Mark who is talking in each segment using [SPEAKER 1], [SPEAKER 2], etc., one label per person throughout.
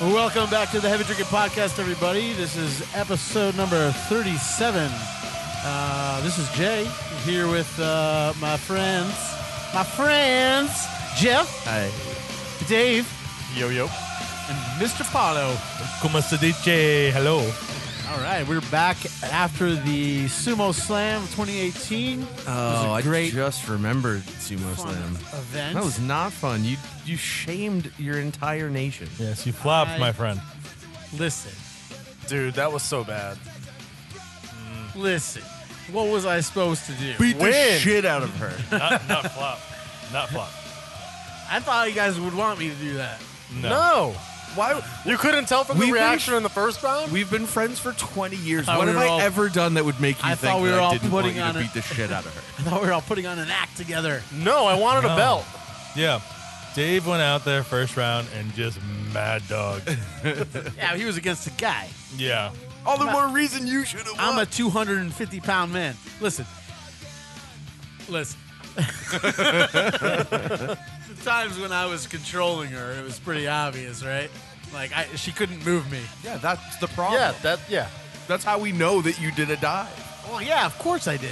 [SPEAKER 1] Welcome back to the Heavy Drinking Podcast, everybody. This is episode number 37. Uh, this is Jay here with uh, my friends, my friends, Jeff,
[SPEAKER 2] Hi.
[SPEAKER 1] Dave,
[SPEAKER 2] Yo yo.
[SPEAKER 1] and Mr. Paulo.
[SPEAKER 2] Como se dice? Hello.
[SPEAKER 1] All right, we're back after the Sumo Slam 2018
[SPEAKER 2] Oh, I
[SPEAKER 1] great-
[SPEAKER 2] just remembered Sumo
[SPEAKER 1] fun
[SPEAKER 2] Slam.
[SPEAKER 1] event.
[SPEAKER 2] That was not fun. You you shamed your entire nation.
[SPEAKER 3] Yes, you flopped,
[SPEAKER 1] I-
[SPEAKER 3] my friend.
[SPEAKER 1] listen,
[SPEAKER 4] Dude, that was so bad.
[SPEAKER 1] Mm. listen. What was I supposed to do?
[SPEAKER 4] Beat Win.
[SPEAKER 2] out of her.
[SPEAKER 3] Not, not flop. Not flop.
[SPEAKER 1] I thought you guys would want me to do that.
[SPEAKER 3] No.
[SPEAKER 4] Why? You couldn't tell from
[SPEAKER 2] We've
[SPEAKER 4] the
[SPEAKER 2] been-
[SPEAKER 4] reaction in the first round?
[SPEAKER 2] We've been friends for 20 years.
[SPEAKER 1] thought
[SPEAKER 2] What
[SPEAKER 1] we
[SPEAKER 2] have I
[SPEAKER 1] were all-
[SPEAKER 2] ever done that would make you
[SPEAKER 1] I
[SPEAKER 2] think
[SPEAKER 1] thought we
[SPEAKER 2] that
[SPEAKER 1] were
[SPEAKER 2] I
[SPEAKER 1] all
[SPEAKER 2] didn't want
[SPEAKER 1] putting
[SPEAKER 2] you
[SPEAKER 1] on
[SPEAKER 2] to
[SPEAKER 1] a-
[SPEAKER 2] beat the shit out of her?
[SPEAKER 1] I thought we were all putting on an act together.
[SPEAKER 4] no, I wanted
[SPEAKER 3] No.
[SPEAKER 4] a belt.
[SPEAKER 3] Yeah. Dave went out there first round and just mad dog.
[SPEAKER 1] Yeah, he was against a guy.
[SPEAKER 3] yeah.
[SPEAKER 2] All the more reason you should have.
[SPEAKER 1] I'm a 250 pound man. Listen, listen. the times when I was controlling her, it was pretty obvious, right? Like I, she couldn't move me.
[SPEAKER 2] yeah, that's the problem.
[SPEAKER 4] Yeah, that, yeah.
[SPEAKER 2] That's how we know that you did a dive.
[SPEAKER 1] Well, yeah, of course I did.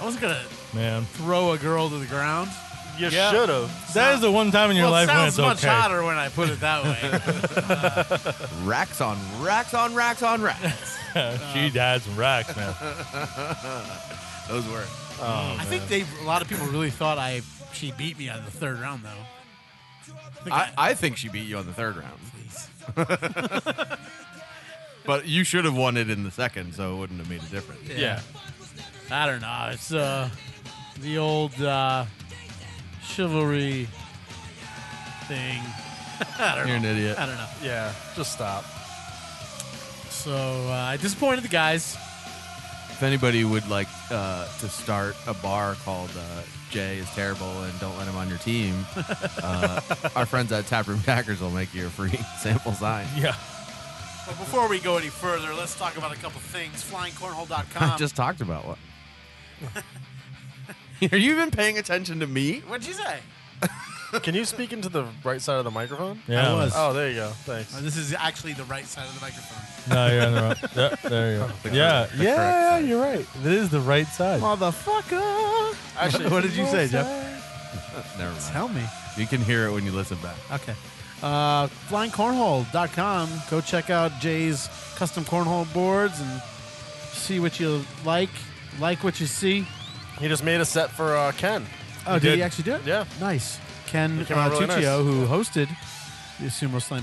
[SPEAKER 1] I wasn't gonna
[SPEAKER 3] Man.
[SPEAKER 1] throw a girl to the ground.
[SPEAKER 4] You
[SPEAKER 3] Yeah.
[SPEAKER 4] should have.
[SPEAKER 3] That is the one time in your
[SPEAKER 1] well, it
[SPEAKER 3] life when
[SPEAKER 1] sounds
[SPEAKER 3] it's
[SPEAKER 1] much
[SPEAKER 3] okay. Oh,
[SPEAKER 1] hotter when I put it that way.
[SPEAKER 2] Racks on racks on racks on racks.
[SPEAKER 3] she had some racks, man.
[SPEAKER 2] Those were.
[SPEAKER 1] I think they, a lot of people really thought I, she beat me on the third round though. I think
[SPEAKER 2] I, I think she beat you on the third round. But you should have won it in the second, so it wouldn't have made a difference.
[SPEAKER 1] Yeah. I don't know. It's uh, the old uh, chivalry thing. I don't
[SPEAKER 2] You're an
[SPEAKER 1] know.
[SPEAKER 2] idiot.
[SPEAKER 1] I don't know.
[SPEAKER 4] Yeah, just stop.
[SPEAKER 1] So uh, I disappointed the guys.
[SPEAKER 2] If anybody would like uh, to start a bar called uh, Jay is Terrible and Don't Let Him on Your Team, uh, our friends at Taproom Packers will make you a free sample sign.
[SPEAKER 3] Yeah.
[SPEAKER 1] But before we go any further, let's talk about a couple things. FlyingCornhole.com.
[SPEAKER 2] I just talked about what? Are you even paying attention to me?
[SPEAKER 1] What'd you say?
[SPEAKER 4] Can you speak into the right side of the microphone?
[SPEAKER 3] Yeah.
[SPEAKER 1] was.
[SPEAKER 4] Oh, there you go. Thanks.
[SPEAKER 1] Uh, this is actually the right side of the microphone.
[SPEAKER 3] No, you're on the wrong. Yeah, there you go. Yeah.
[SPEAKER 2] correct
[SPEAKER 3] Yeah,
[SPEAKER 2] side.
[SPEAKER 3] you're right. That is the right side.
[SPEAKER 1] Motherfucker.
[SPEAKER 4] Actually,
[SPEAKER 1] what did you say, Jeff?
[SPEAKER 2] Never mind.
[SPEAKER 1] Tell me.
[SPEAKER 2] You can hear it when you listen back.
[SPEAKER 1] Okay. Uh, FlyingCornhole.com. Go check out Jay's custom cornhole boards and see what you like. Like what you see.
[SPEAKER 4] he just made a set for uh, Ken.
[SPEAKER 1] Oh,
[SPEAKER 3] He
[SPEAKER 1] did,
[SPEAKER 3] did.
[SPEAKER 1] he actually do it?
[SPEAKER 4] Yeah.
[SPEAKER 1] Nice. Ken uh,
[SPEAKER 4] It came out really
[SPEAKER 1] Tuccio,
[SPEAKER 4] nice.
[SPEAKER 1] who hosted the Sumo Slam 2018.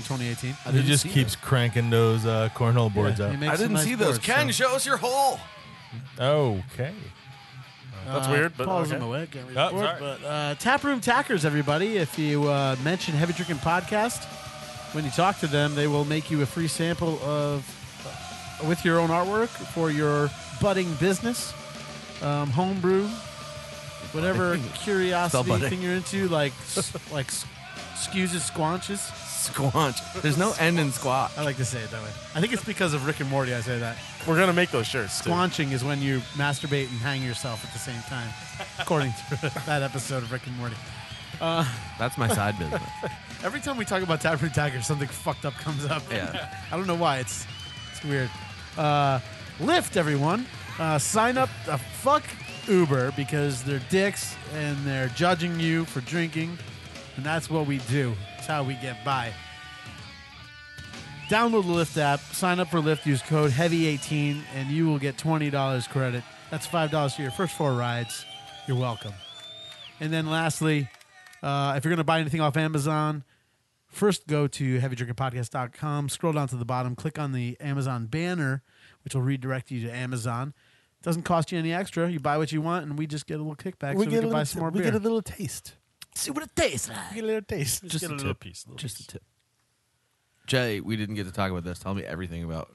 [SPEAKER 2] I
[SPEAKER 3] he
[SPEAKER 2] didn't
[SPEAKER 3] just
[SPEAKER 2] see
[SPEAKER 3] keeps cranking those uh, cornhole boards
[SPEAKER 1] Yeah, he
[SPEAKER 3] out.
[SPEAKER 1] makes some nice boards, so-
[SPEAKER 2] show us your hole.
[SPEAKER 3] okay.
[SPEAKER 4] That's weird, but
[SPEAKER 1] Uh, Paul's
[SPEAKER 4] okay.
[SPEAKER 1] in my way. I can't read
[SPEAKER 3] Oh,
[SPEAKER 1] the board,
[SPEAKER 3] sorry.
[SPEAKER 1] but, uh, Taproom Tackers, everybody. If you uh, mention Heavy Drinking Podcast, when you talk to them, they will make you a free sample of uh, with your own artwork for your budding business, um, homebrew, whatever curiosity
[SPEAKER 2] budding.
[SPEAKER 1] thing you're into, like s- like s- skews squanches.
[SPEAKER 2] Squanch. There's no end in squat.
[SPEAKER 1] I like to say it that way. I think it's because of Rick and Morty. I say that.
[SPEAKER 4] We're going to make those shirts. Too.
[SPEAKER 1] Squanching is when you masturbate and hang yourself at the same time, according to that episode of Rick and Morty.
[SPEAKER 2] That's my side business.
[SPEAKER 1] Every time we talk about Taproot Tiger, something fucked up comes up.
[SPEAKER 2] Yeah.
[SPEAKER 1] I don't know why. It's it's weird. Uh, Lyft, everyone. Uh, sign up. Uh, fuck Uber because they're dicks and they're judging you for drinking. And that's what we do. It's how we get by. Download the Lyft app, sign up for Lyft, use code HEAVY18, and you will get $20 credit. That's $5 for your first four rides. You're welcome. And then lastly, uh, if you're going to buy anything off Amazon, first go to heavydrinkingpodcast.com, scroll down to the bottom, click on the Amazon banner, which will redirect you to Amazon. Doesn't cost you any extra. You buy what you want, and we just get a little kickback so we can buy some more beer.
[SPEAKER 3] little taste.
[SPEAKER 1] See what it tastes like.
[SPEAKER 3] We get a little taste.
[SPEAKER 2] Just a tip.
[SPEAKER 3] piece.
[SPEAKER 2] Just a tip. Jay, we didn't get to talk about this. Tell me everything about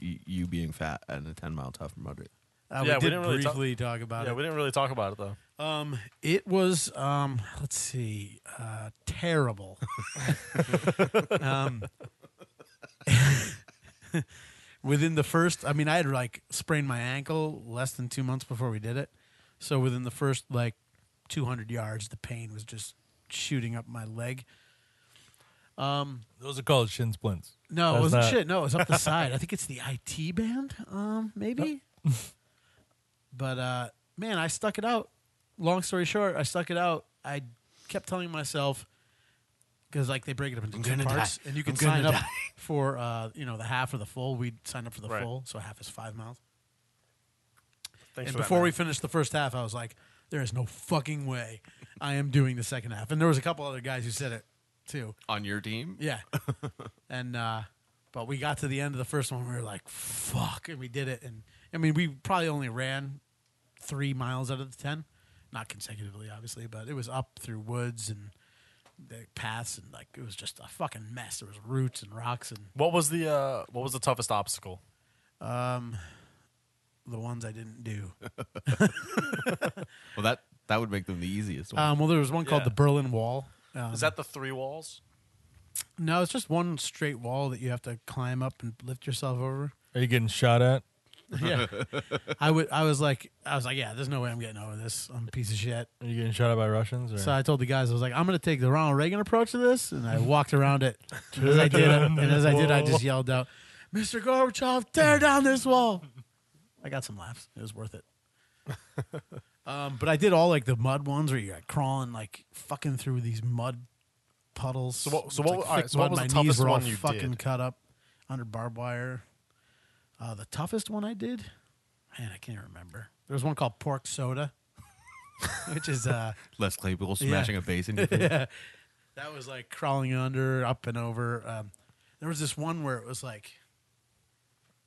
[SPEAKER 2] y- you being fat and a 10 mile tough from Madrid.
[SPEAKER 1] Uh,
[SPEAKER 4] Yeah,
[SPEAKER 1] we
[SPEAKER 4] we
[SPEAKER 1] did
[SPEAKER 4] didn't really talk-
[SPEAKER 1] briefly talk about
[SPEAKER 4] Uh, Yeah,
[SPEAKER 1] it.
[SPEAKER 4] we didn't really talk about it, though.
[SPEAKER 1] Um, it was um, let's see, uh, terrible. um, within the first, I mean, I had like sprained my ankle less than two months before we did it, so within the first like 200 yards, the pain was just shooting up my leg. Um,
[SPEAKER 3] Those are called shin splints.
[SPEAKER 1] no, it
[SPEAKER 3] That's
[SPEAKER 1] wasn't
[SPEAKER 3] not-
[SPEAKER 1] shit. No, it was up the side. I think it's the IT band, um, maybe. but uh, man, I stuck it out. Long story short, I stuck it out. I kept telling myself because like they break it up into two
[SPEAKER 4] gonna
[SPEAKER 1] parts,
[SPEAKER 4] die.
[SPEAKER 1] and you can
[SPEAKER 4] I'm
[SPEAKER 1] sign
[SPEAKER 4] gonna
[SPEAKER 1] up
[SPEAKER 4] die.
[SPEAKER 1] for uh, you know the half or the full. We signed up for the
[SPEAKER 4] Right.
[SPEAKER 1] full, so half is five miles. and
[SPEAKER 4] Thanks for that,
[SPEAKER 1] before
[SPEAKER 4] man.
[SPEAKER 1] we finished the first half, I was like, "There is no fucking way I am doing the second half." And there was a couple other guys who said it too.
[SPEAKER 2] on your team.
[SPEAKER 1] Yeah. and uh but we got to the end of the first one, we were like, fuck, and we did it. And I mean we probably only ran three miles out of the ten. Not consecutively, obviously, but it was up through woods and the paths and like it was just a fucking mess. There was roots and rocks and
[SPEAKER 4] What was the uh, what was the toughest obstacle?
[SPEAKER 1] um the ones I didn't do.
[SPEAKER 2] Well, that that would make them the easiest one.
[SPEAKER 1] Um well there was one called
[SPEAKER 4] Yeah.
[SPEAKER 1] the Berlin Wall. Um,
[SPEAKER 4] Is that the three walls?
[SPEAKER 1] no, it's just one straight wall that you have to climb up and lift yourself over.
[SPEAKER 3] Are you getting shot at?
[SPEAKER 1] yeah. I would. I was like, I was like, yeah, there's no way I'm getting over this. I'm a piece of shit.
[SPEAKER 3] Are you getting shot at by Russians? Or?
[SPEAKER 1] So I told the guys, I was like, I'm gonna take the Ronald Reagan approach to this, and I walked around it. And as I did, and as I did, I just yelled out, "Mr. Gorbachev, tear down this wall!" I got some laughs. It was worth it. Um, but I did all like the mud ones where you're like, crawling like fucking through these mud puddles. So
[SPEAKER 4] what- so what- all right, so what was
[SPEAKER 1] My
[SPEAKER 4] the
[SPEAKER 1] knees
[SPEAKER 4] toughest
[SPEAKER 1] were all
[SPEAKER 4] one you
[SPEAKER 1] fucking
[SPEAKER 4] did?
[SPEAKER 1] cut up under barbed wire. Uh, the toughest one I did, man, I can't remember. There was one called pork soda, which is uh,
[SPEAKER 2] Les Claypool smashing a bass in your face.
[SPEAKER 1] yeah. That was like crawling under, up and over. Um, there was this one where it was like,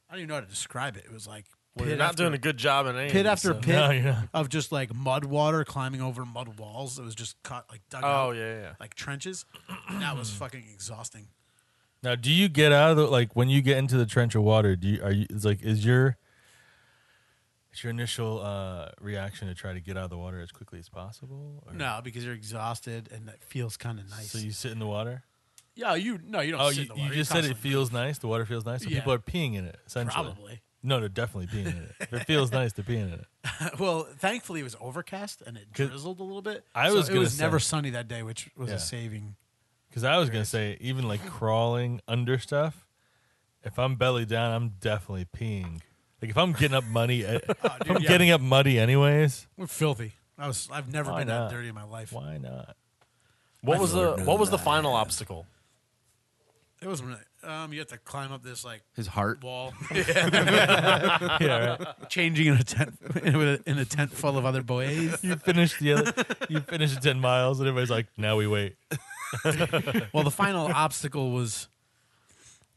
[SPEAKER 1] I don't even know how to describe it. It was like
[SPEAKER 4] Well,
[SPEAKER 1] pit
[SPEAKER 4] you're not
[SPEAKER 1] after-
[SPEAKER 4] doing a good job in any.
[SPEAKER 1] pit
[SPEAKER 4] of
[SPEAKER 1] after
[SPEAKER 4] these, uh,
[SPEAKER 1] pit
[SPEAKER 3] No, you're not.
[SPEAKER 1] of just like mud water climbing over mud walls. It was just cut like dug
[SPEAKER 4] so- Oh
[SPEAKER 1] out,
[SPEAKER 4] yeah, yeah, yeah.
[SPEAKER 1] like trenches. And that was fucking exhausting.
[SPEAKER 3] Now, do you get out of the like when you get into the trench of water? Do you are you? It's like is your is your initial uh, reaction to try to get out of the water as quickly as possible? Or,
[SPEAKER 1] No, because you're exhausted and that feels kind of nice.
[SPEAKER 3] So you sit in the water.
[SPEAKER 1] yeah, you no, you don't.
[SPEAKER 3] Oh,
[SPEAKER 1] sit
[SPEAKER 3] you,
[SPEAKER 1] in the
[SPEAKER 3] you
[SPEAKER 1] water.
[SPEAKER 3] just
[SPEAKER 1] You're
[SPEAKER 3] said it
[SPEAKER 1] constantly-
[SPEAKER 3] feels nice. The water feels nice. So
[SPEAKER 1] Yeah.
[SPEAKER 3] people are peeing in it. Essentially,
[SPEAKER 1] probably.
[SPEAKER 3] No, they're definitely peeing in it. If it feels nice to pee in it.
[SPEAKER 1] well, thankfully it was overcast and it
[SPEAKER 3] 'Cause-
[SPEAKER 1] drizzled a little bit.
[SPEAKER 3] I
[SPEAKER 1] so
[SPEAKER 3] was
[SPEAKER 1] it
[SPEAKER 3] gonna
[SPEAKER 1] was never
[SPEAKER 3] say-
[SPEAKER 1] sunny that day, which was
[SPEAKER 3] Yeah.
[SPEAKER 1] a saving.
[SPEAKER 3] Because I was gonna say even like crawling under stuff. If I'm belly down, I'm definitely peeing. Like if I'm getting up muddy, if
[SPEAKER 1] Oh, dude,
[SPEAKER 3] I'm
[SPEAKER 1] yeah.
[SPEAKER 3] getting up muddy anyways,
[SPEAKER 1] We're filthy. I was. I've never
[SPEAKER 3] Why
[SPEAKER 1] been
[SPEAKER 3] not?
[SPEAKER 1] that dirty in my life.
[SPEAKER 3] why not?
[SPEAKER 4] What was the
[SPEAKER 2] Lord knows
[SPEAKER 4] what was the
[SPEAKER 2] that.
[SPEAKER 4] final obstacle?
[SPEAKER 1] It was. when I- Um, you have to climb up this like
[SPEAKER 2] His heart.
[SPEAKER 1] wall,
[SPEAKER 3] Yeah, right.
[SPEAKER 1] changing in a tent in a, in a tent full of other boys.
[SPEAKER 3] You finish the other, you finish the ten miles, and everybody's like, "Now we wait."
[SPEAKER 1] Well, the final obstacle was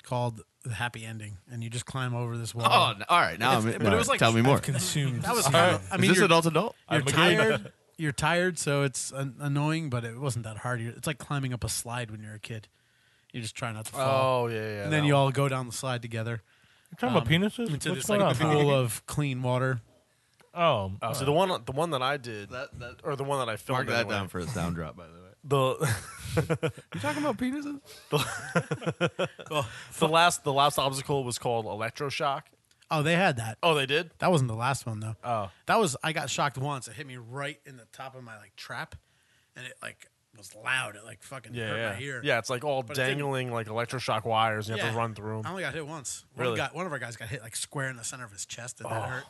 [SPEAKER 1] called the happy ending, and you just climb over this wall.
[SPEAKER 2] Oh, n- all right. Now, I'm,
[SPEAKER 1] It's-
[SPEAKER 2] all right, tell me more.
[SPEAKER 1] consumed. That was. I mean,
[SPEAKER 2] Is this
[SPEAKER 1] you're,
[SPEAKER 2] adult adult?
[SPEAKER 1] you're
[SPEAKER 3] I'm a gamer.
[SPEAKER 1] tired. You're tired, so it's an- annoying, but it wasn't that hard. You're- It's like climbing up a slide when you're a kid. You just try not to fall,
[SPEAKER 4] Oh yeah, yeah.
[SPEAKER 1] and then you all go down the slide together
[SPEAKER 3] You're
[SPEAKER 4] um,
[SPEAKER 3] talking about penises?
[SPEAKER 1] into
[SPEAKER 3] What's
[SPEAKER 1] this
[SPEAKER 3] going
[SPEAKER 1] like
[SPEAKER 3] on?
[SPEAKER 1] pool of clean water.
[SPEAKER 3] Oh,
[SPEAKER 4] Oh, so the one the one that I did,
[SPEAKER 2] That- that-
[SPEAKER 4] or the one that I
[SPEAKER 2] Mark
[SPEAKER 4] filmed.
[SPEAKER 2] that
[SPEAKER 4] anyway,
[SPEAKER 2] down for a sound drop, by the way.
[SPEAKER 4] the
[SPEAKER 2] You talking about penises?
[SPEAKER 4] the last the last obstacle was called electroshock.
[SPEAKER 1] Oh, they had that.
[SPEAKER 4] Oh, they did.
[SPEAKER 1] That wasn't the last one though.
[SPEAKER 4] Oh.
[SPEAKER 1] That was I got shocked once. It hit me right in the top of my like trap, and it like was loud. It like fucking
[SPEAKER 4] Yeah,
[SPEAKER 1] hurt
[SPEAKER 4] yeah.
[SPEAKER 1] my ear.
[SPEAKER 4] yeah. It's like all
[SPEAKER 1] it didn't-
[SPEAKER 4] dangling like electroshock wires. And you have to
[SPEAKER 1] Yeah.
[SPEAKER 4] run through
[SPEAKER 1] I
[SPEAKER 4] them.
[SPEAKER 1] only got hit once. One,
[SPEAKER 4] Really? Oh.
[SPEAKER 1] got, one of our guys got hit like square in the center of his chest, and that hurt.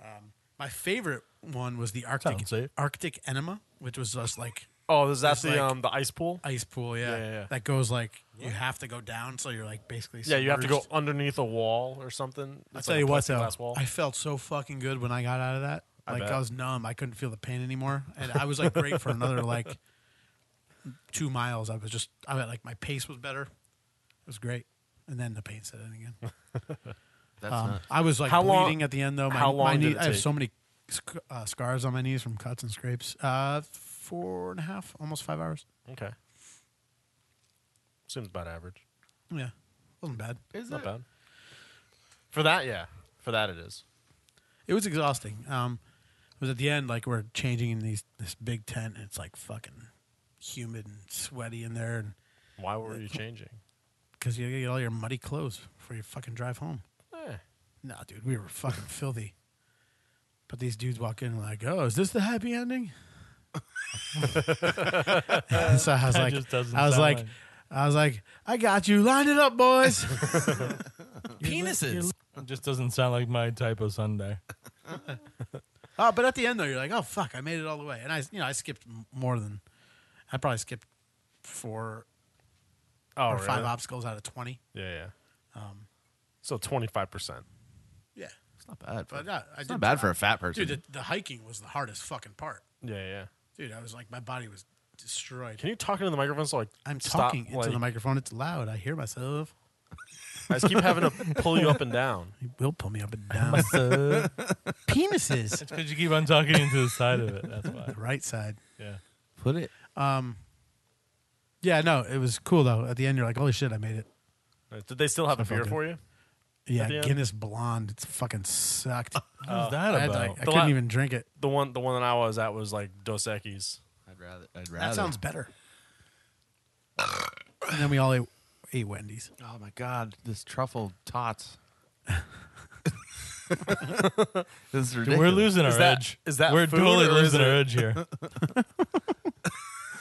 [SPEAKER 1] Um, my favorite one was the Arctic
[SPEAKER 3] Sounds safe.
[SPEAKER 1] Arctic enema, which was just like
[SPEAKER 4] Oh, is that
[SPEAKER 1] It's
[SPEAKER 4] the
[SPEAKER 1] like-
[SPEAKER 4] um the ice pool?
[SPEAKER 1] ice pool. Yeah,
[SPEAKER 4] Yeah, yeah, yeah.
[SPEAKER 1] that goes like you have to go down, so you're like basically
[SPEAKER 4] Yeah, you have to go
[SPEAKER 1] submerged.
[SPEAKER 4] underneath a wall or something.
[SPEAKER 1] I'll
[SPEAKER 4] It's
[SPEAKER 1] tell
[SPEAKER 4] like a
[SPEAKER 1] you what though,
[SPEAKER 4] plexiglass wall.
[SPEAKER 1] I felt so fucking good when I got out of that. like
[SPEAKER 4] bet.
[SPEAKER 1] I was numb. I couldn't feel the pain anymore, and I was like great for another like two miles. I was just I was, like my pace was better. It was great, and then the pain set in again.
[SPEAKER 2] That's
[SPEAKER 1] Um, I was like
[SPEAKER 4] How long-
[SPEAKER 1] bleeding at the end though. My,
[SPEAKER 4] how
[SPEAKER 1] my
[SPEAKER 4] long did
[SPEAKER 1] knee,
[SPEAKER 4] it
[SPEAKER 1] I have
[SPEAKER 4] take?
[SPEAKER 1] so many sc- uh, scars on my knees from cuts and scrapes. Uh, four and a half, almost five hours.
[SPEAKER 4] okay. Seems about average.
[SPEAKER 1] Yeah, wasn't bad.
[SPEAKER 2] Is
[SPEAKER 4] Not
[SPEAKER 2] it?
[SPEAKER 4] bad. For that, yeah. For that, it is.
[SPEAKER 1] It was exhausting. Um, it was at the end like we're changing in these this big tent, and it's like fucking humid and sweaty in there, and
[SPEAKER 4] Why were you changing?
[SPEAKER 1] because you gotta get all your muddy clothes before you fucking drive home.
[SPEAKER 4] Eh.
[SPEAKER 1] Nah, dude, we were fucking filthy. But these dudes walk in and like, oh, is this the happy ending? so I was
[SPEAKER 3] That
[SPEAKER 1] like,
[SPEAKER 3] just doesn't
[SPEAKER 1] I was
[SPEAKER 3] sound
[SPEAKER 1] like,
[SPEAKER 3] like-
[SPEAKER 1] I was like, I got you. Line it up, boys.
[SPEAKER 2] Penises.
[SPEAKER 3] It just doesn't sound like my type of Sunday.
[SPEAKER 1] Oh, but at the end though, you're like, oh fuck, I made it all the way, and I, you know, I skipped m- more than, I probably skipped four
[SPEAKER 4] Oh,
[SPEAKER 1] or
[SPEAKER 4] really?
[SPEAKER 1] five Um. obstacles out of twenty.
[SPEAKER 4] Yeah, yeah. so twenty five percent.
[SPEAKER 1] Yeah,
[SPEAKER 2] It's not bad. For,
[SPEAKER 1] but uh, I
[SPEAKER 2] it's
[SPEAKER 1] did
[SPEAKER 2] not bad for a fat person.
[SPEAKER 1] dude. The, the hiking was the hardest fucking part,
[SPEAKER 4] Yeah, yeah.
[SPEAKER 1] dude. I was like, my body was destroyed.
[SPEAKER 4] Can you talk into the microphone? So like,
[SPEAKER 1] I'm
[SPEAKER 4] stop,
[SPEAKER 1] talking into
[SPEAKER 4] like-
[SPEAKER 1] the microphone. It's loud. I hear myself.
[SPEAKER 4] I just keep having to pull you up and down.
[SPEAKER 1] He will pull me up and down.
[SPEAKER 3] So,
[SPEAKER 1] Penises.
[SPEAKER 3] because you keep on talking into the side of it. That's why.
[SPEAKER 1] the right side.
[SPEAKER 3] Yeah.
[SPEAKER 2] Put it.
[SPEAKER 1] Yeah, no, it was cool though. At the end, you're like, holy shit, I made it.
[SPEAKER 4] Did they still have a
[SPEAKER 1] Stuff I'll
[SPEAKER 4] beer
[SPEAKER 1] do.
[SPEAKER 4] for you?
[SPEAKER 1] Yeah,
[SPEAKER 4] At the end?
[SPEAKER 1] Guinness Blonde. It's fucking sucked.
[SPEAKER 3] What was that
[SPEAKER 1] I, had,
[SPEAKER 3] about?
[SPEAKER 1] like, I
[SPEAKER 4] The
[SPEAKER 1] couldn't
[SPEAKER 4] la-
[SPEAKER 1] even drink it.
[SPEAKER 4] The one, the one that I was at was like Dos Equis.
[SPEAKER 2] I'd rather. I'd rather.
[SPEAKER 1] That sounds better. and then we all ate, ate Wendy's.
[SPEAKER 2] Oh my god, this truffle tots. this is ridiculous.
[SPEAKER 3] We're losing our
[SPEAKER 4] Is that-
[SPEAKER 3] edge.
[SPEAKER 4] is that
[SPEAKER 3] we're
[SPEAKER 4] food
[SPEAKER 3] totally
[SPEAKER 4] or is
[SPEAKER 3] losing our
[SPEAKER 4] it-
[SPEAKER 3] edge here?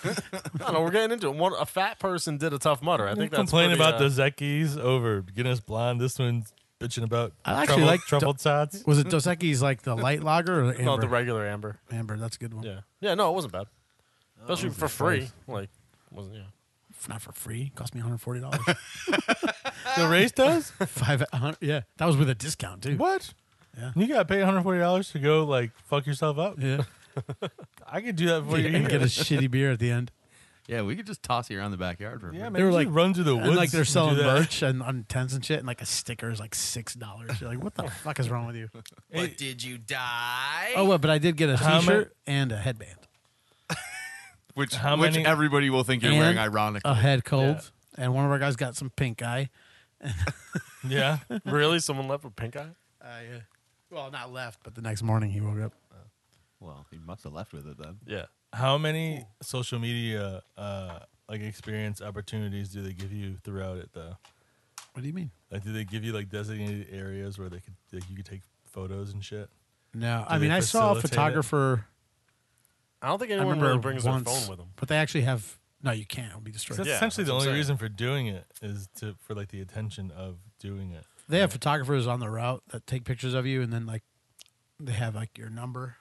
[SPEAKER 4] I don't know. We're getting into it. One, a fat person did a tough mutter. I think that's
[SPEAKER 3] Complain
[SPEAKER 4] pretty,
[SPEAKER 3] about
[SPEAKER 4] uh,
[SPEAKER 3] the Zekis over Guinness Blonde. This one's bitching about
[SPEAKER 1] I actually
[SPEAKER 3] truffle,
[SPEAKER 1] like
[SPEAKER 3] truffle tots.
[SPEAKER 1] Was it Dos Equis like the light lager or amber?
[SPEAKER 4] No, the regular amber.
[SPEAKER 1] amber, that's a good one.
[SPEAKER 4] Yeah, yeah. No, it wasn't bad,
[SPEAKER 2] Oh,
[SPEAKER 4] especially for free. Like, wasn't yeah.
[SPEAKER 1] F- Not for free. Cost me 140 dollars.
[SPEAKER 3] The race does.
[SPEAKER 1] Five, a hun- yeah, that was with a discount too.
[SPEAKER 3] What?
[SPEAKER 1] Yeah.
[SPEAKER 3] You gotta pay $140 to go like fuck yourself up.
[SPEAKER 1] Yeah,
[SPEAKER 3] I could do that for you.
[SPEAKER 1] and get a shitty beer at the end.
[SPEAKER 2] Yeah, we could just toss you around the backyard for a
[SPEAKER 3] yeah,
[SPEAKER 2] minute.
[SPEAKER 3] man.
[SPEAKER 1] They were
[SPEAKER 3] you
[SPEAKER 1] like-
[SPEAKER 3] run through the woods.
[SPEAKER 1] And like they're
[SPEAKER 3] and do
[SPEAKER 1] selling
[SPEAKER 3] that.
[SPEAKER 1] merch and on tents and shit, and like a sticker is like six dollars. You're like, what the fuck is wrong with you?
[SPEAKER 2] But did you die?
[SPEAKER 1] Oh well, but I did get a
[SPEAKER 3] How ma-
[SPEAKER 1] T-shirt and a headband,
[SPEAKER 2] which
[SPEAKER 3] How
[SPEAKER 2] which
[SPEAKER 3] many-
[SPEAKER 2] everybody will think you're
[SPEAKER 1] And
[SPEAKER 2] wearing ironically.
[SPEAKER 1] a head cold, and one of our guys got some pink eye.
[SPEAKER 3] Yeah.
[SPEAKER 4] really, someone left with pink eye.
[SPEAKER 1] Uh, yeah. Well, not left, but the next morning he woke up.
[SPEAKER 2] well, he must have left with it then.
[SPEAKER 4] Yeah,
[SPEAKER 3] How many social media uh like experience opportunities do they give you throughout it though?
[SPEAKER 1] What do you mean?
[SPEAKER 3] Like do they give you like designated areas where they could like you could take photos and shit?
[SPEAKER 1] No, I
[SPEAKER 3] they
[SPEAKER 1] mean I saw a
[SPEAKER 3] facilitate it?
[SPEAKER 1] photographer.
[SPEAKER 4] I don't think
[SPEAKER 1] I
[SPEAKER 4] anyone
[SPEAKER 1] remember
[SPEAKER 4] really brings
[SPEAKER 1] once,
[SPEAKER 4] their phone with them.
[SPEAKER 1] but they actually have. No, you can't. It'll be
[SPEAKER 3] 'Cause
[SPEAKER 1] destroyed.
[SPEAKER 3] That's
[SPEAKER 4] Yeah,
[SPEAKER 3] essentially
[SPEAKER 4] that's
[SPEAKER 3] the
[SPEAKER 4] what I'm
[SPEAKER 3] only
[SPEAKER 4] saying.
[SPEAKER 3] reason for doing it is to for like the attention of doing it.
[SPEAKER 1] They have photographers on the route that take pictures of you, and then like they have like your number.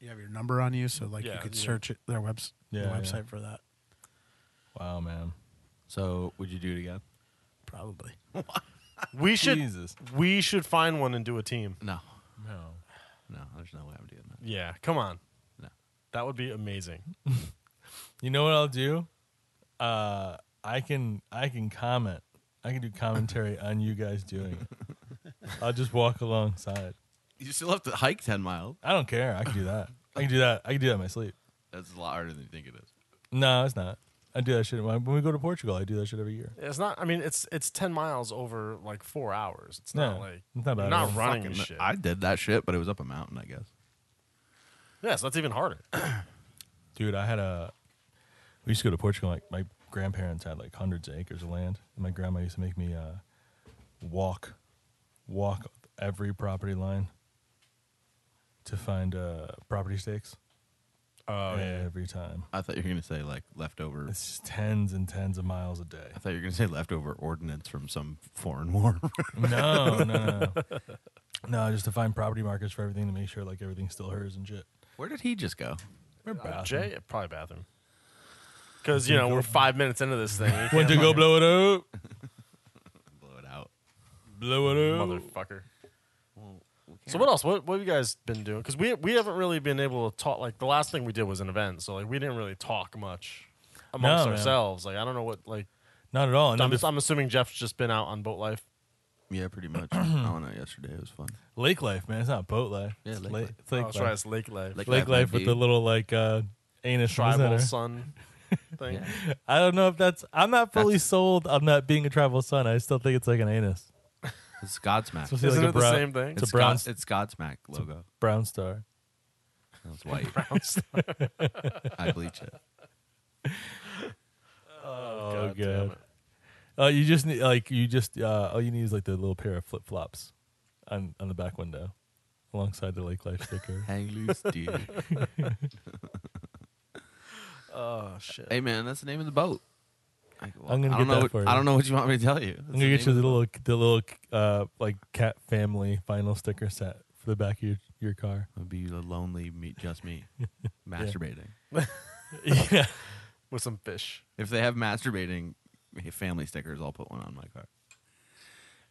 [SPEAKER 1] You have your number on you, so like you
[SPEAKER 4] Yeah,
[SPEAKER 1] could
[SPEAKER 4] yeah.
[SPEAKER 1] search it, their webs-
[SPEAKER 3] Yeah,
[SPEAKER 1] the
[SPEAKER 3] yeah.
[SPEAKER 1] website for that.
[SPEAKER 3] Wow, man.
[SPEAKER 2] So would you do it again?
[SPEAKER 1] Probably.
[SPEAKER 4] We should,
[SPEAKER 3] Jesus.
[SPEAKER 4] we should find one and do a team.
[SPEAKER 2] No,
[SPEAKER 3] No.
[SPEAKER 2] no, there's no way I'm doing that.
[SPEAKER 4] Yeah, come on.
[SPEAKER 2] No.
[SPEAKER 4] That would be amazing.
[SPEAKER 3] You know what I'll do? Uh I can I can comment. I can do commentary on you guys doing it. I'll just walk alongside.
[SPEAKER 2] You still have to hike ten miles.
[SPEAKER 3] I don't care. I can do that. I can do that. I can do that in my sleep.
[SPEAKER 2] That's a lot harder than you think it is.
[SPEAKER 3] No, it's not. I do that shit when when we go to Portugal. I do that shit every year.
[SPEAKER 4] It's not. I mean, it's it's ten miles over like four hours. It's
[SPEAKER 3] No,
[SPEAKER 4] not like
[SPEAKER 3] it's not bad
[SPEAKER 4] you're
[SPEAKER 3] at
[SPEAKER 4] not
[SPEAKER 3] all.
[SPEAKER 4] running
[SPEAKER 2] Fucking-
[SPEAKER 4] shit.
[SPEAKER 2] I did that shit, but it was up a mountain, I guess.
[SPEAKER 4] yes, that's even harder.
[SPEAKER 3] Dude, I had a. We used to go to Portugal. Like my grandparents had like hundreds of acres of land, and my grandma used to make me uh, walk, walk every property line to find uh, property stakes
[SPEAKER 4] Oh
[SPEAKER 3] every time.
[SPEAKER 2] I thought you were gonna say like leftover.
[SPEAKER 3] It's just tens and tens of miles a day.
[SPEAKER 2] I thought you were gonna say leftover ordinance from some foreign war.
[SPEAKER 3] No, no, no, no. no, just to find property markets for everything to make sure like everything's still hers and shit.
[SPEAKER 2] Where did he just go?
[SPEAKER 3] We're
[SPEAKER 4] Uh,
[SPEAKER 3] bathroom.
[SPEAKER 4] Jay, probably bathroom. Because you know we're five minutes into this thing. You
[SPEAKER 3] Went to
[SPEAKER 4] can't
[SPEAKER 3] go blow it up,
[SPEAKER 2] Blow it out.
[SPEAKER 3] blow it up.
[SPEAKER 4] fucking- motherfucker. So what else? What what have you guys been doing? Because we we haven't really been able to talk. Like the last thing we did was an event, so like we didn't really talk much amongst
[SPEAKER 3] man.
[SPEAKER 4] ourselves. Like I don't know what like.
[SPEAKER 3] Not at all. And
[SPEAKER 4] I'm,
[SPEAKER 3] then bef-
[SPEAKER 4] I'm assuming Jeff's just been out on boat life.
[SPEAKER 2] Yeah, pretty much. I went out yesterday. It was fun.
[SPEAKER 3] lake life, man. It's not boat life.
[SPEAKER 2] Yeah,
[SPEAKER 3] It's
[SPEAKER 2] lake
[SPEAKER 3] la-
[SPEAKER 2] life.
[SPEAKER 3] it's lake
[SPEAKER 4] oh, that's
[SPEAKER 3] life.
[SPEAKER 4] right. It's lake
[SPEAKER 2] Lake
[SPEAKER 4] life.
[SPEAKER 3] Lake
[SPEAKER 2] Life might
[SPEAKER 3] life with
[SPEAKER 2] be-
[SPEAKER 3] the little like uh, anus in the
[SPEAKER 4] tribal
[SPEAKER 3] center.
[SPEAKER 4] sun thing.
[SPEAKER 2] Yeah.
[SPEAKER 3] I don't know if that's. I'm not fully
[SPEAKER 2] That's-
[SPEAKER 3] sold on that being a tribal son. I still think it's like an anus.
[SPEAKER 2] It's Godsmack.
[SPEAKER 3] It's
[SPEAKER 2] It's,
[SPEAKER 3] supposed to
[SPEAKER 4] Isn't
[SPEAKER 3] be like
[SPEAKER 4] it
[SPEAKER 3] a
[SPEAKER 4] the
[SPEAKER 3] brown,
[SPEAKER 4] same thing?
[SPEAKER 3] It's a brown,
[SPEAKER 2] God- it's Godsmack logo.
[SPEAKER 3] brown star.
[SPEAKER 2] That's white. I bleach it.
[SPEAKER 3] Oh
[SPEAKER 4] God
[SPEAKER 3] god.
[SPEAKER 4] damn it.
[SPEAKER 3] Uh, you just need like you just uh, all you need is like the little pair of flip flops on on the back window, alongside the lake life sticker.
[SPEAKER 2] Hang loose, dude.
[SPEAKER 4] Oh shit. Oh,
[SPEAKER 2] hey, man, that's the name of the boat. I,
[SPEAKER 3] I'm gonna
[SPEAKER 2] I
[SPEAKER 3] get
[SPEAKER 2] don't know.
[SPEAKER 3] that
[SPEAKER 2] what-
[SPEAKER 3] for you.
[SPEAKER 2] I don't know what you want me to tell you.
[SPEAKER 3] I'm gonna get you the little the little uh like cat family vinyl sticker set for the back of your, your car.
[SPEAKER 2] It'd be the lonely me, just me, masturbating.
[SPEAKER 3] yeah.
[SPEAKER 4] with some fish.
[SPEAKER 2] If they have masturbating family stickers, I'll put one on my car.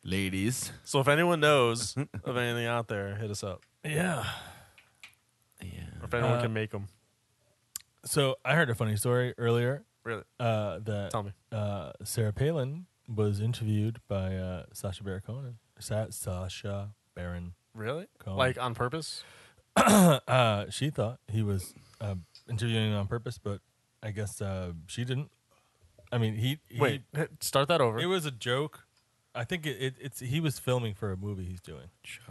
[SPEAKER 2] Ladies,
[SPEAKER 4] So if anyone knows of anything out there, hit us up.
[SPEAKER 3] Yeah.
[SPEAKER 2] yeah.
[SPEAKER 4] Or if anyone
[SPEAKER 3] Uh,
[SPEAKER 4] can make them,
[SPEAKER 3] So I heard a funny story earlier
[SPEAKER 4] really
[SPEAKER 3] uh, that
[SPEAKER 4] tell me.
[SPEAKER 3] uh, Sarah Palin was interviewed by uh, Sasha Baron Cohen. Sa- Sasha Baron.
[SPEAKER 4] Really?
[SPEAKER 3] Colin.
[SPEAKER 4] Like on purpose?
[SPEAKER 3] Uh, she thought he was uh, interviewing on purpose, but I guess uh, she didn't. I mean, he, he
[SPEAKER 4] Wait, h- start that over.
[SPEAKER 3] It was a joke. I think it, it, it's he was filming for a movie he's doing.
[SPEAKER 2] Show.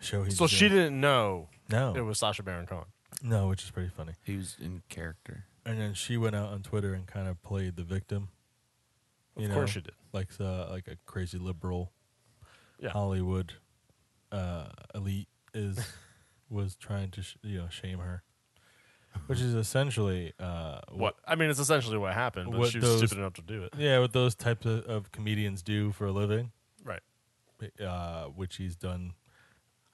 [SPEAKER 3] Show he's
[SPEAKER 4] so she
[SPEAKER 3] doing.
[SPEAKER 4] didn't know
[SPEAKER 3] no
[SPEAKER 4] it was Sasha Baron Cohen.
[SPEAKER 3] no, which is pretty funny.
[SPEAKER 2] He was in character.
[SPEAKER 3] And then she went out on Twitter and kind of played the victim.
[SPEAKER 4] Of
[SPEAKER 3] you know,
[SPEAKER 4] course she did.
[SPEAKER 3] like uh, like a crazy liberal
[SPEAKER 4] Yeah.
[SPEAKER 3] Hollywood uh, elite is was trying to sh- you know shame her, which is essentially uh,
[SPEAKER 4] What? I mean, it's essentially what happened, but
[SPEAKER 3] What
[SPEAKER 4] she was
[SPEAKER 3] those-
[SPEAKER 4] stupid enough to do it.
[SPEAKER 3] yeah what those types of, of comedians do for a living,
[SPEAKER 4] Right.
[SPEAKER 3] uh, which he's done.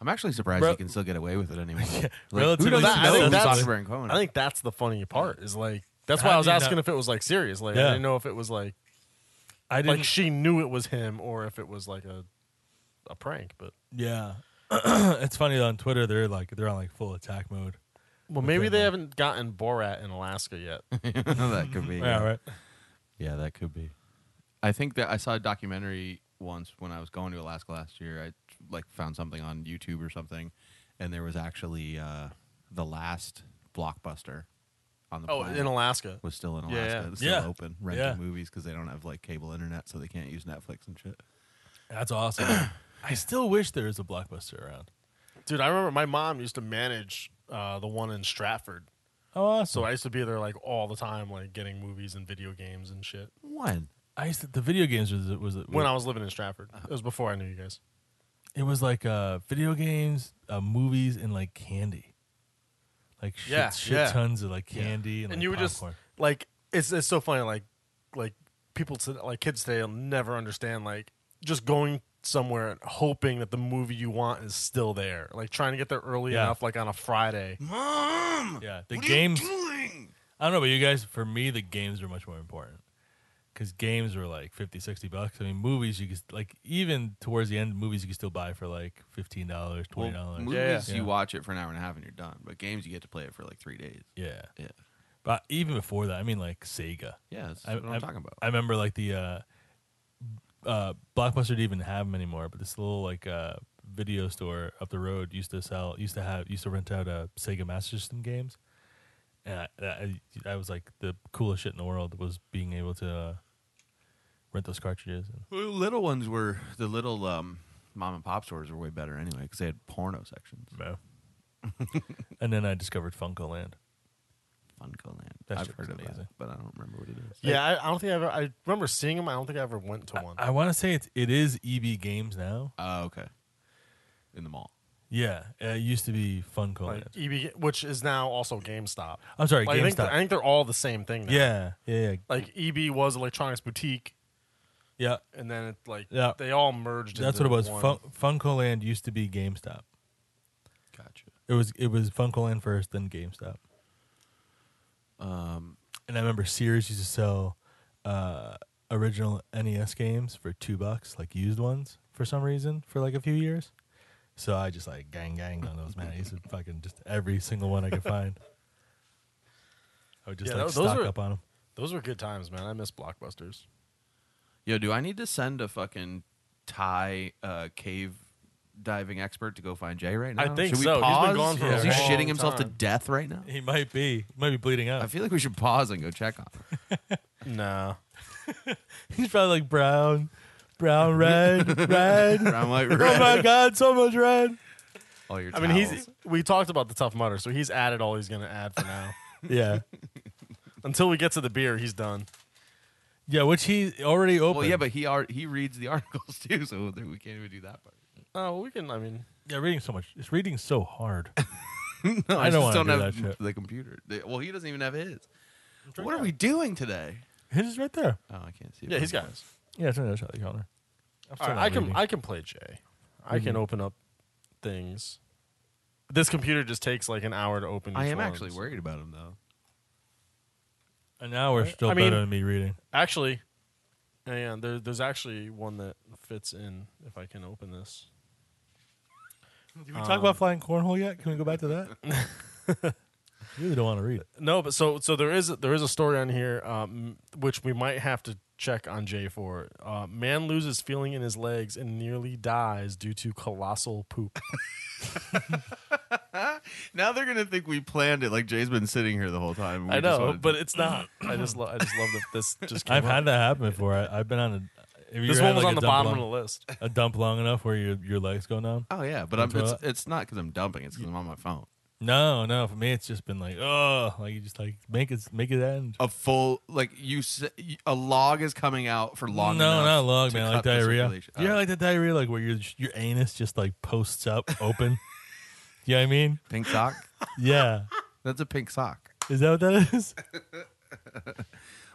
[SPEAKER 2] I'm actually surprised
[SPEAKER 3] Bro-
[SPEAKER 2] he can still get away with it anymore. Like,
[SPEAKER 3] relatively
[SPEAKER 2] who does
[SPEAKER 4] I think
[SPEAKER 2] know
[SPEAKER 4] that's-
[SPEAKER 2] Sacha Baron Cohen?
[SPEAKER 4] I think that's the funny part is like, that's why
[SPEAKER 3] How
[SPEAKER 4] I was
[SPEAKER 3] do you
[SPEAKER 4] asking
[SPEAKER 3] know-
[SPEAKER 4] if it was like serious. Like, I
[SPEAKER 3] Yeah.
[SPEAKER 4] didn't know if it was like,
[SPEAKER 3] I didn't.
[SPEAKER 4] like she knew it was him or if it was like a, a prank, but
[SPEAKER 3] yeah, it's funny on Twitter they're like they're on like full attack mode.
[SPEAKER 4] well, maybe
[SPEAKER 3] thing
[SPEAKER 4] they
[SPEAKER 3] was-
[SPEAKER 4] haven't gotten Borat in Alaska yet.
[SPEAKER 2] that could be.
[SPEAKER 3] Yeah, right.
[SPEAKER 2] Yeah, that could be. I think that I saw a documentary once when I was going to Alaska last year. I like found something on YouTube or something, and there was actually uh, the last blockbuster on the
[SPEAKER 4] Oh,
[SPEAKER 2] planet
[SPEAKER 4] in Alaska.
[SPEAKER 2] was still in
[SPEAKER 4] Yeah,
[SPEAKER 2] Alaska.
[SPEAKER 4] yeah.
[SPEAKER 2] It's still
[SPEAKER 3] Yeah.
[SPEAKER 2] open, renting
[SPEAKER 3] Yeah.
[SPEAKER 2] movies because they don't have like cable internet, so they can't use Netflix and shit.
[SPEAKER 3] That's awesome. I still wish there was a blockbuster around.
[SPEAKER 4] Dude, I remember my mom used to manage uh, the one in Stratford.
[SPEAKER 3] Oh, awesome.
[SPEAKER 4] So I used to be there like all the time, like getting movies and video games and shit.
[SPEAKER 2] One.
[SPEAKER 3] I used to, the video games was was
[SPEAKER 4] When I was living in Stratford,
[SPEAKER 3] Uh-huh.
[SPEAKER 4] it was before I knew you guys.
[SPEAKER 3] It was like uh, video games, uh, movies, and like candy. Like shit,
[SPEAKER 4] Yeah,
[SPEAKER 3] shit
[SPEAKER 4] yeah.
[SPEAKER 3] tons of like candy and,
[SPEAKER 4] And
[SPEAKER 3] like
[SPEAKER 4] you were just
[SPEAKER 3] popcorn.
[SPEAKER 4] like, it's it's so funny. Like, like people to, like kids today will never understand like just going somewhere and hoping that the movie you want is still there. Like trying to get there early
[SPEAKER 3] Yeah.
[SPEAKER 4] enough, like on a Friday.
[SPEAKER 2] Mom.
[SPEAKER 3] yeah the
[SPEAKER 2] what
[SPEAKER 3] games.
[SPEAKER 2] Are you doing?
[SPEAKER 3] I don't know, but you guys, for me, the games were much more important because games were like 50, 60 bucks. I mean, movies you could like even towards the end, movies you could still buy for like fifteen dollars, twenty
[SPEAKER 2] Well,
[SPEAKER 3] dollars.
[SPEAKER 2] movies
[SPEAKER 4] Yeah.
[SPEAKER 2] you
[SPEAKER 3] Yeah.
[SPEAKER 2] watch it for an hour and a half and you're done, but games you get to play it for like three days.
[SPEAKER 3] yeah,
[SPEAKER 2] Yeah,
[SPEAKER 3] but even before that, I mean, like Sega.
[SPEAKER 2] yeah. That's
[SPEAKER 3] I-
[SPEAKER 2] what I'm
[SPEAKER 3] I-
[SPEAKER 2] talking about.
[SPEAKER 3] I remember like the uh, uh, Blockbuster didn't even have them anymore, but this little like uh, video store up the road used to sell, used to have, used to rent out uh, Sega Master System games, and I, I, I was like the coolest shit in the world was being able to uh, rent those cartridges. And,
[SPEAKER 2] Well, little ones were the little um, mom and pop stores were way better anyway because they had porno sections.
[SPEAKER 3] and then I discovered Funko Land.
[SPEAKER 2] Funko Land.
[SPEAKER 3] That
[SPEAKER 2] I've
[SPEAKER 3] shit
[SPEAKER 2] heard
[SPEAKER 3] was
[SPEAKER 2] of that,
[SPEAKER 3] amazing.
[SPEAKER 2] but I don't remember what it is.
[SPEAKER 4] Yeah, I, I don't think I ever. I remember seeing them. I don't think I ever went to one.
[SPEAKER 3] I want to say it's it is EB Games now.
[SPEAKER 2] Oh, okay. In the mall.
[SPEAKER 3] Yeah, it used to be Funko
[SPEAKER 4] like E
[SPEAKER 3] Land.
[SPEAKER 4] EB, which is now also GameStop.
[SPEAKER 3] I'm sorry,
[SPEAKER 4] Like, I, think,
[SPEAKER 3] GameStop.
[SPEAKER 4] I think they're all the same thing. Now.
[SPEAKER 3] yeah, yeah, yeah,
[SPEAKER 4] like EB was Electronics Boutique,
[SPEAKER 3] yeah.
[SPEAKER 4] and then it like
[SPEAKER 3] Yeah.
[SPEAKER 4] they all merged.
[SPEAKER 3] That's what
[SPEAKER 4] into
[SPEAKER 3] it was.
[SPEAKER 4] one.
[SPEAKER 3] Fun- Funko Land used to be GameStop.
[SPEAKER 2] Gotcha.
[SPEAKER 3] It was it was Funkoland first, then GameStop.
[SPEAKER 2] Um,
[SPEAKER 3] And I remember Sears used to sell uh, original NES games for two bucks, like used ones for some reason for like a few years. So I just like gang ganged on those man. I used to fucking just every single one I could find. I would just
[SPEAKER 4] Yeah,
[SPEAKER 3] like
[SPEAKER 4] tho- those
[SPEAKER 3] stock
[SPEAKER 4] were-
[SPEAKER 3] up on them.
[SPEAKER 4] Those were good times, man. I miss blockbusters.
[SPEAKER 2] yo, do I need to send a fucking Thai uh, cave diving expert to go find Jay right now?
[SPEAKER 4] I think
[SPEAKER 2] should we
[SPEAKER 4] so. He's been
[SPEAKER 2] Pause?
[SPEAKER 4] gone for
[SPEAKER 3] a
[SPEAKER 2] Is he
[SPEAKER 3] long
[SPEAKER 2] shitting himself to
[SPEAKER 4] time.
[SPEAKER 2] death right now?
[SPEAKER 3] He might be, he might be bleeding
[SPEAKER 2] I
[SPEAKER 3] out.
[SPEAKER 2] feel like we should pause and go check on him.
[SPEAKER 4] Nah,
[SPEAKER 3] He's probably like brown, brown, red, red.
[SPEAKER 2] I'm like,
[SPEAKER 3] Oh my
[SPEAKER 2] red.
[SPEAKER 3] god, so much red.
[SPEAKER 2] All your
[SPEAKER 4] I mean he's.
[SPEAKER 2] towels.
[SPEAKER 4] We talked about the tough mutter, so he's added all he's gonna add for now.
[SPEAKER 3] Yeah,
[SPEAKER 4] Until we get to the beer, he's done.
[SPEAKER 3] yeah. Which he already opened.
[SPEAKER 2] Well, yeah, but he are, he reads the articles too, so we can't even do that part.
[SPEAKER 4] Oh, well, we can. I mean,
[SPEAKER 3] yeah, reading so much. It's reading so hard.
[SPEAKER 2] No,
[SPEAKER 3] I don't
[SPEAKER 2] just
[SPEAKER 3] wanna do
[SPEAKER 2] have
[SPEAKER 3] that shit.
[SPEAKER 2] the computer. They- Well, he doesn't even have his. What are we doing today?
[SPEAKER 3] His is right there.
[SPEAKER 2] Oh, I can't see.
[SPEAKER 4] Yeah, he's got it.
[SPEAKER 3] Yeah, it's on the other side of the counter. I'm still
[SPEAKER 4] All right,
[SPEAKER 3] not Mm-hmm.
[SPEAKER 4] I can
[SPEAKER 3] reading.
[SPEAKER 4] I can play Jay. I can open up things. This computer just takes like an hour to open.
[SPEAKER 2] I
[SPEAKER 4] each
[SPEAKER 2] am
[SPEAKER 4] one,
[SPEAKER 2] actually
[SPEAKER 4] so-
[SPEAKER 2] worried about him though.
[SPEAKER 3] And now we're still
[SPEAKER 4] I mean-
[SPEAKER 3] better than me reading.
[SPEAKER 4] Actually, and there, there's actually one that fits in if I can open this.
[SPEAKER 3] Did we talk about flying cornhole yet? Can we go back to that? really don't want to read it.
[SPEAKER 4] No, but so so there is there is a story on here um, which we might have to check on Jay for. Uh, man loses feeling in his legs and nearly dies due to colossal poop.
[SPEAKER 2] Now they're gonna think we planned it. Like Jay's been sitting here the whole time. We
[SPEAKER 4] I
[SPEAKER 2] just
[SPEAKER 4] know,
[SPEAKER 2] wanted
[SPEAKER 4] but
[SPEAKER 2] to-
[SPEAKER 4] it's not. I just lo- I just love that this just. Came
[SPEAKER 3] I've
[SPEAKER 4] up.
[SPEAKER 3] had that happen before. I, I've been on a. have you
[SPEAKER 4] This
[SPEAKER 3] ever
[SPEAKER 4] one
[SPEAKER 3] had,
[SPEAKER 4] was
[SPEAKER 3] like,
[SPEAKER 4] on the
[SPEAKER 3] a dump
[SPEAKER 4] bottom of
[SPEAKER 3] long-
[SPEAKER 4] the list.
[SPEAKER 3] a dump long enough where your your legs go numb?
[SPEAKER 2] oh yeah, but I'm,
[SPEAKER 3] That's
[SPEAKER 2] it's
[SPEAKER 3] what-
[SPEAKER 2] it's not because I'm dumping. It's because I'm on my phone.
[SPEAKER 3] No, no. For me, it's just been like, oh, like you just like make it make it end.
[SPEAKER 2] A full like you s- a log is coming out for long.
[SPEAKER 3] no,
[SPEAKER 2] enough
[SPEAKER 3] not log,
[SPEAKER 2] to
[SPEAKER 3] man. Like
[SPEAKER 2] cut the
[SPEAKER 3] diarrhea.
[SPEAKER 2] circulation.
[SPEAKER 3] Yeah,
[SPEAKER 2] Oh,
[SPEAKER 3] like the diarrhea, like where your your anus just like posts up open. you know what I mean?
[SPEAKER 2] pink sock.
[SPEAKER 3] Yeah.
[SPEAKER 2] That's a pink sock.
[SPEAKER 3] Is that what that is?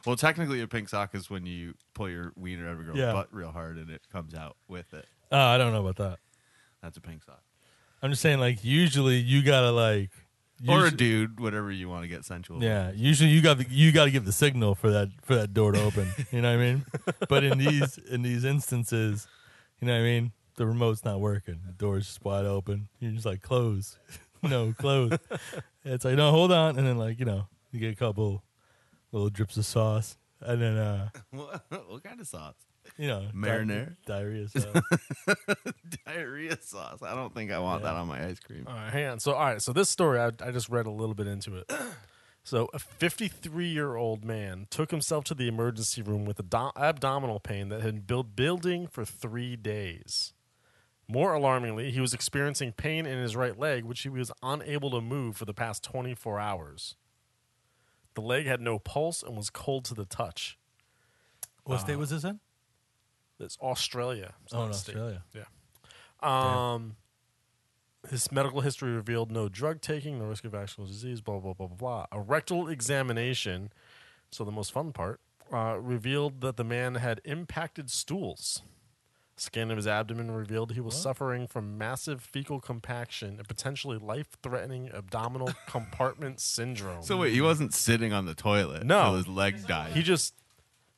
[SPEAKER 2] Well, technically, a pink sock is when you pull your wiener out of a girl's
[SPEAKER 3] Yeah.
[SPEAKER 2] butt real hard and it comes out with it.
[SPEAKER 3] Oh, I don't know about that.
[SPEAKER 2] That's a pink sock.
[SPEAKER 3] I'm just saying, like usually you gotta like,
[SPEAKER 2] Or a
[SPEAKER 3] usu-
[SPEAKER 2] dude, whatever you want to get sensual. with.
[SPEAKER 3] Yeah, usually you got the, you got to give the signal for that for that door to open. you know what I mean? But in these in these instances, you know what I mean. The remote's not working. The door's just wide open. You're just like close, no close. it's like no, hold on, and then like you know you get a couple little drips of sauce, and then uh
[SPEAKER 2] What, what kind of sauce?
[SPEAKER 3] you know di-
[SPEAKER 2] Marinara?
[SPEAKER 3] diarrhea sauce.
[SPEAKER 2] Diarrhea sauce. I don't think I want
[SPEAKER 3] Yeah. Uh,
[SPEAKER 2] that on my ice cream.
[SPEAKER 4] All right, hang on. So, all right, so this story, I, I just read a little bit into it. So, a 53 year old man took himself to the emergency room with ado- abdominal pain that had been building for three days. More alarmingly, he was experiencing pain in his right leg, which he was unable to move for the past 24 hours. The leg had no pulse and was cold to the touch.
[SPEAKER 3] what state was this in?
[SPEAKER 4] That's Australia. It's
[SPEAKER 3] Oh,
[SPEAKER 4] not
[SPEAKER 3] in
[SPEAKER 4] a state.
[SPEAKER 3] Australia.
[SPEAKER 4] Yeah. Um, his medical history revealed no drug taking, no risk of actual disease, blah, blah, blah, blah, blah. A rectal examination, so the most fun part, uh, revealed that the man had impacted stools. Scan of his abdomen revealed he was suffering from massive fecal compaction and potentially life threatening abdominal compartment syndrome.
[SPEAKER 2] So wait, he wasn't sitting on the toilet.
[SPEAKER 4] No.
[SPEAKER 2] till his leg died.
[SPEAKER 4] he just,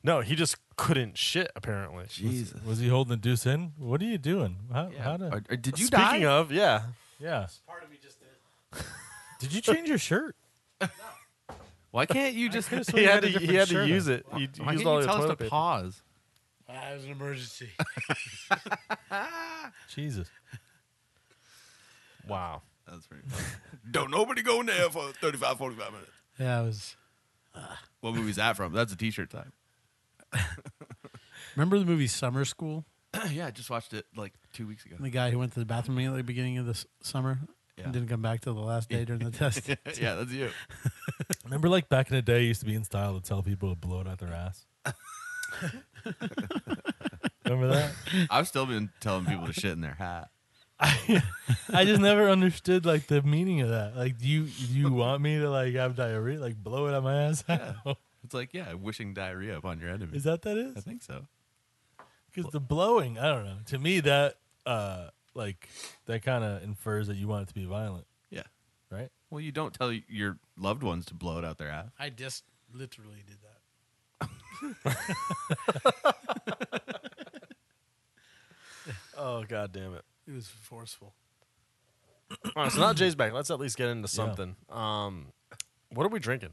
[SPEAKER 4] no, he just couldn't shit, apparently.
[SPEAKER 2] Jesus.
[SPEAKER 3] Was he holding the deuce in? What are you doing? How, how
[SPEAKER 2] Or-
[SPEAKER 3] to,
[SPEAKER 2] or did you
[SPEAKER 4] Speaking
[SPEAKER 2] die?
[SPEAKER 4] of, yeah,
[SPEAKER 3] yeah.
[SPEAKER 1] Part of me just did.
[SPEAKER 3] Did you change your shirt?
[SPEAKER 2] Why can't you just?
[SPEAKER 3] could've sworn
[SPEAKER 4] he
[SPEAKER 3] you
[SPEAKER 4] had, to,
[SPEAKER 3] a
[SPEAKER 4] he
[SPEAKER 3] different
[SPEAKER 4] had to
[SPEAKER 3] shirt on.
[SPEAKER 4] use it. He
[SPEAKER 2] Why
[SPEAKER 4] used
[SPEAKER 2] can't
[SPEAKER 4] all
[SPEAKER 2] you
[SPEAKER 4] the
[SPEAKER 2] tell us
[SPEAKER 4] toilet
[SPEAKER 2] to
[SPEAKER 4] paper.
[SPEAKER 2] pause?
[SPEAKER 1] That was an emergency.
[SPEAKER 3] Jesus.
[SPEAKER 4] Wow.
[SPEAKER 2] That's pretty. Funny. Don't nobody go in there for 35, 45 minutes.
[SPEAKER 1] yeah, it was.
[SPEAKER 2] What movie is that from? That's a T-shirt time.
[SPEAKER 1] Remember the movie Summer School?
[SPEAKER 2] yeah, I just watched it like two weeks ago.
[SPEAKER 1] The guy who went to the bathroom at the beginning of the s- summer
[SPEAKER 2] Yeah.
[SPEAKER 1] and didn't come back till the last day during the test.
[SPEAKER 2] yeah, that's you.
[SPEAKER 3] Remember, like back in the day, it used to be in style to tell people to blow it out their ass. Remember that?
[SPEAKER 2] I've still been telling people to shit in their hat.
[SPEAKER 3] I just never understood like the meaning of that. Like, do you do you want me to like have diarrhea, like blow it out my ass?
[SPEAKER 2] It's like, yeah, wishing diarrhea upon your enemy.
[SPEAKER 3] is that that
[SPEAKER 2] I
[SPEAKER 3] is?
[SPEAKER 2] think so.
[SPEAKER 3] Because the blowing, I don't know. To me, that uh like that kind of infers that you want it to be violent,
[SPEAKER 2] Yeah.
[SPEAKER 3] right?
[SPEAKER 2] Well, you don't tell your loved ones to blow it out their ass.
[SPEAKER 1] I just literally did that.
[SPEAKER 4] Oh god damn it.
[SPEAKER 1] It was forceful.
[SPEAKER 4] All right, so now Jay's back. Let's at least get into something. Um what are we drinking?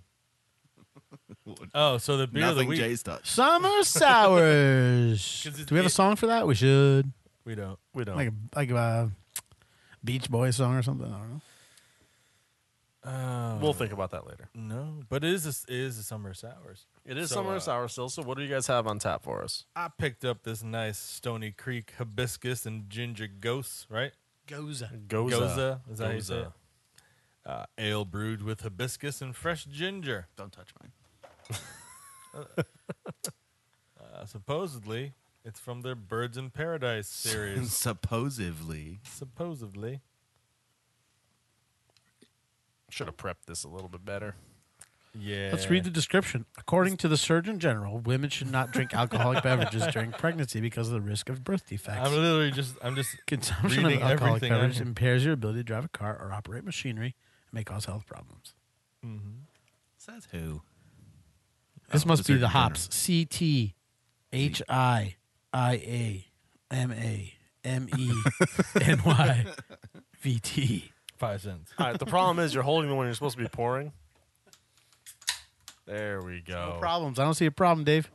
[SPEAKER 3] Oh, so the beer of the
[SPEAKER 2] Nothing
[SPEAKER 3] week
[SPEAKER 2] Jay's touched.
[SPEAKER 1] Summer sours.
[SPEAKER 3] 'Cause it's-
[SPEAKER 1] Do we have a song for that? We should.
[SPEAKER 3] we don't.
[SPEAKER 4] We don't.
[SPEAKER 1] Like a, like a Beach Boy song or something. I don't know.
[SPEAKER 3] Oh,
[SPEAKER 4] we'll think about that later.
[SPEAKER 3] no, but it is a, it is the summer sours.
[SPEAKER 4] It is
[SPEAKER 3] So,
[SPEAKER 4] summer
[SPEAKER 3] uh,
[SPEAKER 4] sour still, so what do you guys have on tap for us?
[SPEAKER 3] I picked up this nice Stony Creek hibiscus and ginger ghost, right?
[SPEAKER 1] Goza.
[SPEAKER 4] Goza.
[SPEAKER 3] Goza, is that how you
[SPEAKER 4] Goza.
[SPEAKER 3] say it? Uh, ale brewed with hibiscus and fresh ginger.
[SPEAKER 2] Don't touch mine.
[SPEAKER 3] Uh, supposedly, it's from their Birds in Paradise series.
[SPEAKER 2] Supposedly.
[SPEAKER 3] supposedly.
[SPEAKER 4] Should have prepped this a little bit better.
[SPEAKER 3] Yeah.
[SPEAKER 1] Let's read the description. According to the Surgeon General, women should not drink alcoholic beverages during pregnancy because of the risk of birth defects.
[SPEAKER 3] I'm literally just. I'm just.
[SPEAKER 1] Consumption of
[SPEAKER 3] reading
[SPEAKER 1] alcoholic
[SPEAKER 3] everything I
[SPEAKER 1] beverages
[SPEAKER 3] can.
[SPEAKER 1] impairs your ability to drive a car or operate machinery and may cause health problems.
[SPEAKER 2] Says who?
[SPEAKER 1] This
[SPEAKER 2] Oh,
[SPEAKER 1] must be
[SPEAKER 2] Surgeon
[SPEAKER 1] the hops. C T H I I A M A M E N Y V T.
[SPEAKER 3] Five cents.
[SPEAKER 4] All right. The problem is you're holding the one you're supposed to be pouring. There we go.
[SPEAKER 1] No problems. I don't see a problem, Dave.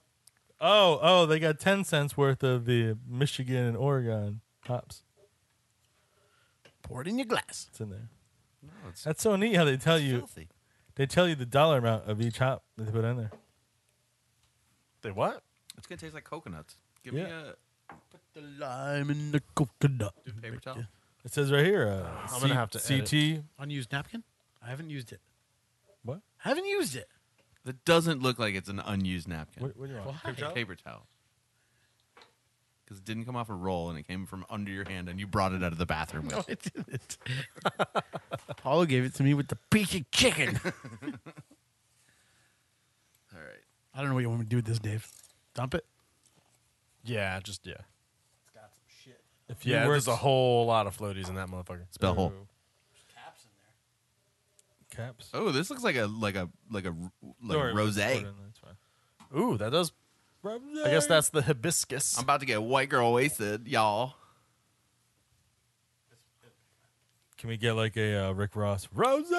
[SPEAKER 3] Oh, oh, they got ten cents worth of the Michigan and Oregon hops.
[SPEAKER 1] Pour it in your glass.
[SPEAKER 3] It's in there.
[SPEAKER 2] Oh, it's
[SPEAKER 3] That's so neat how they tell you.
[SPEAKER 2] filthy.
[SPEAKER 3] They tell you the dollar amount of each hop that they put in there.
[SPEAKER 4] They what?
[SPEAKER 2] It's gonna taste like coconuts. Give me a
[SPEAKER 3] Yeah.
[SPEAKER 1] The lime and the coconut.
[SPEAKER 2] paper towel.
[SPEAKER 3] It says right here. Uh,
[SPEAKER 4] I'm gonna have to
[SPEAKER 3] CT.
[SPEAKER 1] Unused napkin? I haven't used it.
[SPEAKER 3] What?
[SPEAKER 1] I haven't used it.
[SPEAKER 2] That doesn't look like it's an unused napkin.
[SPEAKER 3] What, what do you want?
[SPEAKER 2] Paper towel. Because it didn't come off a roll and it came from under your hand and you brought it out of the bathroom. With.
[SPEAKER 1] I didn't. Paulo gave it to me with the peaky chicken.
[SPEAKER 2] All right.
[SPEAKER 1] I don't know what you want me to do with this, Dave. Dump it.
[SPEAKER 4] Yeah, just yeah.
[SPEAKER 3] If you
[SPEAKER 4] Yeah,
[SPEAKER 3] worked
[SPEAKER 4] there's a whole lot of floaties in that motherfucker.
[SPEAKER 2] Spell hole.
[SPEAKER 3] through caps,
[SPEAKER 2] Oh, this looks like a like a like a like
[SPEAKER 3] Don't
[SPEAKER 2] a
[SPEAKER 3] worry,
[SPEAKER 2] rose.
[SPEAKER 3] put it
[SPEAKER 2] I'm
[SPEAKER 3] in, that's fine.
[SPEAKER 4] Ooh, that does.
[SPEAKER 3] Rosé.
[SPEAKER 4] I guess that's the hibiscus.
[SPEAKER 2] about to get white girl wasted, y'all.
[SPEAKER 3] Can we get like a uh, Rick Ross rose?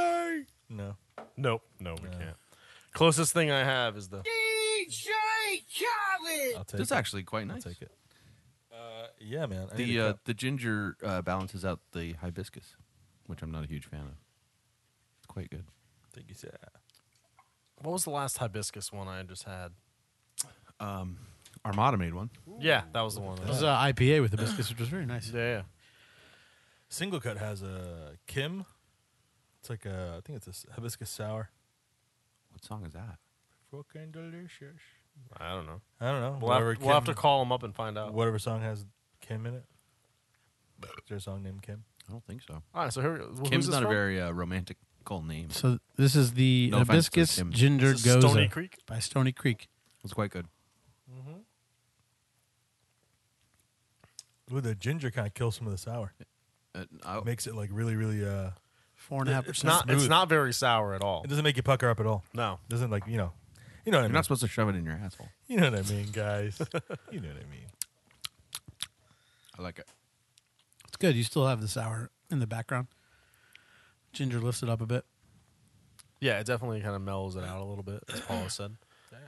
[SPEAKER 3] No.
[SPEAKER 4] nope, no, we can't. Closest thing I have is the.
[SPEAKER 3] I'll take
[SPEAKER 2] That's
[SPEAKER 3] it.
[SPEAKER 2] actually quite
[SPEAKER 3] I'll
[SPEAKER 2] nice.
[SPEAKER 3] take it. Uh, yeah, man. I need
[SPEAKER 2] The
[SPEAKER 3] a
[SPEAKER 2] uh,
[SPEAKER 3] cup.
[SPEAKER 2] the ginger uh, balances out the hibiscus, which I'm not a huge fan of. It's quite good.
[SPEAKER 3] Thank you, sir.
[SPEAKER 4] What was the last hibiscus one I just had?
[SPEAKER 2] Um, Armada made one.
[SPEAKER 4] Yeah, that was the one. I
[SPEAKER 1] This is
[SPEAKER 4] had.
[SPEAKER 1] an IPA with hibiscus, which was very nice.
[SPEAKER 4] Uh, Yeah, yeah.
[SPEAKER 3] Single cut has a Kim. It's like a, I think it's a s- hibiscus sour.
[SPEAKER 2] What song is that?
[SPEAKER 3] Fucking delicious.
[SPEAKER 4] I don't know.
[SPEAKER 3] I don't know.
[SPEAKER 4] We'll, have,
[SPEAKER 3] whatever
[SPEAKER 4] we'll have to
[SPEAKER 3] Kim-
[SPEAKER 4] call him up and find out.
[SPEAKER 3] Whatever song has Kim in it. Is there a song named Kim?
[SPEAKER 2] I don't think so.
[SPEAKER 4] All right, so here we go. Who's
[SPEAKER 2] Kim's
[SPEAKER 4] this
[SPEAKER 2] not
[SPEAKER 4] from?
[SPEAKER 2] a very uh, romantic name. It
[SPEAKER 1] So this is the
[SPEAKER 2] No offense to
[SPEAKER 1] hibiscus
[SPEAKER 2] Tim.
[SPEAKER 1] ginger
[SPEAKER 4] This is
[SPEAKER 1] goza
[SPEAKER 4] Stony Creek.
[SPEAKER 1] by Stony Creek.
[SPEAKER 2] was quite good.
[SPEAKER 3] Ooh, the ginger kind of kills some of the sour.
[SPEAKER 2] Uh, I,
[SPEAKER 3] Makes it like really, really. uh
[SPEAKER 1] Four and a half
[SPEAKER 4] It's
[SPEAKER 1] percent.
[SPEAKER 4] not. It's
[SPEAKER 3] Smooth.
[SPEAKER 4] not very sour at all.
[SPEAKER 3] It doesn't make you pucker up at all.
[SPEAKER 4] No.
[SPEAKER 3] Doesn't like you know. You know what I
[SPEAKER 2] you're
[SPEAKER 3] mean.
[SPEAKER 2] not supposed to shove it in your asshole.
[SPEAKER 3] you know what I mean, guys. you know what I mean.
[SPEAKER 2] I like it.
[SPEAKER 1] It's good. You still have the sour in the background. Ginger lifts it up a bit.
[SPEAKER 4] Yeah, it definitely kind of mellows it out a little bit, as Paula said.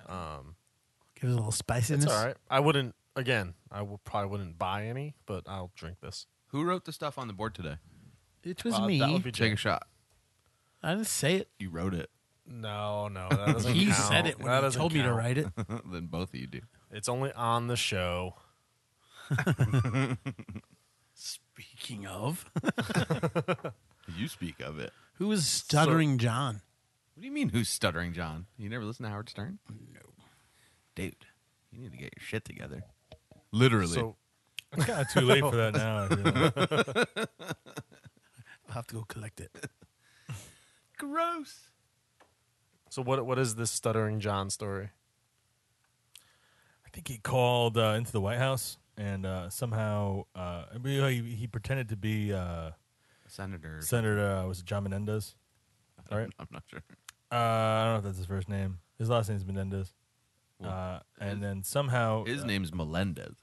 [SPEAKER 1] Gives it a little spiciness.
[SPEAKER 4] It's all right. I wouldn't. Again, I w- probably wouldn't buy any, but I'll drink this.
[SPEAKER 2] Who wrote the stuff on the board today?
[SPEAKER 1] It was
[SPEAKER 4] Uh,
[SPEAKER 1] me.
[SPEAKER 4] That would be
[SPEAKER 2] Take
[SPEAKER 4] Jake.
[SPEAKER 2] a shot.
[SPEAKER 1] I didn't say it.
[SPEAKER 2] You wrote it.
[SPEAKER 4] No, no, that doesn't
[SPEAKER 1] He
[SPEAKER 4] count.
[SPEAKER 1] said it
[SPEAKER 4] That
[SPEAKER 1] when he
[SPEAKER 4] doesn't
[SPEAKER 1] told me to
[SPEAKER 4] count.
[SPEAKER 1] write it.
[SPEAKER 2] then both of you do.
[SPEAKER 4] It's only on the show.
[SPEAKER 1] Speaking of,
[SPEAKER 2] You speak of it.
[SPEAKER 1] who was stuttering John?
[SPEAKER 2] What do you mean, who's stuttering, John? You never listen to Howard Stern? No. Dude, you need to get your shit together. Literally.
[SPEAKER 4] So
[SPEAKER 3] It's kind of too late for that now. I feel like.
[SPEAKER 1] I'll have to go collect it.
[SPEAKER 2] gross.
[SPEAKER 4] So what what is this stuttering John story?
[SPEAKER 3] I think he called uh, into the White House and uh, somehow uh, I believe he, he pretended to be uh,
[SPEAKER 2] Senator.
[SPEAKER 3] Senator uh, was it John Menendez. All right,
[SPEAKER 2] I'm not sure.
[SPEAKER 3] uh, I don't know if that's his first name. His last name's Menendez. Uh, and then somehow
[SPEAKER 2] His
[SPEAKER 3] uh,
[SPEAKER 2] name's Melendez.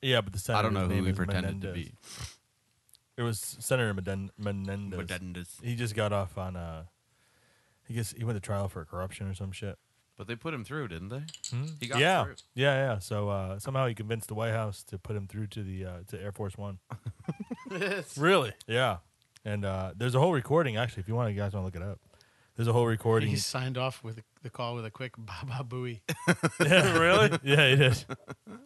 [SPEAKER 3] yeah, but the senator.
[SPEAKER 2] I don't know who
[SPEAKER 3] name
[SPEAKER 2] he
[SPEAKER 3] is
[SPEAKER 2] pretended
[SPEAKER 3] Menendez.
[SPEAKER 2] to be.
[SPEAKER 3] It was Senator Menden- Menendez.
[SPEAKER 2] Menendez.
[SPEAKER 3] He just got off on. Uh, I guess he went to trial for corruption or some shit.
[SPEAKER 2] But they put him through, didn't they? Hmm? He got
[SPEAKER 3] Yeah,
[SPEAKER 2] through.
[SPEAKER 3] yeah, yeah. So uh, somehow he convinced the White House to put him through to the uh, to Air Force One.
[SPEAKER 4] Really?
[SPEAKER 3] Yeah, and uh, there's a whole recording actually. If you want, you guys want to look it up. There's a whole recording.
[SPEAKER 1] He signed off with the call with a quick "Baba Booey."
[SPEAKER 3] really? yeah, it is.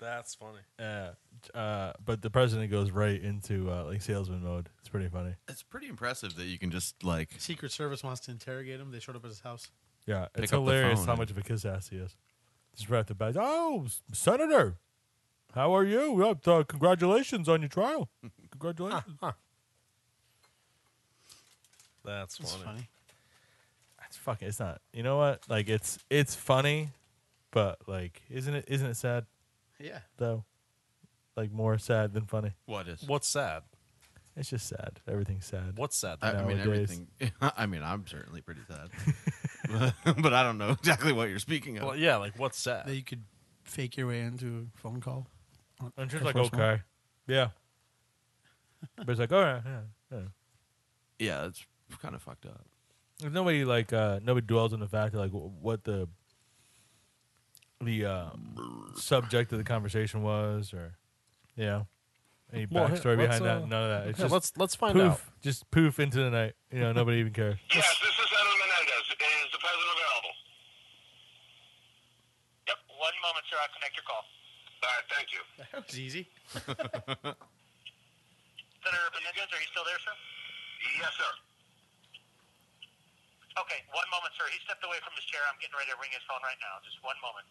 [SPEAKER 4] That's funny.
[SPEAKER 3] Yeah. Uh, but the president goes right into uh, like salesman mode. It's pretty funny.
[SPEAKER 2] It's pretty impressive that you can just like.
[SPEAKER 1] Secret Service wants to interrogate him. They showed up at his house.
[SPEAKER 3] Yeah,
[SPEAKER 2] Pick
[SPEAKER 3] it's
[SPEAKER 2] up the
[SPEAKER 3] hilarious
[SPEAKER 2] phone
[SPEAKER 3] how
[SPEAKER 2] and-
[SPEAKER 3] much of a kiss ass he is. Just right off the bat. Oh, s- senator, how are you? Well, uh, congratulations on your trial. Congratulations.
[SPEAKER 4] That's funny.
[SPEAKER 1] It's funny.
[SPEAKER 3] That's It's fucking. It's not. You know what? Like it's it's funny, but like isn't it isn't it sad
[SPEAKER 1] Yeah.
[SPEAKER 3] though? Like more sad than funny.
[SPEAKER 2] What is?
[SPEAKER 4] What's sad?
[SPEAKER 3] It's just sad. Everything's sad.
[SPEAKER 4] What's sad?
[SPEAKER 2] I, I mean
[SPEAKER 3] nowadays?
[SPEAKER 2] everything. I mean I'm certainly pretty sad, but I don't know exactly what you're speaking of.
[SPEAKER 4] well, yeah, like what's sad?
[SPEAKER 1] That you could fake your way into a phone call.
[SPEAKER 3] I'm just
[SPEAKER 1] Of
[SPEAKER 3] like
[SPEAKER 1] course not.
[SPEAKER 3] okay, yeah. but it's like all right, yeah, yeah.
[SPEAKER 2] yeah, it's kind of fucked up.
[SPEAKER 3] There's nobody like uh nobody dwells on the fact that like w- what the the uh, subject of the conversation was or you know any
[SPEAKER 4] Well, hey,
[SPEAKER 3] backstory
[SPEAKER 4] let's,
[SPEAKER 3] behind that.
[SPEAKER 4] uh,
[SPEAKER 3] None of that. It's
[SPEAKER 4] Yeah,
[SPEAKER 3] just
[SPEAKER 4] let's let's find
[SPEAKER 3] poof,
[SPEAKER 4] out.
[SPEAKER 3] just poof into the night. You know, nobody even cares.
[SPEAKER 5] Yes, this is Evan Menendez. Is the president available? Yep, one moment, sir. I'll connect your call. All right, thank you.
[SPEAKER 1] That was easy.
[SPEAKER 5] Senator Menendez, are you still there, sir? Yes, sir. Okay, one moment, sir. He stepped away from his chair. I'm getting ready to ring his phone right now. Just one moment.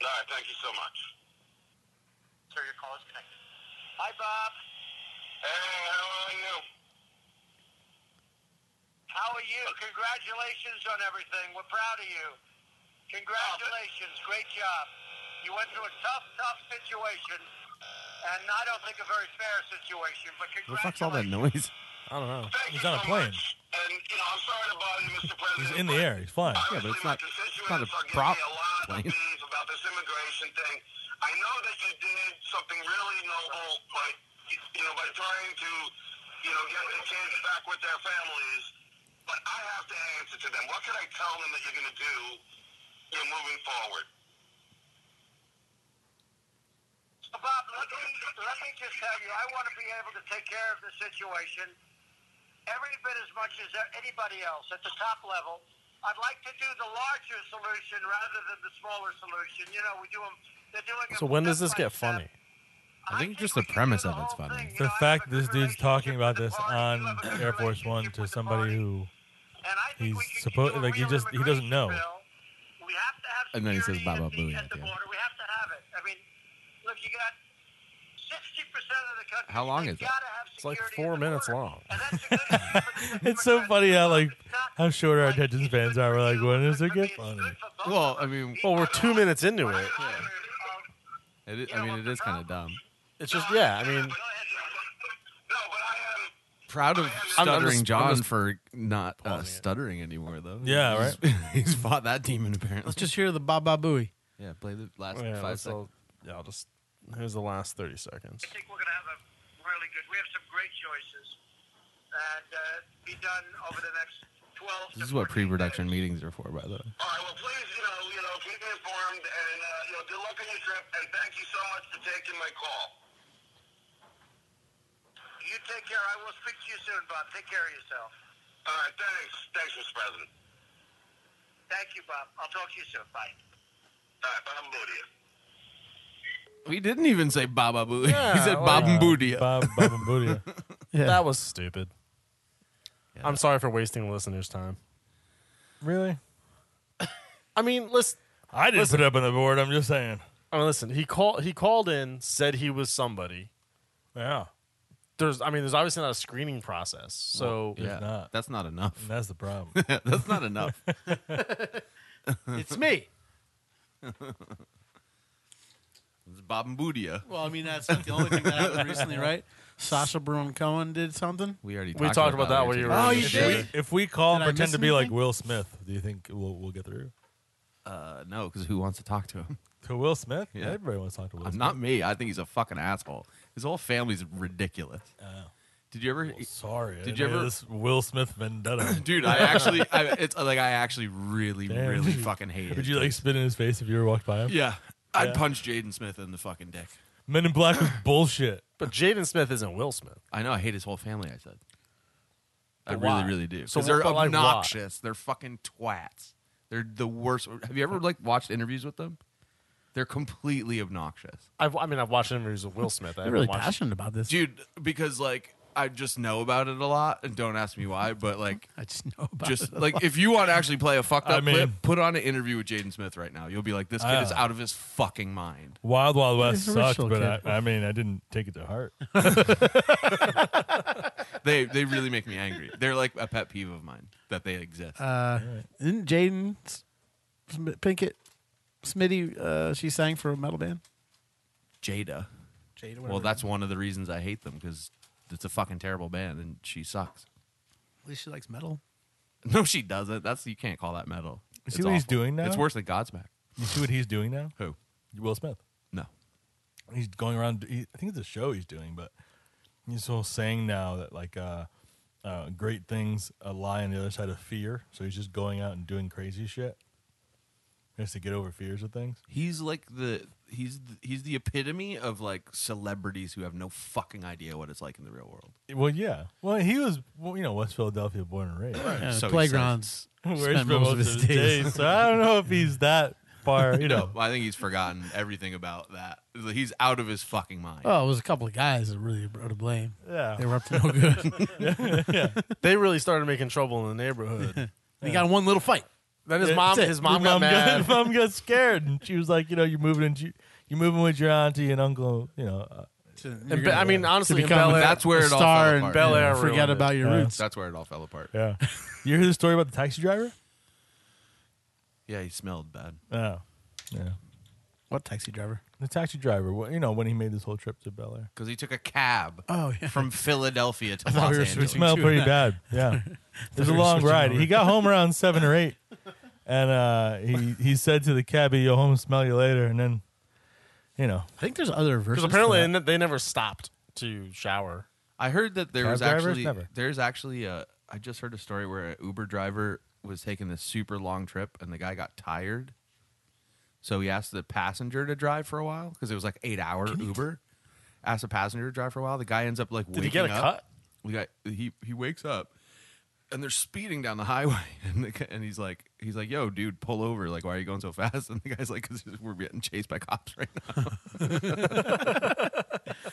[SPEAKER 5] All right, thank you so much. Sir, your call is connected. Hi, Bob. Hey, how are you? How are you? Congratulations on everything. We're proud of you. Congratulations. Great job. You went through a tough, tough situation, and I don't think a very fair situation, but
[SPEAKER 2] What the
[SPEAKER 5] congratulations.
[SPEAKER 2] fuck's all that noise?
[SPEAKER 4] I don't know.
[SPEAKER 5] Thank
[SPEAKER 3] He's
[SPEAKER 5] you
[SPEAKER 3] on a
[SPEAKER 5] so
[SPEAKER 3] plane.
[SPEAKER 5] much. And, you know, I'm sorry to bother you, Mr.
[SPEAKER 3] He's
[SPEAKER 5] President.
[SPEAKER 3] in the air. He's flying.
[SPEAKER 2] Yeah, but it's
[SPEAKER 5] Obviously, my
[SPEAKER 2] not- it's not a
[SPEAKER 5] constituents are giving
[SPEAKER 2] prop
[SPEAKER 5] me a lot of
[SPEAKER 2] plane.
[SPEAKER 5] beef about this immigration thing. I know that you did something really noble by, you know, by trying to, you know, get the kids back with their families. But I have to answer to them. What can I tell them that you're going to do, you know, moving forward? Bob, let me, let me just tell you, I want to be able to take care of the situation every bit as much as anybody else at the top level. I'd like to do the larger solution rather than the smaller solution. You know, we do them. They're doing 'em
[SPEAKER 4] So when does
[SPEAKER 5] step
[SPEAKER 4] this
[SPEAKER 5] by
[SPEAKER 4] get
[SPEAKER 5] step.
[SPEAKER 4] funny?
[SPEAKER 2] I think just
[SPEAKER 5] we
[SPEAKER 2] the
[SPEAKER 5] can do
[SPEAKER 2] premise
[SPEAKER 5] the
[SPEAKER 2] of it's
[SPEAKER 5] whole
[SPEAKER 2] funny.
[SPEAKER 5] thing. You know,
[SPEAKER 3] The
[SPEAKER 5] I
[SPEAKER 3] fact
[SPEAKER 5] have a
[SPEAKER 3] this
[SPEAKER 5] good
[SPEAKER 3] dude's talking about
[SPEAKER 5] relationship with
[SPEAKER 3] this
[SPEAKER 5] the party. You
[SPEAKER 3] on
[SPEAKER 5] have a good
[SPEAKER 3] Air Force One
[SPEAKER 5] relationship
[SPEAKER 3] to
[SPEAKER 5] with the party.
[SPEAKER 3] somebody who
[SPEAKER 5] And I think we
[SPEAKER 3] he's
[SPEAKER 5] can
[SPEAKER 3] suppo-
[SPEAKER 5] do a
[SPEAKER 3] like, he
[SPEAKER 5] real
[SPEAKER 3] just- he
[SPEAKER 5] immigration
[SPEAKER 3] doesn't know.
[SPEAKER 5] bill. We have to have
[SPEAKER 2] And then he says
[SPEAKER 5] security
[SPEAKER 2] Baba
[SPEAKER 5] at the-
[SPEAKER 2] Booey
[SPEAKER 5] at
[SPEAKER 2] at
[SPEAKER 5] the
[SPEAKER 2] the end.
[SPEAKER 5] border. We have to have it. I mean, look, you got 60% of the country.
[SPEAKER 2] How long
[SPEAKER 5] they've
[SPEAKER 2] is that?
[SPEAKER 5] gotta have
[SPEAKER 4] It's like
[SPEAKER 5] security
[SPEAKER 4] four
[SPEAKER 5] at the
[SPEAKER 4] minutes
[SPEAKER 5] border.
[SPEAKER 4] long.
[SPEAKER 5] And that's a good thing for the
[SPEAKER 3] It's so
[SPEAKER 5] Democrats.
[SPEAKER 3] funny how, like,
[SPEAKER 5] It's not-
[SPEAKER 3] how short our
[SPEAKER 5] like,
[SPEAKER 3] attention
[SPEAKER 5] it's good
[SPEAKER 3] spans are. We're
[SPEAKER 5] for
[SPEAKER 3] like,
[SPEAKER 5] you,
[SPEAKER 3] when
[SPEAKER 5] it's
[SPEAKER 3] does it
[SPEAKER 5] good
[SPEAKER 3] get
[SPEAKER 5] for me, it's
[SPEAKER 3] funny?
[SPEAKER 5] good for both
[SPEAKER 2] Well,
[SPEAKER 5] of
[SPEAKER 2] I
[SPEAKER 5] us. uh,
[SPEAKER 2] mean,
[SPEAKER 4] Well, we're two minutes into it.
[SPEAKER 2] it is, I mean, it is kind of dumb.
[SPEAKER 4] It's just yeah. I mean,
[SPEAKER 5] uh, No, but I um, am.
[SPEAKER 2] Proud of
[SPEAKER 4] I'm
[SPEAKER 2] stuttering
[SPEAKER 4] just- I'm
[SPEAKER 2] John
[SPEAKER 4] just
[SPEAKER 2] for not uh,
[SPEAKER 4] it.
[SPEAKER 2] stuttering anymore, though.
[SPEAKER 3] Yeah,
[SPEAKER 2] He's- He's fought that demon apparently.
[SPEAKER 1] Let's just hear the Baba Booey.
[SPEAKER 2] yeah, play the last
[SPEAKER 4] yeah,
[SPEAKER 2] five
[SPEAKER 4] let's
[SPEAKER 2] seconds.
[SPEAKER 4] all- yeah, I'll just here's the last thirty seconds.
[SPEAKER 5] I think we're going to have a really good. We have some great choices, and uh, be done over the next twelve.
[SPEAKER 2] This is
[SPEAKER 5] to
[SPEAKER 2] what
[SPEAKER 5] 14
[SPEAKER 2] pre-production
[SPEAKER 5] days.
[SPEAKER 2] meetings are for, by the way.
[SPEAKER 5] All right. Well, please, you know, you know, keep me informed, and uh, you know, good luck on your trip, and thank you so much for taking my call. You take care. I will speak to you soon, Bob. Take care of yourself. All right. Thanks. Thanks, Mr. President. Thank you, Bob. I'll talk to you soon. Bye. All right. Bob Moody.
[SPEAKER 2] We didn't even say Baba Booey. he
[SPEAKER 4] Yeah,
[SPEAKER 2] said
[SPEAKER 4] well,
[SPEAKER 2] Bob
[SPEAKER 3] Uh,
[SPEAKER 2] and Boodia.
[SPEAKER 3] Bob, Bob and Boodia.
[SPEAKER 1] Yeah.
[SPEAKER 4] That was stupid.
[SPEAKER 2] Yeah,
[SPEAKER 4] I'm sorry for wasting listeners' time.
[SPEAKER 3] really?
[SPEAKER 4] I mean, listen.
[SPEAKER 3] I didn't put it up on the board. I'm just saying.
[SPEAKER 4] I mean, listen. He called. He called in, said he was somebody.
[SPEAKER 3] Yeah,
[SPEAKER 4] There's, I mean, there's obviously not a screening process. So
[SPEAKER 2] yeah,
[SPEAKER 3] not.
[SPEAKER 2] that's not enough.
[SPEAKER 3] and that's the problem.
[SPEAKER 2] that's not enough.
[SPEAKER 1] it's me.
[SPEAKER 2] It's Bob and Boodia.
[SPEAKER 1] Well, I mean, that's not the only thing that happened recently, right? Sasha Baron Cohen did something.
[SPEAKER 2] We already
[SPEAKER 4] we
[SPEAKER 2] talked
[SPEAKER 4] talked about that
[SPEAKER 2] it
[SPEAKER 4] when you
[SPEAKER 2] too.
[SPEAKER 4] were.
[SPEAKER 1] Oh,
[SPEAKER 4] in
[SPEAKER 1] you
[SPEAKER 4] the
[SPEAKER 1] did?
[SPEAKER 4] shower.
[SPEAKER 3] if we call and
[SPEAKER 1] Did I
[SPEAKER 3] pretend
[SPEAKER 1] miss
[SPEAKER 3] to be like
[SPEAKER 1] anything?
[SPEAKER 3] Will Smith, do you think we'll we'll get through?
[SPEAKER 2] Uh, no, because who wants to talk to him?
[SPEAKER 3] To Will Smith?
[SPEAKER 2] Yeah.
[SPEAKER 3] Everybody wants to talk to Will
[SPEAKER 2] Uh,
[SPEAKER 3] Smith.
[SPEAKER 2] Not me. I think he's a fucking asshole. His whole family's ridiculous.
[SPEAKER 3] Oh.
[SPEAKER 2] Did you ever?
[SPEAKER 3] Sorry. I
[SPEAKER 2] Did
[SPEAKER 3] didn't
[SPEAKER 2] you
[SPEAKER 3] hear
[SPEAKER 2] ever-
[SPEAKER 3] this Will Smith vendetta?
[SPEAKER 2] Dude, I actually, I, it's like I actually really,
[SPEAKER 3] Damn.
[SPEAKER 2] really fucking hate it.
[SPEAKER 3] Would you like spit in his face if you ever walked by him?
[SPEAKER 2] Yeah, I'd punch Jaden Smith in the fucking dick.
[SPEAKER 3] Men in Black was bullshit.
[SPEAKER 4] But Jaden Smith isn't Will Smith.
[SPEAKER 2] I know. I hate his whole family. I said. I
[SPEAKER 4] But
[SPEAKER 2] really,
[SPEAKER 4] why?
[SPEAKER 2] really do.
[SPEAKER 4] So
[SPEAKER 2] Because they're
[SPEAKER 4] what- but, like, why?
[SPEAKER 2] obnoxious. they're fucking twats. They're the worst. Have you ever like watched interviews with them? They're completely obnoxious,
[SPEAKER 4] I've, I mean, I've watched interviews with Will Smith.
[SPEAKER 1] They're
[SPEAKER 4] I haven't
[SPEAKER 1] really
[SPEAKER 4] watched.
[SPEAKER 1] passionate about this.
[SPEAKER 2] dude. Because like I just know about it a lot, and don't ask me why. But like,
[SPEAKER 1] I just know about
[SPEAKER 2] just
[SPEAKER 1] it.
[SPEAKER 2] like if you want to actually play a fucked
[SPEAKER 3] I
[SPEAKER 2] up clip,
[SPEAKER 3] mean-
[SPEAKER 2] put on an interview with Jaden Smith right now. You'll be like, this kid is
[SPEAKER 3] Uh.
[SPEAKER 2] out of his fucking mind.
[SPEAKER 3] Wild Wild West
[SPEAKER 1] He's a rich
[SPEAKER 3] sucked,
[SPEAKER 1] little
[SPEAKER 3] but I,
[SPEAKER 1] kid.
[SPEAKER 3] I mean, I didn't take it to heart.
[SPEAKER 2] They they really make me angry. They're like a pet peeve of mine that they exist.
[SPEAKER 1] uh, didn't Jaden S- Sm- Pinkett Smitty? Uh, she sang for a metal band.
[SPEAKER 2] Jada.
[SPEAKER 1] Jada.
[SPEAKER 2] Well, that's one of the reasons I hate them because it's a fucking terrible band and she sucks.
[SPEAKER 1] at least she likes metal.
[SPEAKER 2] No, she doesn't. That's you can't call that metal.
[SPEAKER 3] You see
[SPEAKER 2] It's
[SPEAKER 3] what he's
[SPEAKER 2] awful.
[SPEAKER 3] doing now?
[SPEAKER 2] It's worse than Godsmack.
[SPEAKER 3] You see what he's doing now?
[SPEAKER 2] Who?
[SPEAKER 3] Will Smith.
[SPEAKER 2] No.
[SPEAKER 3] He's going around. He, I think it's a show he's doing, but he's all saying now that like uh, uh, great things uh, lie on the other side of fear. So he's just going out and doing crazy shit. Just to get over fears of things.
[SPEAKER 2] He's like the he's the, he's the epitome of like celebrities who have no fucking idea what it's like in the real world.
[SPEAKER 3] Well, yeah. Well, he was, well, you know, West Philadelphia born and raised.
[SPEAKER 1] Yeah,
[SPEAKER 2] So
[SPEAKER 1] the
[SPEAKER 2] he
[SPEAKER 1] playgrounds.
[SPEAKER 3] Where he's
[SPEAKER 1] spent
[SPEAKER 3] from
[SPEAKER 1] most of his days.
[SPEAKER 3] So I don't know if he's that far, you know.
[SPEAKER 2] No, I think he's forgotten everything about that. He's out of his fucking mind.
[SPEAKER 1] Oh, it was a couple of guys that really are to blame.
[SPEAKER 3] Yeah.
[SPEAKER 1] They were up to no good.
[SPEAKER 4] They really started making trouble in the neighborhood.
[SPEAKER 1] they got in one little fight.
[SPEAKER 4] then his
[SPEAKER 3] Yeah,
[SPEAKER 4] mom,
[SPEAKER 1] that's it.
[SPEAKER 4] his mom, got
[SPEAKER 3] mom
[SPEAKER 4] mad.
[SPEAKER 3] Got, mom got scared, and she was like, you know, you're moving and you, you're moving with your auntie and uncle, you know. Uh,
[SPEAKER 4] And Be- I mean, honestly, in
[SPEAKER 1] become
[SPEAKER 4] Bel
[SPEAKER 1] a-
[SPEAKER 4] Air,
[SPEAKER 2] that's where
[SPEAKER 1] a
[SPEAKER 2] it all
[SPEAKER 1] star
[SPEAKER 2] fell
[SPEAKER 1] and
[SPEAKER 2] apart.
[SPEAKER 4] Bel
[SPEAKER 2] Yeah.
[SPEAKER 4] Air
[SPEAKER 1] Forget
[SPEAKER 4] ruined it.
[SPEAKER 1] about your
[SPEAKER 3] Yeah.
[SPEAKER 1] roots.
[SPEAKER 2] That's where it all fell apart.
[SPEAKER 3] yeah. you hear the story about the taxi driver?
[SPEAKER 2] Yeah, he smelled bad.
[SPEAKER 3] Oh, yeah.
[SPEAKER 1] What taxi driver?
[SPEAKER 3] The taxi driver, wh- you know, when he made this whole trip to Bel Air,
[SPEAKER 2] Because he took a cab
[SPEAKER 1] Oh, yeah.
[SPEAKER 2] from Philadelphia to
[SPEAKER 1] thought
[SPEAKER 2] Los
[SPEAKER 1] we were
[SPEAKER 2] Angeles.
[SPEAKER 1] switching.
[SPEAKER 3] smelled
[SPEAKER 1] too.
[SPEAKER 3] pretty bad. Yeah, it was a
[SPEAKER 1] we were
[SPEAKER 3] long
[SPEAKER 1] switching
[SPEAKER 3] ride.
[SPEAKER 1] over.
[SPEAKER 3] He got home around seven or eight, and uh, he he said to the cabbie, "You'll home smell you later," and then, you know,
[SPEAKER 1] I think there's other versions.
[SPEAKER 4] Because apparently they ne- they never stopped to shower.
[SPEAKER 2] I heard that there
[SPEAKER 3] Cab
[SPEAKER 2] was
[SPEAKER 3] drivers?
[SPEAKER 2] actually
[SPEAKER 3] Never.
[SPEAKER 2] there's actually a I just heard a story where an Uber driver was taking this super long trip and the guy got tired, so he asked the passenger to drive for a while because it was like eight hour Uber. Asked the passenger to drive for a while. The guy ends up like
[SPEAKER 4] Did he get a
[SPEAKER 2] waking up.
[SPEAKER 4] cut?
[SPEAKER 2] We got he he wakes up and they're speeding down the highway and the, guy- and he's like he's like yo dude pull over like why are you going so fast and the guy's like because we're getting chased by cops right now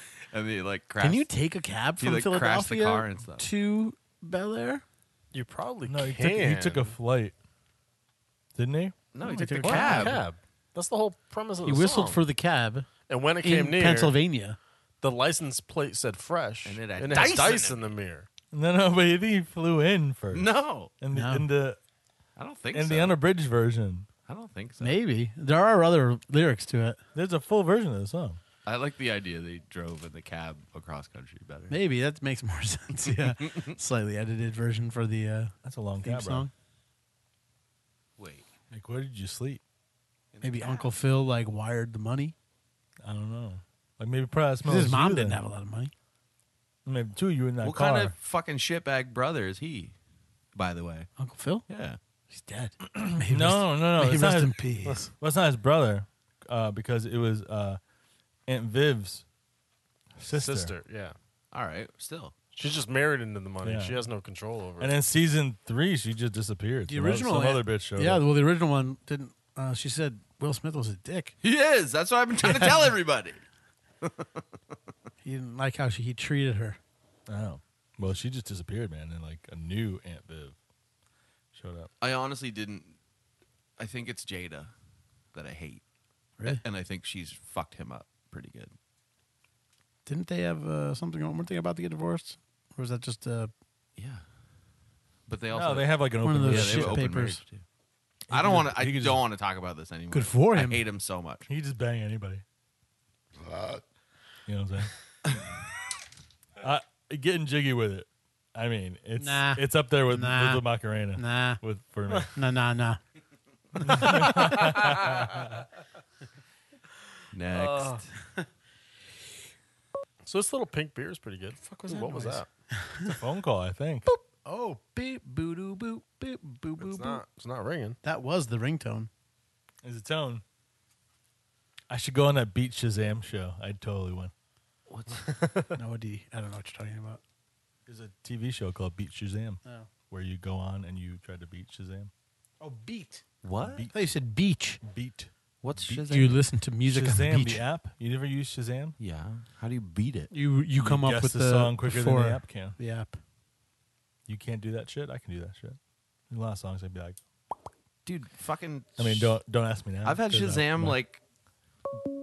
[SPEAKER 2] and they like crashed.
[SPEAKER 1] Can you take a cab
[SPEAKER 2] He,
[SPEAKER 1] from
[SPEAKER 2] like, crashed the
[SPEAKER 1] Philadelphia
[SPEAKER 2] car and stuff.
[SPEAKER 1] to Bel Air?
[SPEAKER 4] You probably
[SPEAKER 3] no, he took,
[SPEAKER 4] Oh, can.
[SPEAKER 3] he took a flight, didn't he?
[SPEAKER 2] no he took the
[SPEAKER 1] a
[SPEAKER 2] cab.
[SPEAKER 4] cab. That's the whole premise of
[SPEAKER 1] He
[SPEAKER 4] the
[SPEAKER 1] whistled
[SPEAKER 4] song.
[SPEAKER 1] for the cab
[SPEAKER 4] and when it
[SPEAKER 1] in
[SPEAKER 4] came near
[SPEAKER 1] Pennsylvania.
[SPEAKER 4] the license plate said fresh,
[SPEAKER 2] And it had
[SPEAKER 4] dice,
[SPEAKER 2] dice in it.
[SPEAKER 4] in the mirror.
[SPEAKER 3] No, no, but I think he flew in first.
[SPEAKER 2] no
[SPEAKER 3] In the,
[SPEAKER 1] No.
[SPEAKER 3] in the
[SPEAKER 2] I don't think
[SPEAKER 3] in
[SPEAKER 2] so
[SPEAKER 3] the unabridged version,
[SPEAKER 2] I don't think so
[SPEAKER 1] Maybe there are other lyrics to it.
[SPEAKER 3] there's a full version of the song.
[SPEAKER 2] I like the idea they drove in the cab across country better
[SPEAKER 1] Maybe that makes more sense. Yeah, slightly edited version for the uh,
[SPEAKER 3] That's a long
[SPEAKER 1] theme
[SPEAKER 3] cab
[SPEAKER 1] song.
[SPEAKER 3] ride.
[SPEAKER 2] wait
[SPEAKER 3] Like, where did you sleep?
[SPEAKER 2] in the
[SPEAKER 1] Maybe
[SPEAKER 2] cab.
[SPEAKER 1] Uncle Phil like wired the money.
[SPEAKER 3] I don't know. Like maybe probably that
[SPEAKER 1] 'Cause
[SPEAKER 3] smells.
[SPEAKER 1] His mom
[SPEAKER 3] you
[SPEAKER 1] didn't
[SPEAKER 3] then.
[SPEAKER 1] have a lot of money.
[SPEAKER 3] Maybe two of you in that
[SPEAKER 2] what
[SPEAKER 3] car.
[SPEAKER 2] kind of fucking shitbag brother is he by the way
[SPEAKER 1] Uncle Phil,
[SPEAKER 2] yeah
[SPEAKER 1] he's dead. May he
[SPEAKER 3] no,
[SPEAKER 1] rest-
[SPEAKER 3] no, no.
[SPEAKER 1] May he
[SPEAKER 3] It's not
[SPEAKER 1] rest
[SPEAKER 3] his-
[SPEAKER 1] in peace.
[SPEAKER 3] Well, it's not his brother, uh, because it was uh, Aunt Viv's sister.
[SPEAKER 4] Sister, yeah.
[SPEAKER 2] all right still
[SPEAKER 4] She's just married into the money.
[SPEAKER 3] Yeah.
[SPEAKER 4] She has no control over
[SPEAKER 3] And
[SPEAKER 4] it.
[SPEAKER 3] in season three, she just disappeared.
[SPEAKER 1] The
[SPEAKER 3] Some other-
[SPEAKER 1] original
[SPEAKER 3] some
[SPEAKER 1] Aunt-
[SPEAKER 3] other bitch showed
[SPEAKER 1] Yeah,
[SPEAKER 3] up.
[SPEAKER 1] well, the original one didn't. Uh, she said Will Smith was a dick.
[SPEAKER 2] He is. That's what I've been trying to tell everybody.
[SPEAKER 1] He didn't like how she, he treated her.
[SPEAKER 3] Oh, well, she just disappeared, man. And like a new Aunt Viv showed up.
[SPEAKER 2] I honestly didn't. I think it's Jada that I hate,
[SPEAKER 1] Really?
[SPEAKER 2] and I think she's fucked him up pretty good.
[SPEAKER 1] Didn't they have uh, something? Weren't they about to get divorced? Or was that just uh,
[SPEAKER 2] Yeah, but they also
[SPEAKER 3] No, they have like an
[SPEAKER 1] One
[SPEAKER 3] open.
[SPEAKER 1] of those
[SPEAKER 2] yeah, they
[SPEAKER 1] shit
[SPEAKER 2] have open
[SPEAKER 1] papers.
[SPEAKER 2] marriage too. I don't want to. I
[SPEAKER 3] he could
[SPEAKER 2] don't
[SPEAKER 3] just-
[SPEAKER 2] want to talk about this anymore.
[SPEAKER 1] Good for him.
[SPEAKER 2] I hate him so much.
[SPEAKER 3] He could just bang anybody. You know what I'm saying? I, getting jiggy with it. I mean, it's
[SPEAKER 1] Nah.
[SPEAKER 3] it's up there with,
[SPEAKER 1] Nah.
[SPEAKER 3] with the Macarena.
[SPEAKER 1] nah,
[SPEAKER 3] With for me.
[SPEAKER 1] nah, nah, nah?
[SPEAKER 2] Next,
[SPEAKER 4] So this little pink beer is pretty good. Fuck was what was
[SPEAKER 1] noise?
[SPEAKER 4] that?
[SPEAKER 3] It's a phone call, I think.
[SPEAKER 1] Oh, beep, boo, doo, boop, beep, boo, boo,
[SPEAKER 4] It's
[SPEAKER 1] boo.
[SPEAKER 4] not. It's not ringing.
[SPEAKER 1] That was the ringtone.
[SPEAKER 3] Is a tone. I should go on that Beat Shazam show. I'd totally win.
[SPEAKER 1] no, D. I don't know what you're talking about.
[SPEAKER 3] There's a TV show called Beat Shazam
[SPEAKER 1] Oh,
[SPEAKER 3] where you go on and you try to beat Shazam.
[SPEAKER 1] oh, beat.
[SPEAKER 2] what?
[SPEAKER 1] I thought you said beach.
[SPEAKER 3] Beat
[SPEAKER 2] What's Shazam?
[SPEAKER 6] Do you listen to music on the
[SPEAKER 3] Shazam,
[SPEAKER 6] beach?
[SPEAKER 3] the app. You never use Shazam?
[SPEAKER 2] yeah. How do you beat it?
[SPEAKER 1] You you come
[SPEAKER 3] You
[SPEAKER 1] up
[SPEAKER 3] guess
[SPEAKER 1] with
[SPEAKER 3] the,
[SPEAKER 1] the,
[SPEAKER 3] song quicker than
[SPEAKER 1] before
[SPEAKER 3] the app can.
[SPEAKER 1] The app.
[SPEAKER 3] You can't do that shit. I can do that shit. A lot of songs I'd be like,
[SPEAKER 2] Dude, fucking.
[SPEAKER 3] I mean, don't don't ask me now.
[SPEAKER 2] I've had
[SPEAKER 3] 'cause, uh,
[SPEAKER 2] Shazam
[SPEAKER 3] my-
[SPEAKER 2] like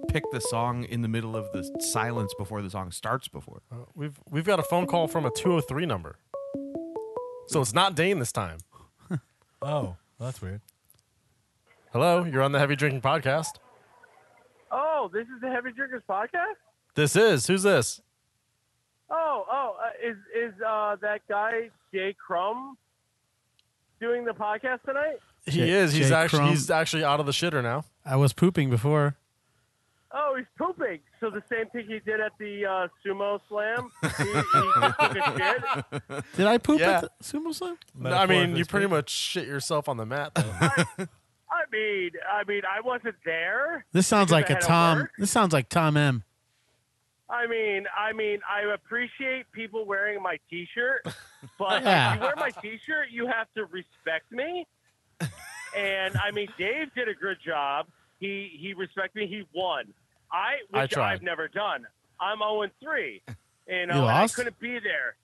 [SPEAKER 2] pick the song in the middle of the silence before the song starts before.
[SPEAKER 4] Uh, we've we've got a phone call from a 203 number. So it's not Dane this time.
[SPEAKER 3] oh, well, that's weird.
[SPEAKER 4] Hello, you're on the Heavy Drinking Podcast.
[SPEAKER 7] Oh, this is the Heavy Drinkers podcast.
[SPEAKER 4] This is who's this?
[SPEAKER 7] Oh, oh, uh, is is uh, that guy Jay Crumb doing the podcast tonight?
[SPEAKER 4] He
[SPEAKER 1] Jay-
[SPEAKER 4] is. He's
[SPEAKER 1] Jay
[SPEAKER 4] actually
[SPEAKER 1] Crumb.
[SPEAKER 4] he's actually out of the shitter now.
[SPEAKER 1] I was pooping before.
[SPEAKER 7] Oh, he's pooping. So the same thing he did at the uh, sumo slam. He, he took a shit.
[SPEAKER 1] Did I poop
[SPEAKER 4] Yeah.
[SPEAKER 1] at the Sumo Slam?
[SPEAKER 4] I mean, you
[SPEAKER 3] Metaphorically
[SPEAKER 4] pretty much shit yourself on the mat. Though.
[SPEAKER 7] I mean, I mean, I wasn't there.
[SPEAKER 1] This sounds
[SPEAKER 7] Because
[SPEAKER 1] like
[SPEAKER 7] I
[SPEAKER 1] a
[SPEAKER 7] had to
[SPEAKER 1] Tom.
[SPEAKER 7] work.
[SPEAKER 1] This sounds like Tom M.
[SPEAKER 7] I mean, I mean, I appreciate people wearing my T-shirt, but
[SPEAKER 1] Yeah.
[SPEAKER 7] if you wear my T-shirt, you have to respect me. And I mean, Dave did a good job. He he respected me. He won. I
[SPEAKER 4] I
[SPEAKER 7] which
[SPEAKER 4] tried.
[SPEAKER 7] I've never done. I'm zero and three. You know,
[SPEAKER 1] You
[SPEAKER 7] and I
[SPEAKER 1] lost?
[SPEAKER 7] couldn't be there.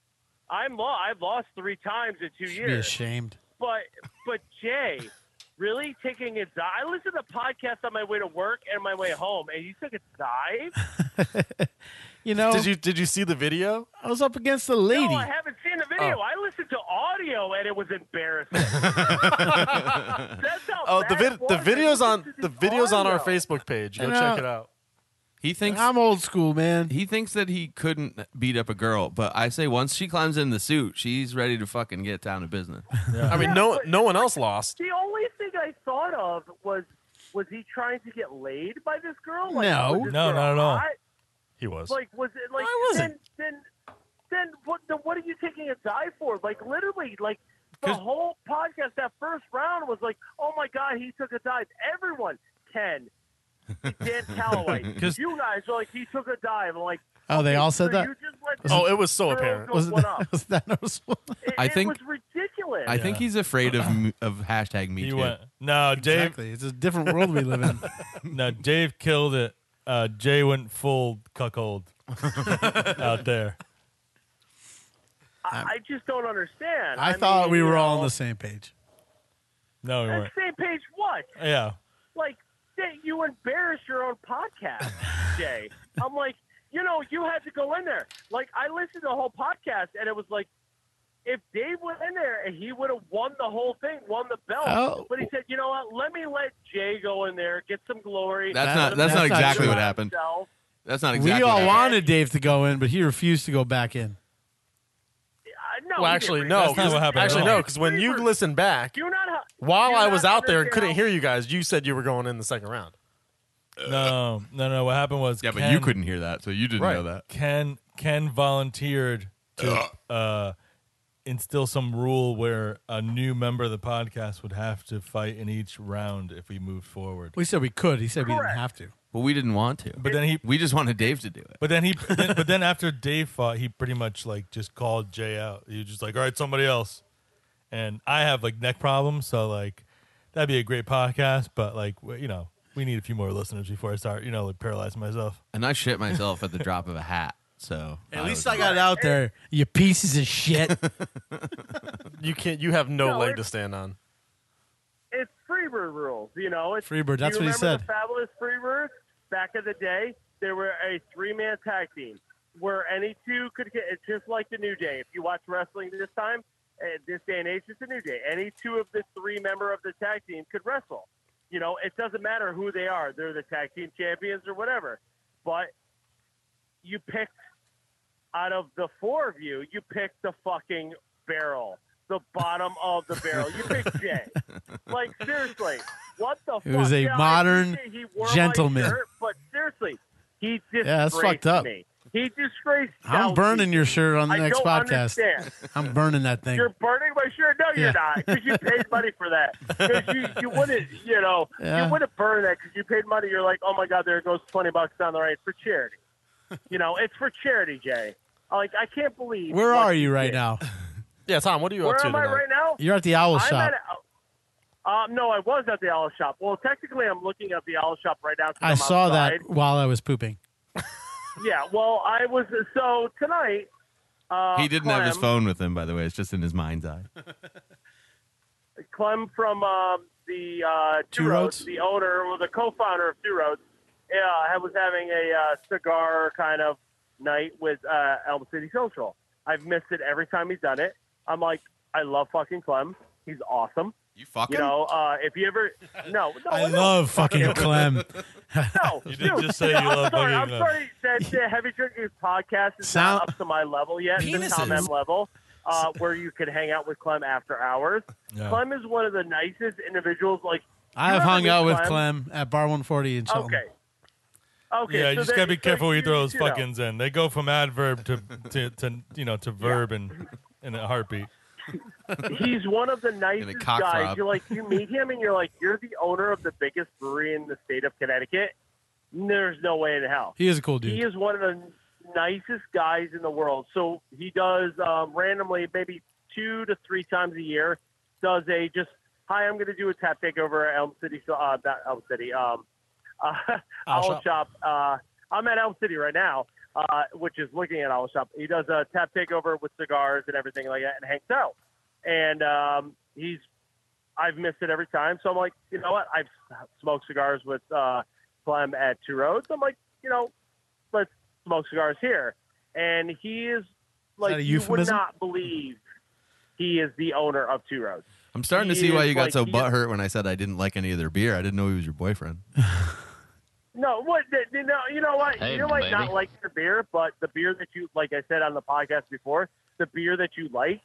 [SPEAKER 7] I'm lo- I've lost three times in two
[SPEAKER 1] Should be
[SPEAKER 7] years.
[SPEAKER 1] ashamed.
[SPEAKER 7] But but Jay, really taking a dive. I listened to podcasts on my way to work and my way home, and you took a dive.
[SPEAKER 1] You know,
[SPEAKER 4] Did you did you see the video?
[SPEAKER 1] I was up against the lady.
[SPEAKER 7] No, I haven't seen the video.
[SPEAKER 4] Oh.
[SPEAKER 7] I listened to audio and it was embarrassing. That's how
[SPEAKER 4] Oh, the
[SPEAKER 7] bad
[SPEAKER 4] vid-
[SPEAKER 7] it was.
[SPEAKER 4] the
[SPEAKER 7] I
[SPEAKER 4] videos on
[SPEAKER 7] listened to
[SPEAKER 4] the videos on our
[SPEAKER 7] audio.
[SPEAKER 4] Facebook page. Go
[SPEAKER 1] And,
[SPEAKER 4] check
[SPEAKER 1] uh,
[SPEAKER 4] it out.
[SPEAKER 2] He thinks
[SPEAKER 1] I'm old school, man.
[SPEAKER 2] he thinks that he couldn't beat up a girl, but I say once she climbs in the suit, she's ready to fucking get down to business.
[SPEAKER 4] I mean, no no one else lost.
[SPEAKER 7] The only thing I thought of was was he trying to get laid by this girl? Like,
[SPEAKER 1] No.
[SPEAKER 7] was this
[SPEAKER 3] No,
[SPEAKER 7] girl
[SPEAKER 3] not at all.
[SPEAKER 7] hot?
[SPEAKER 4] He was.
[SPEAKER 7] Like, was it like
[SPEAKER 1] I wasn't.
[SPEAKER 7] Then, then, then what? Then what are you taking a dive for? Like, literally, like the
[SPEAKER 2] 'Cause-
[SPEAKER 7] whole podcast that first round was like, oh my god, he took a dive. Everyone, Ken, Dan Calloway,
[SPEAKER 3] 'Cause-
[SPEAKER 7] you guys are like, he took a dive. I'm like,
[SPEAKER 1] Oh, they all said
[SPEAKER 7] so
[SPEAKER 1] that.
[SPEAKER 7] You just let
[SPEAKER 4] Oh,
[SPEAKER 7] these
[SPEAKER 4] it was so
[SPEAKER 7] girls
[SPEAKER 4] apparent.
[SPEAKER 7] go
[SPEAKER 1] Was it
[SPEAKER 7] one up.
[SPEAKER 1] that, was that noticeable?
[SPEAKER 7] It,
[SPEAKER 2] I
[SPEAKER 7] it
[SPEAKER 2] think-
[SPEAKER 7] was ridiculous.
[SPEAKER 2] I think he's afraid of m- of hashtag me
[SPEAKER 3] He
[SPEAKER 2] too.
[SPEAKER 3] went. No, Dave.
[SPEAKER 1] Exactly. It's a different world we live in.
[SPEAKER 3] No, Dave killed it. Uh, Jay went full cuckold out there.
[SPEAKER 7] I, I just don't understand.
[SPEAKER 1] I, thought
[SPEAKER 7] mean,
[SPEAKER 1] we
[SPEAKER 7] you
[SPEAKER 1] were all on
[SPEAKER 7] know,
[SPEAKER 1] the same page.
[SPEAKER 3] No, we
[SPEAKER 7] on
[SPEAKER 3] weren't.
[SPEAKER 7] the same page. What?
[SPEAKER 3] Yeah.
[SPEAKER 7] like that you embarrass your own podcast, Jay. I'm like, you know, you had to go in there. Like I listened to the whole podcast and it was like if Dave went in there and he would have won the whole thing, won the belt.
[SPEAKER 1] Oh.
[SPEAKER 7] But he said, you know what, let me let Jay go in there, get some glory.
[SPEAKER 2] That's
[SPEAKER 1] That-
[SPEAKER 2] not that's, not
[SPEAKER 1] that's not
[SPEAKER 2] exactly
[SPEAKER 1] true.
[SPEAKER 2] what happened.
[SPEAKER 7] Himself.
[SPEAKER 2] That's not exactly.
[SPEAKER 1] we
[SPEAKER 2] what
[SPEAKER 1] all
[SPEAKER 2] happened.
[SPEAKER 1] wanted Dave to go in, but he refused to go back in.
[SPEAKER 7] Uh, no,
[SPEAKER 4] Well,
[SPEAKER 7] he
[SPEAKER 4] actually,
[SPEAKER 7] didn't.
[SPEAKER 4] no.
[SPEAKER 3] That's not
[SPEAKER 4] 'cause-
[SPEAKER 3] what happened at
[SPEAKER 4] Actually,
[SPEAKER 3] all.
[SPEAKER 4] no, because when you listen back,
[SPEAKER 7] Do not ha-
[SPEAKER 4] while
[SPEAKER 7] do
[SPEAKER 4] I
[SPEAKER 7] not
[SPEAKER 4] was out there and
[SPEAKER 7] understand
[SPEAKER 4] couldn't
[SPEAKER 7] how-
[SPEAKER 4] hear you guys, you said you were going in the second round.
[SPEAKER 3] No, no, no. What happened was
[SPEAKER 2] Yeah, but
[SPEAKER 3] Ken-
[SPEAKER 2] you couldn't hear that, so you didn't know that.
[SPEAKER 3] Ken Ken volunteered to uh, instill some rule where a new member of the podcast would have to fight in each round if we moved forward.
[SPEAKER 1] We said we could. He said we didn't
[SPEAKER 7] Correct.
[SPEAKER 1] have to.
[SPEAKER 2] But we didn't want to.
[SPEAKER 3] But then he,
[SPEAKER 2] we just wanted Dave to do it.
[SPEAKER 3] but then he, then, but then after Dave fought, he pretty much like just called Jay out. He was just like, "All right, somebody else." And I have like neck problems, so like that'd be a great podcast, but like w- you know, we need a few more listeners before I start, you know, like paralyzing myself.
[SPEAKER 2] And I shit myself at the drop of a hat. So
[SPEAKER 1] At least
[SPEAKER 2] was-
[SPEAKER 1] I got out there. You pieces of shit.
[SPEAKER 4] You can't. You have no,
[SPEAKER 7] No,
[SPEAKER 4] leg
[SPEAKER 7] it's-
[SPEAKER 4] to stand on.
[SPEAKER 7] it's Freebird rules, you know. It's
[SPEAKER 1] Freebird, that's
[SPEAKER 7] you
[SPEAKER 1] what he
[SPEAKER 7] remember
[SPEAKER 1] said.
[SPEAKER 7] The fabulous Freebirds back in the day, they were a three-man tag team where any two could get. It's just like the New Day. If you watch wrestling this time, uh, this day and age, it's the New Day. Any two of the three member of the tag team could wrestle. You know, it doesn't matter who they are. They're the tag team champions or whatever. But you picked out of the four of you, you picked the fucking barrel, the bottom of the barrel. You picked Jay. Like seriously, what the?
[SPEAKER 1] He
[SPEAKER 7] fuck?
[SPEAKER 1] was a
[SPEAKER 7] I
[SPEAKER 1] modern
[SPEAKER 7] appreciate he wore my
[SPEAKER 1] gentleman.
[SPEAKER 7] shirt, but seriously, he disgraced
[SPEAKER 1] that's fucked up.
[SPEAKER 7] me. He disgraced.
[SPEAKER 1] I'm
[SPEAKER 7] Southie.
[SPEAKER 1] burning your shirt on the
[SPEAKER 7] I
[SPEAKER 1] next
[SPEAKER 7] don't
[SPEAKER 1] podcast.
[SPEAKER 7] Understand.
[SPEAKER 1] I'm burning that thing.
[SPEAKER 7] You're burning my shirt? No,
[SPEAKER 1] Yeah.
[SPEAKER 7] you're not, because you paid money for that. Because you, you wouldn't, you know,
[SPEAKER 1] Yeah.
[SPEAKER 7] you wouldn't burn that because you paid money. You're like, oh my god, there goes twenty bucks down the right for charity. You know, it's for charity, Jay. Like, I can't believe.
[SPEAKER 1] Where
[SPEAKER 7] what
[SPEAKER 1] are you right
[SPEAKER 7] did.
[SPEAKER 1] now?
[SPEAKER 4] Yeah, Tom, what are you
[SPEAKER 7] Where
[SPEAKER 4] up to
[SPEAKER 7] am I
[SPEAKER 4] tonight?
[SPEAKER 7] right now?
[SPEAKER 1] You're at the owl
[SPEAKER 7] I'm
[SPEAKER 1] shop.
[SPEAKER 7] at a, Um, no, I was at the owl shop. Well, technically, I'm looking at the owl shop right now. 'cause
[SPEAKER 1] I
[SPEAKER 7] I'm
[SPEAKER 1] saw
[SPEAKER 7] outside.
[SPEAKER 1] that while I was pooping.
[SPEAKER 7] Yeah. Well, I was so tonight. Uh,
[SPEAKER 2] he didn't have his
[SPEAKER 7] Clem-
[SPEAKER 2] phone with him, by the way. It's just in his mind's eye.
[SPEAKER 7] Clem from um, the uh, Two,
[SPEAKER 1] Two
[SPEAKER 7] Roads,
[SPEAKER 1] Roads?
[SPEAKER 7] the owner or the co-founder of Two Roads, yeah, I was having a uh, cigar kind of night with uh, Elm City Social. I've missed it every time he's done it. I'm like, I love fucking Clem. He's awesome.
[SPEAKER 2] You fucking.
[SPEAKER 7] You know, uh, if you ever no, no,
[SPEAKER 1] I
[SPEAKER 7] no,
[SPEAKER 1] love fucking Clem.
[SPEAKER 7] no.
[SPEAKER 3] You did
[SPEAKER 7] dude,
[SPEAKER 3] just say you love
[SPEAKER 7] sorry,
[SPEAKER 3] fucking
[SPEAKER 7] I'm
[SPEAKER 3] Clem.
[SPEAKER 7] sorry that the Heavy Drinkers podcast is
[SPEAKER 2] Sound-
[SPEAKER 7] not up to my level yet, the
[SPEAKER 2] Penises.
[SPEAKER 7] Tom M level, uh, where you could hang out with Clem after hours.
[SPEAKER 3] Yeah.
[SPEAKER 7] Clem is one of the nicest individuals. Like
[SPEAKER 1] I
[SPEAKER 7] You
[SPEAKER 1] have
[SPEAKER 7] remember
[SPEAKER 1] hung
[SPEAKER 7] me,
[SPEAKER 1] out with
[SPEAKER 7] Clem?
[SPEAKER 1] Clem at Bar 140 in Cheltenham.
[SPEAKER 7] okay, okay.
[SPEAKER 3] yeah,
[SPEAKER 7] so
[SPEAKER 3] you just
[SPEAKER 7] then-
[SPEAKER 3] gotta be
[SPEAKER 7] so
[SPEAKER 3] careful where you throw those
[SPEAKER 7] know,
[SPEAKER 3] fuckings in. They go from adverb to to, to you know to verb and in a heartbeat.
[SPEAKER 7] He's one of the nicest
[SPEAKER 2] cock
[SPEAKER 7] guys.
[SPEAKER 2] throb.
[SPEAKER 7] You're like you meet him and you're like you're the owner of the biggest brewery in the state of Connecticut. There's no way in hell.
[SPEAKER 1] He is a cool dude.
[SPEAKER 7] He is one of the nicest guys in the world. So he does um, randomly, maybe two to three times a year, does a just hi, I'm going to do a tap takeover at Elm City. So uh, not Elm City, um, uh, Owl,
[SPEAKER 4] Owl
[SPEAKER 7] Shop. Uh, I'm at Elm City right now, uh, which is looking at Owl Shop. He does a tap takeover with cigars and everything like that, and hangs out. And um, he's, I've missed it every time. So I'm like, you know what? I've smoked cigars with uh, Clem at Two Roads. I'm like, you know, let's smoke cigars here. And he is like,
[SPEAKER 1] that a
[SPEAKER 7] you would
[SPEAKER 1] euphemism?
[SPEAKER 7] not believe he is the owner of Two Roads.
[SPEAKER 2] I'm starting to
[SPEAKER 7] He
[SPEAKER 2] see why
[SPEAKER 7] is
[SPEAKER 2] you got
[SPEAKER 7] like-
[SPEAKER 2] so
[SPEAKER 7] he-
[SPEAKER 2] butthurt when I said I didn't like any of their beer. I didn't know he was your boyfriend.
[SPEAKER 7] No, what you know, you know what?
[SPEAKER 6] Hey,
[SPEAKER 7] you might not
[SPEAKER 6] baby.
[SPEAKER 7] like your beer, but the beer that you like I said on the podcast before, the beer that you like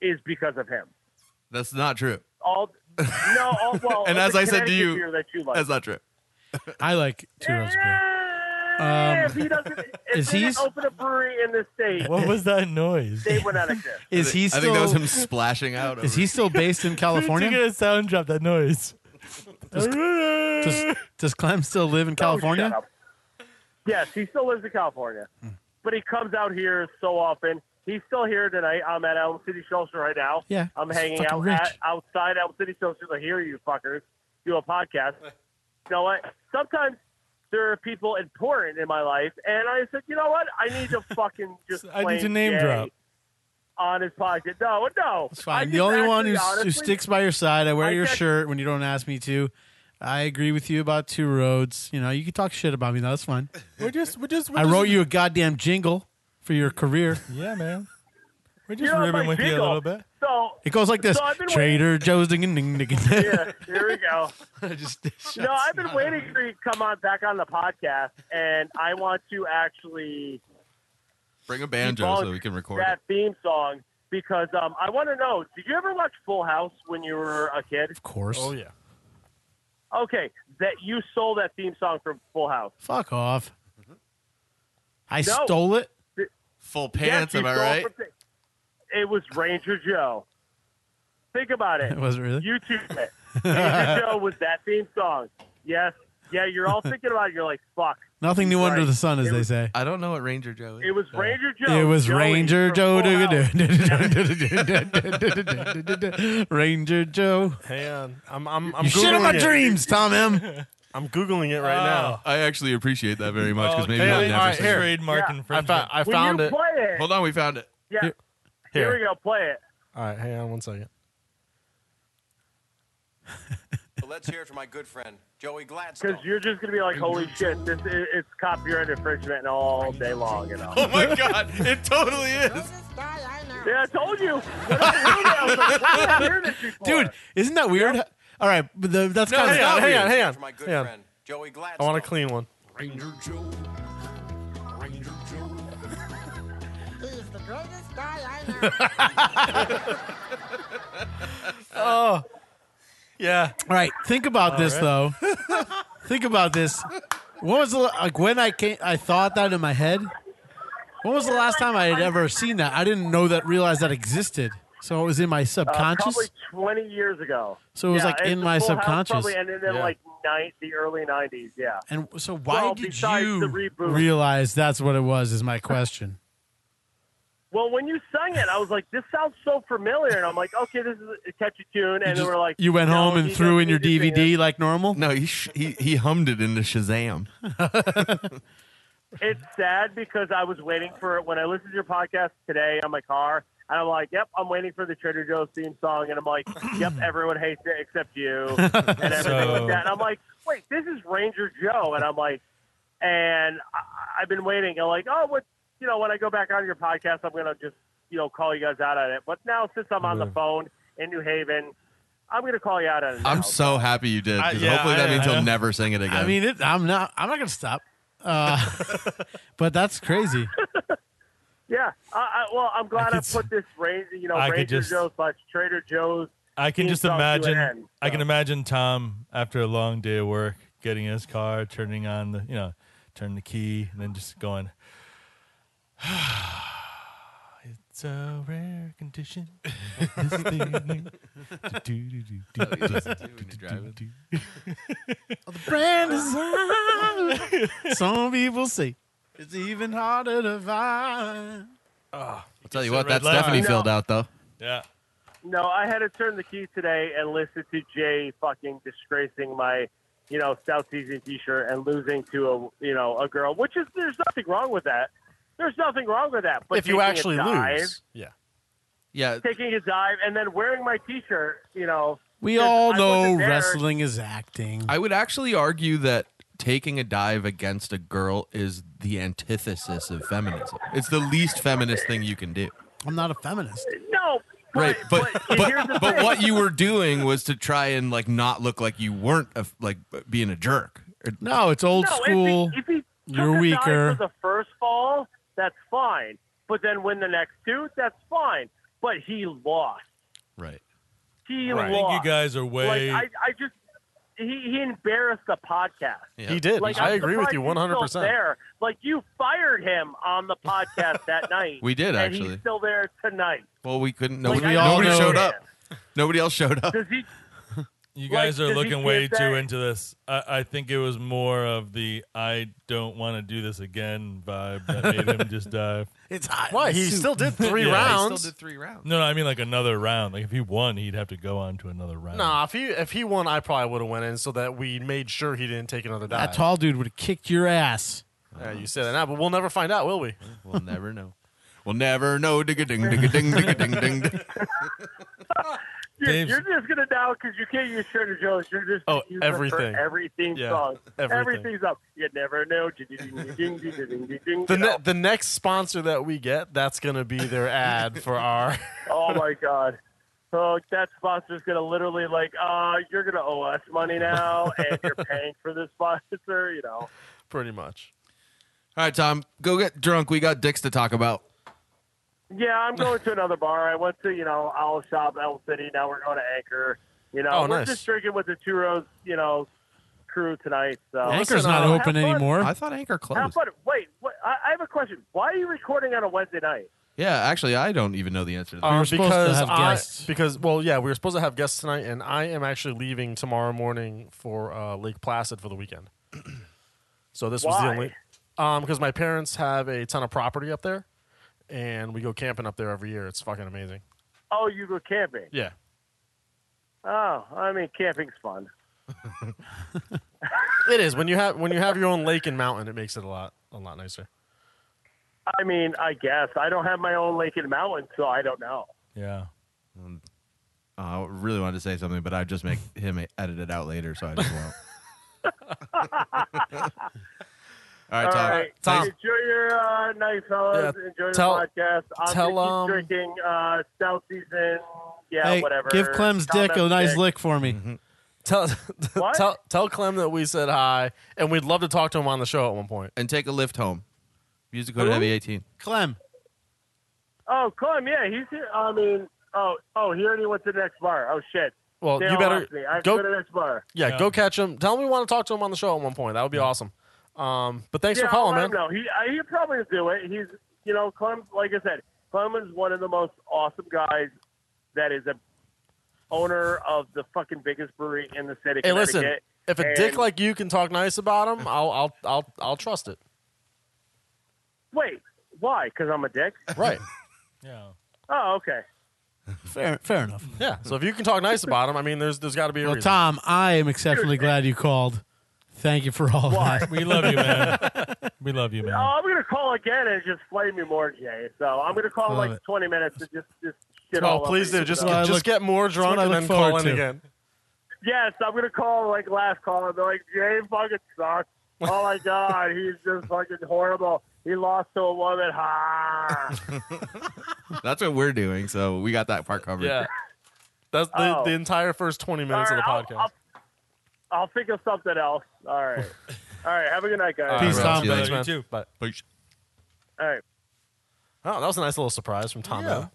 [SPEAKER 7] is because of him.
[SPEAKER 2] That's not true.
[SPEAKER 7] All no, all, well,
[SPEAKER 2] And
[SPEAKER 7] the
[SPEAKER 2] as I said to
[SPEAKER 7] Connecticut
[SPEAKER 2] you,
[SPEAKER 7] beer that you like.
[SPEAKER 2] That's not true.
[SPEAKER 1] I like Two Roads beer.
[SPEAKER 7] Eh,
[SPEAKER 1] Um,
[SPEAKER 7] if he doesn't, if
[SPEAKER 1] is
[SPEAKER 7] he
[SPEAKER 1] he's-
[SPEAKER 7] didn't open a brewery in this state,
[SPEAKER 3] What was that noise?
[SPEAKER 7] they would not exist.
[SPEAKER 1] Is
[SPEAKER 2] I
[SPEAKER 1] he
[SPEAKER 2] think,
[SPEAKER 1] still?
[SPEAKER 2] I think that was him splashing out.
[SPEAKER 1] Is
[SPEAKER 2] over
[SPEAKER 1] he
[SPEAKER 2] it.
[SPEAKER 1] still based in California?
[SPEAKER 3] a sound drop that noise.
[SPEAKER 1] Does, does Clem still live in California?
[SPEAKER 7] Oh, shut up. yes, he still lives in California, but he comes out here so often. He's still here tonight. I'm at Elm City Social right now.
[SPEAKER 1] Yeah,
[SPEAKER 7] I'm
[SPEAKER 1] he's
[SPEAKER 7] hanging
[SPEAKER 1] fucking
[SPEAKER 7] out
[SPEAKER 1] rich.
[SPEAKER 7] at, outside Elm City Social to hear you fuckers do a podcast. You know what? Sometimes there are people important in my life, and I said, you know what? I need to fucking just.
[SPEAKER 3] I need
[SPEAKER 7] plain
[SPEAKER 3] to name
[SPEAKER 7] Jay
[SPEAKER 3] drop.
[SPEAKER 7] On his podcast. No, no.
[SPEAKER 1] It's
[SPEAKER 7] I
[SPEAKER 1] fine. The
[SPEAKER 7] just
[SPEAKER 1] only
[SPEAKER 7] actually,
[SPEAKER 1] one who's, who
[SPEAKER 7] honestly-
[SPEAKER 1] sticks by your side. I wear
[SPEAKER 7] I
[SPEAKER 1] your
[SPEAKER 7] just-
[SPEAKER 1] shirt when you don't ask me to. I agree with you about two roads. You know, you can talk shit about me. though. That's fine.
[SPEAKER 3] We're just, we're just. We're
[SPEAKER 1] I
[SPEAKER 3] just,
[SPEAKER 1] wrote you a goddamn jingle for your career.
[SPEAKER 3] Yeah, man.
[SPEAKER 7] You
[SPEAKER 3] We're just
[SPEAKER 7] know,
[SPEAKER 3] ribbing
[SPEAKER 7] my
[SPEAKER 3] with you a
[SPEAKER 7] jingle.
[SPEAKER 3] little bit.
[SPEAKER 7] So
[SPEAKER 1] It goes like this:
[SPEAKER 7] So I've been
[SPEAKER 1] Trader Joe's, ding ding ding. ding.
[SPEAKER 7] yeah, here we go.
[SPEAKER 1] I just
[SPEAKER 7] No, I've been waiting for you to come on back on the podcast, and I want to actually
[SPEAKER 2] Bring a banjo
[SPEAKER 7] debunk
[SPEAKER 2] so we can record
[SPEAKER 7] that
[SPEAKER 2] it.
[SPEAKER 7] theme song because um, I want to know. Did you ever watch Full House when you were a kid?
[SPEAKER 1] Of course.
[SPEAKER 4] Oh yeah.
[SPEAKER 7] Okay, that you stole that theme song from Full House.
[SPEAKER 1] Fuck off. I
[SPEAKER 7] No.
[SPEAKER 1] stole it.
[SPEAKER 2] Full pants,
[SPEAKER 7] Yes,
[SPEAKER 2] am
[SPEAKER 7] you
[SPEAKER 2] I
[SPEAKER 7] stole it
[SPEAKER 2] right?
[SPEAKER 7] from- it was Ranger Joe. Think about it.
[SPEAKER 1] It wasn't really.
[SPEAKER 7] YouTube it. Ranger Joe was that theme song. Yes. Yeah, you're all thinking about it. You're like, fuck.
[SPEAKER 1] Nothing new under
[SPEAKER 7] Right.
[SPEAKER 1] the sun, as
[SPEAKER 7] It
[SPEAKER 1] they
[SPEAKER 7] was-
[SPEAKER 1] say.
[SPEAKER 2] I don't know what Ranger Joe
[SPEAKER 7] It
[SPEAKER 2] is.
[SPEAKER 7] was Ranger Joe.
[SPEAKER 1] it was
[SPEAKER 7] Joey
[SPEAKER 1] Ranger
[SPEAKER 7] from
[SPEAKER 1] Joe.
[SPEAKER 7] Full House.
[SPEAKER 1] Ranger Joe.
[SPEAKER 4] Hang on. I'm I'm I'm
[SPEAKER 1] You shit on my
[SPEAKER 4] Googling it.
[SPEAKER 1] dreams, Tom M.
[SPEAKER 4] I'm googling it right now.
[SPEAKER 2] I actually appreciate that very
[SPEAKER 4] Oh,
[SPEAKER 2] much because maybe
[SPEAKER 3] hey,
[SPEAKER 2] I've
[SPEAKER 3] all
[SPEAKER 2] never
[SPEAKER 3] right,
[SPEAKER 2] seen
[SPEAKER 3] here.
[SPEAKER 2] it.
[SPEAKER 3] trademark
[SPEAKER 7] Yeah.
[SPEAKER 4] I,
[SPEAKER 3] infringement.
[SPEAKER 4] fo- I
[SPEAKER 7] Will
[SPEAKER 4] found
[SPEAKER 7] you
[SPEAKER 4] it.
[SPEAKER 7] play it?
[SPEAKER 2] Hold on, we found it.
[SPEAKER 7] Yeah. Here,
[SPEAKER 1] Here-
[SPEAKER 7] we go. Play it.
[SPEAKER 4] All right, hang on one second.
[SPEAKER 8] But let's hear it from my good friend, Joey Gladstone.
[SPEAKER 7] Because you're just going to be like, holy shit, this is, it's copyright infringement all day long. You know?
[SPEAKER 2] Oh my god, it totally is.
[SPEAKER 7] yeah, I told you. When I heard it, I was like, "Why did I hear this before?"
[SPEAKER 1] Dude, isn't that weird? All right, but the, that's kind
[SPEAKER 4] hang on,
[SPEAKER 1] of
[SPEAKER 4] hang on, hang
[SPEAKER 8] Hear it
[SPEAKER 4] on.
[SPEAKER 8] From my good
[SPEAKER 4] Hang on.
[SPEAKER 8] friend, Joey
[SPEAKER 4] I
[SPEAKER 8] Gladstone.
[SPEAKER 4] want a clean one.
[SPEAKER 9] Ranger Joe. Ranger Joe. He's the greatest guy I know.
[SPEAKER 4] Yeah.
[SPEAKER 1] All right, think about this though. think about this. When was the, like when I came, I thought that in my head. When was the last time I had ever seen that? I didn't know that, realize that existed. So it was in my
[SPEAKER 7] Uh,
[SPEAKER 1] subconscious.
[SPEAKER 7] probably 20 years ago.
[SPEAKER 1] So it was,
[SPEAKER 7] Yeah,
[SPEAKER 1] like,
[SPEAKER 7] it's
[SPEAKER 1] in
[SPEAKER 7] the
[SPEAKER 1] my
[SPEAKER 7] Full House
[SPEAKER 1] subconscious.
[SPEAKER 7] Probably ended in
[SPEAKER 4] Yeah.
[SPEAKER 7] like nine, the early 90s. Yeah.
[SPEAKER 1] and so why
[SPEAKER 7] Well,
[SPEAKER 1] did
[SPEAKER 7] besides the
[SPEAKER 1] you
[SPEAKER 7] reboot.
[SPEAKER 1] realize that's what it was? Is my question.
[SPEAKER 7] Well, when you sung it, I was like, "This sounds so familiar," and I'm like, "Okay, this is a catchy tune." And
[SPEAKER 1] Just-
[SPEAKER 7] we're like,
[SPEAKER 1] you went
[SPEAKER 7] "No,
[SPEAKER 1] home
[SPEAKER 7] he
[SPEAKER 1] and threw
[SPEAKER 7] doesn't
[SPEAKER 1] in your
[SPEAKER 7] need to sing it."
[SPEAKER 1] DVD like normal.
[SPEAKER 2] No, he sh- he he hummed it into Shazam.
[SPEAKER 7] It's sad because I was waiting for it when I listened to your podcast today on my car, and I'm like, "Yep, I'm waiting for the Trader Joe's theme song," and I'm like, "Yep, everyone hates it except you," and everything
[SPEAKER 3] So-
[SPEAKER 7] like that. And I'm like, "Wait, this is Ranger Joe," and I'm like, and I, I've been waiting. I'm like, "Oh, what?" You know, when I go back on your podcast, I'm gonna just you know call you guys out on it. But now since I'm on the
[SPEAKER 3] Mhm.
[SPEAKER 7] phone in New Haven, I'm gonna call you out on it. now.
[SPEAKER 2] I'm so happy you did
[SPEAKER 4] I-
[SPEAKER 2] because
[SPEAKER 4] yeah,
[SPEAKER 2] hopefully that
[SPEAKER 4] I-
[SPEAKER 2] means
[SPEAKER 4] I
[SPEAKER 2] he'll
[SPEAKER 4] know.
[SPEAKER 2] never sing it again.
[SPEAKER 1] I mean, it, I'm not. I'm not gonna stop. Uh, but that's crazy.
[SPEAKER 7] yeah. I, I, well, I'm glad I,
[SPEAKER 3] could s-
[SPEAKER 7] put this Ranger, you know,
[SPEAKER 3] I could
[SPEAKER 7] Ranger
[SPEAKER 3] just-
[SPEAKER 7] Joe slash Trader Joe's.
[SPEAKER 3] I can
[SPEAKER 7] He
[SPEAKER 3] just
[SPEAKER 7] talked to an
[SPEAKER 3] imagine.
[SPEAKER 7] end,
[SPEAKER 3] I can
[SPEAKER 7] so.
[SPEAKER 3] imagine Tom after a long day of work, getting in his car, turning on the you know, turn the key, and then just going. It's a rare condition. This evening." Do-do-do-do-do-do-do-do.
[SPEAKER 2] when you're driving.
[SPEAKER 1] Oh, Brand is hard. Some people say it's even harder to find.
[SPEAKER 2] I'll tell you what,
[SPEAKER 3] red
[SPEAKER 2] that
[SPEAKER 3] light.
[SPEAKER 2] Stephanie
[SPEAKER 7] No.
[SPEAKER 2] filled out though.
[SPEAKER 3] Yeah.
[SPEAKER 7] No, I had to turn the key today and listen to Jay fucking disgracing my, you know, South Season T-shirt and losing to a, you know, a girl. Which is there's nothing wrong with that. There's nothing wrong with that. But
[SPEAKER 4] if you
[SPEAKER 7] taking a
[SPEAKER 4] actually
[SPEAKER 7] dive-
[SPEAKER 4] lose, yeah.
[SPEAKER 2] Yeah,
[SPEAKER 7] taking a dive and then wearing my T-shirt, you know,
[SPEAKER 1] We
[SPEAKER 7] Yes,
[SPEAKER 1] all
[SPEAKER 7] I
[SPEAKER 1] know
[SPEAKER 7] wasn't there.
[SPEAKER 1] wrestling is acting.
[SPEAKER 2] I would actually argue that taking a dive against a girl is the antithesis of feminism. It's the least feminist thing you can do.
[SPEAKER 1] I'm not a feminist.
[SPEAKER 7] no. But,
[SPEAKER 2] Right, but but
[SPEAKER 7] here's the
[SPEAKER 2] but,
[SPEAKER 7] thing.
[SPEAKER 2] what you were doing was to try and like not look like you weren't a, like being a jerk. Or-
[SPEAKER 1] No, it's old
[SPEAKER 7] no,
[SPEAKER 1] school.
[SPEAKER 7] If he, if he took
[SPEAKER 1] You're
[SPEAKER 7] a dive
[SPEAKER 1] weaker.
[SPEAKER 7] For the first fall, that's fine. But then win the next two, that's fine. But he lost.
[SPEAKER 2] Right.
[SPEAKER 7] He
[SPEAKER 3] I think you
[SPEAKER 7] lost.
[SPEAKER 3] guys are
[SPEAKER 7] like
[SPEAKER 3] way.
[SPEAKER 7] I, I just he, he embarrassed the podcast.
[SPEAKER 2] Yeah.
[SPEAKER 4] He did.
[SPEAKER 7] Like
[SPEAKER 4] I
[SPEAKER 7] I'm
[SPEAKER 4] agree with
[SPEAKER 7] surprised
[SPEAKER 4] you
[SPEAKER 7] he's
[SPEAKER 4] 100.
[SPEAKER 7] still
[SPEAKER 4] percent
[SPEAKER 7] There, like you fired him on the podcast that night.
[SPEAKER 2] We did,
[SPEAKER 7] and
[SPEAKER 2] actually.
[SPEAKER 7] he's still there tonight.
[SPEAKER 2] Well, we couldn't.
[SPEAKER 7] Like,
[SPEAKER 2] Nobody,
[SPEAKER 7] I
[SPEAKER 1] all
[SPEAKER 2] nobody
[SPEAKER 1] know-
[SPEAKER 2] showed up. Nobody else showed up.
[SPEAKER 7] Does he?
[SPEAKER 3] you
[SPEAKER 7] like,
[SPEAKER 3] guys
[SPEAKER 7] does
[SPEAKER 3] are
[SPEAKER 7] he
[SPEAKER 3] looking
[SPEAKER 7] get
[SPEAKER 3] way
[SPEAKER 7] that-
[SPEAKER 3] too into this. I, I think it was more of the "I don't want to do this again" vibe that made him just dive.
[SPEAKER 1] It's hot.
[SPEAKER 4] Why he still did three
[SPEAKER 3] Yeah, he
[SPEAKER 4] rounds?
[SPEAKER 2] three rounds.
[SPEAKER 3] No, no, I mean like another round. Like if he won, he'd have to go on to another round.
[SPEAKER 4] Nah, if he if he won, I probably would have went in so that we made sure he didn't take another dive.
[SPEAKER 1] That tall dude would have kicked your ass.
[SPEAKER 4] Yeah, you say that now, but we'll never find out, will we?
[SPEAKER 2] We'll never know. We'll never know. Digga ding, digga ding, digga ding, ding. ding.
[SPEAKER 7] You're,
[SPEAKER 3] Dave's-
[SPEAKER 7] you're just gonna now because you can't use Trader Joe's. You're just
[SPEAKER 4] Oh,
[SPEAKER 7] use them for
[SPEAKER 4] everything.
[SPEAKER 7] everything
[SPEAKER 4] Yeah,
[SPEAKER 7] song,
[SPEAKER 4] everything.
[SPEAKER 7] everything's up. You never know. Ding-ding-ding-ding-ding-ding-ding-ding,
[SPEAKER 4] The
[SPEAKER 7] you know.
[SPEAKER 4] ne- the next sponsor that we get, that's gonna be their ad for our.
[SPEAKER 7] Oh my god. So that sponsor's gonna literally like, uh, you're gonna owe us money now, and you're paying for this sponsor. You know,
[SPEAKER 4] pretty much.
[SPEAKER 2] All right, Tom, go get drunk. We got dicks to talk about.
[SPEAKER 7] yeah, I'm going to another bar. I went to you know Owl Shop, Owl City. Now we're going to Anchor. You know,
[SPEAKER 4] Oh,
[SPEAKER 7] we're
[SPEAKER 4] nice.
[SPEAKER 7] just drinking with the two rows, you know, crew tonight. So
[SPEAKER 1] Anchor's
[SPEAKER 4] listen,
[SPEAKER 1] not
[SPEAKER 4] uh,
[SPEAKER 1] open
[SPEAKER 7] have fun.
[SPEAKER 1] anymore.
[SPEAKER 2] I thought Anchor
[SPEAKER 7] have
[SPEAKER 2] closed.
[SPEAKER 7] fun. Wait, what, I, I have a question. Why are you recording on a Wednesday night?
[SPEAKER 2] Yeah, actually, I don't even know the answer to that.
[SPEAKER 1] were
[SPEAKER 4] Uh,
[SPEAKER 1] supposed to have
[SPEAKER 4] I-
[SPEAKER 1] guests.
[SPEAKER 4] because well, yeah, we were supposed to have guests tonight, and I am actually leaving tomorrow morning for uh, Lake Placid for the weekend. so this was the
[SPEAKER 7] Why?
[SPEAKER 4] only. Um, because my parents have a ton of property up there, and we go camping up there every year. It's fucking amazing.
[SPEAKER 7] Oh, you go camping.
[SPEAKER 4] Yeah.
[SPEAKER 7] Oh, I mean, camping's fun.
[SPEAKER 4] It is when you have when you have your own lake and mountain, it makes it a lot a lot nicer.
[SPEAKER 7] I mean, I guess I don't have my own lake in mountain, so I don't know.
[SPEAKER 3] Yeah.
[SPEAKER 2] Uh, I really wanted to say something, but I just make him edit it out later, so I just won't. All right, Tom.
[SPEAKER 7] All right,
[SPEAKER 2] Tom,
[SPEAKER 7] Enjoy your uh, night, fellas.
[SPEAKER 4] Yeah,
[SPEAKER 7] enjoy
[SPEAKER 4] tell-
[SPEAKER 7] the podcast. I'm
[SPEAKER 4] tell, um,
[SPEAKER 7] gonna keep drinking uh, stout season. Yeah,
[SPEAKER 1] hey,
[SPEAKER 7] whatever.
[SPEAKER 1] give Clem's
[SPEAKER 7] Tom
[SPEAKER 1] dick a
[SPEAKER 7] F.
[SPEAKER 1] nice
[SPEAKER 7] Dick.
[SPEAKER 1] lick for me.
[SPEAKER 4] Tell
[SPEAKER 7] What?
[SPEAKER 4] tell tell Clem that we said hi, and we'd love to talk to him on the show at one point.
[SPEAKER 2] and take a lift home. Use the code Heavy 18.
[SPEAKER 1] Clem,
[SPEAKER 7] Oh, Clem, yeah, he's here. I mean, oh, oh, he already went to the next bar. Oh shit.
[SPEAKER 4] Well,
[SPEAKER 7] They
[SPEAKER 4] you
[SPEAKER 7] all
[SPEAKER 4] better
[SPEAKER 7] asked me. I have
[SPEAKER 4] go-
[SPEAKER 7] to go to the next bar.
[SPEAKER 4] Yeah,
[SPEAKER 3] Yeah.
[SPEAKER 4] go catch him. Tell him we want to talk to him on the show at one point. That would be awesome. Um, but thanks
[SPEAKER 7] yeah,
[SPEAKER 4] for calling,
[SPEAKER 7] I'll let him
[SPEAKER 4] man.
[SPEAKER 7] know. He I, he probably will do it. He's you know Clem. Like I said, Clem is one of the most awesome guys. That is a owner of the fucking biggest brewery in the city. of
[SPEAKER 4] Hey, listen,
[SPEAKER 7] Connecticut.
[SPEAKER 4] if a
[SPEAKER 7] And-
[SPEAKER 4] dick like you can talk nice about him, I'll I'll I'll I'll trust it.
[SPEAKER 7] Wait, why? Because I'm a dick.
[SPEAKER 4] Right.
[SPEAKER 3] Yeah.
[SPEAKER 7] Oh, okay.
[SPEAKER 1] Fair, fair enough.
[SPEAKER 4] Yeah. So if you can talk nice about him, I mean, there's there's got to be a
[SPEAKER 1] Well,
[SPEAKER 4] reason.
[SPEAKER 1] Tom, I am exceptionally glad you called. Thank you for all that.
[SPEAKER 3] We love you, man. we love you,
[SPEAKER 7] Oh,
[SPEAKER 3] man.
[SPEAKER 7] I'm gonna call again and just flame you more, Jay. So I'm gonna call in
[SPEAKER 1] Love
[SPEAKER 7] like
[SPEAKER 1] it.
[SPEAKER 7] 20 minutes to just just shit
[SPEAKER 4] Oh,
[SPEAKER 7] all over
[SPEAKER 4] please
[SPEAKER 7] you,
[SPEAKER 4] do. Just
[SPEAKER 7] so.
[SPEAKER 1] Well, I
[SPEAKER 4] just
[SPEAKER 1] look-
[SPEAKER 4] get more drunk
[SPEAKER 1] I
[SPEAKER 4] and
[SPEAKER 1] look
[SPEAKER 4] then call
[SPEAKER 1] forward
[SPEAKER 4] in
[SPEAKER 1] to.
[SPEAKER 4] again.
[SPEAKER 7] yes, I'm gonna call like last call and be like, Jay fucking sucks. Oh my god, he's just fucking horrible. He lost to a woman. Ha.
[SPEAKER 2] That's what we're doing. So we got that part covered.
[SPEAKER 4] Yeah. That's the,
[SPEAKER 7] Oh.
[SPEAKER 4] the entire first 20
[SPEAKER 7] All
[SPEAKER 4] minutes
[SPEAKER 7] right,
[SPEAKER 4] of the
[SPEAKER 7] I'll-
[SPEAKER 4] podcast.
[SPEAKER 7] I'll, I'll think of something else. All right. all right. Have a good night, guys.
[SPEAKER 4] All
[SPEAKER 1] Peace,
[SPEAKER 4] right,
[SPEAKER 1] Tom.
[SPEAKER 4] Ross. Thanks,
[SPEAKER 2] Yeah,
[SPEAKER 4] man.
[SPEAKER 3] too.
[SPEAKER 4] Bye.
[SPEAKER 2] But
[SPEAKER 7] All right.
[SPEAKER 4] Oh, that was a nice little surprise from Tom.
[SPEAKER 3] Yeah.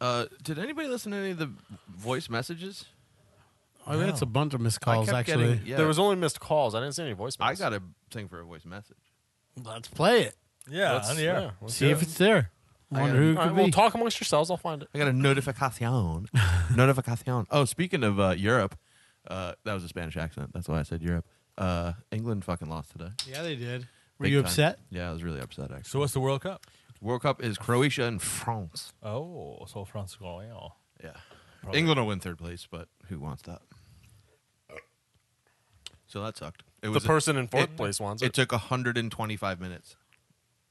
[SPEAKER 2] uh, did anybody listen to any of the voice messages?
[SPEAKER 1] I mean, Oh, that's a bunch of missed calls,
[SPEAKER 2] I kept
[SPEAKER 1] actually.
[SPEAKER 2] Getting, yeah,
[SPEAKER 4] There was only missed calls. I didn't see any voicemails.
[SPEAKER 2] I got a thing for a voice message.
[SPEAKER 1] Let's play it.
[SPEAKER 3] Yeah,
[SPEAKER 4] Let's-
[SPEAKER 3] on the air.
[SPEAKER 4] yeah, let's
[SPEAKER 1] See
[SPEAKER 4] do
[SPEAKER 1] if
[SPEAKER 4] it.
[SPEAKER 1] it's there.
[SPEAKER 2] I am-
[SPEAKER 1] Wonder who it
[SPEAKER 4] All
[SPEAKER 1] could
[SPEAKER 4] right, well,
[SPEAKER 1] be.
[SPEAKER 4] talk amongst yourselves. I'll find it.
[SPEAKER 2] I got a notificación. notificación. Oh, speaking of uh, Europe, uh, that was a Spanish accent. That's why I said Europe. Uh, England fucking lost today.
[SPEAKER 1] yeah, they did. Were
[SPEAKER 2] Big
[SPEAKER 1] you
[SPEAKER 2] time.
[SPEAKER 1] upset?
[SPEAKER 2] Yeah, I was really upset actually.
[SPEAKER 3] So what's the World Cup?
[SPEAKER 2] World Cup is Croatia and France.
[SPEAKER 3] Oh, so France is going out.
[SPEAKER 2] Yeah. England will win third place, but who wants that? So that sucked. It
[SPEAKER 4] The
[SPEAKER 2] was
[SPEAKER 4] person in fourth
[SPEAKER 2] it-
[SPEAKER 4] place wants
[SPEAKER 2] it
[SPEAKER 4] it.
[SPEAKER 2] took 125 minutes.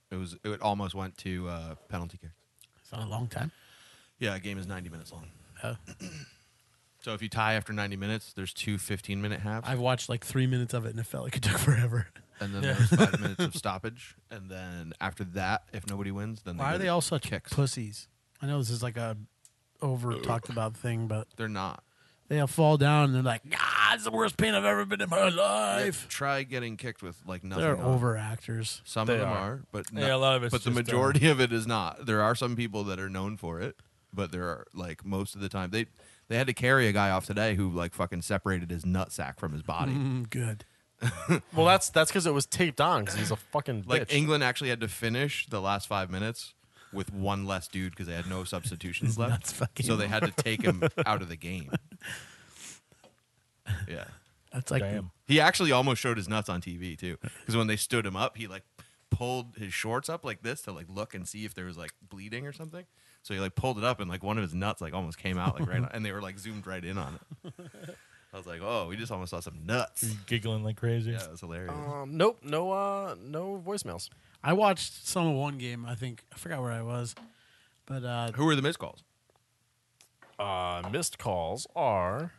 [SPEAKER 2] It was it almost went to uh, penalty kicks.
[SPEAKER 1] It's not a long time.
[SPEAKER 2] Yeah, a game is 90 minutes long.
[SPEAKER 1] Oh.
[SPEAKER 2] So if you tie after 90 minutes, there's two 15 minute halves,
[SPEAKER 1] I've watched like three minutes of it and it felt like it took forever.
[SPEAKER 2] and then there's five minutes of stoppage, and then after that, if nobody wins, then
[SPEAKER 1] Why
[SPEAKER 2] go
[SPEAKER 1] are
[SPEAKER 2] to
[SPEAKER 1] they all such
[SPEAKER 2] kicks?
[SPEAKER 1] pussies? I know this is like a over talked about thing, but
[SPEAKER 2] They're not.
[SPEAKER 1] they all fall down and they're like, ah, it's the worst pain I've ever been in my life.
[SPEAKER 2] Try getting kicked with like nothing.
[SPEAKER 1] They're
[SPEAKER 2] on.
[SPEAKER 1] over actors.
[SPEAKER 2] Some
[SPEAKER 4] They
[SPEAKER 2] of them
[SPEAKER 4] are.
[SPEAKER 2] are, but no,
[SPEAKER 3] Yeah, a lot of it's
[SPEAKER 2] But the
[SPEAKER 3] just, uh,
[SPEAKER 2] majority of it is not. There are some people that are known for it, but there are like most of the time they they had to carry a guy off today who like fucking separated his nutsack from his body.
[SPEAKER 3] Mm-hmm.
[SPEAKER 1] Mm, good.
[SPEAKER 4] Well, that's that's because it was taped on because he's a fucking bitch.
[SPEAKER 2] Like England actually had to finish the last five minutes with one less dude because they had no substitutions left.
[SPEAKER 1] nuts fucking
[SPEAKER 2] so they had to take him out of the game. Yeah,
[SPEAKER 1] That's like
[SPEAKER 3] Damn.
[SPEAKER 2] he actually almost showed his nuts on TV too because when they stood him up, he like pulled his shorts up like this to like look and see if there was like bleeding or something. So he like pulled it up and like one of his nuts like almost came out like right on, and they were like zoomed right in on it. I was like, oh, we just almost saw some nuts.
[SPEAKER 3] Giggling like crazy.
[SPEAKER 2] Yeah, it was hilarious.
[SPEAKER 4] um, nope, no, uh, no voicemails.
[SPEAKER 1] I watched some of one game. I think I forgot where I was, but uh,
[SPEAKER 2] Who were the missed calls?
[SPEAKER 4] Uh, missed calls are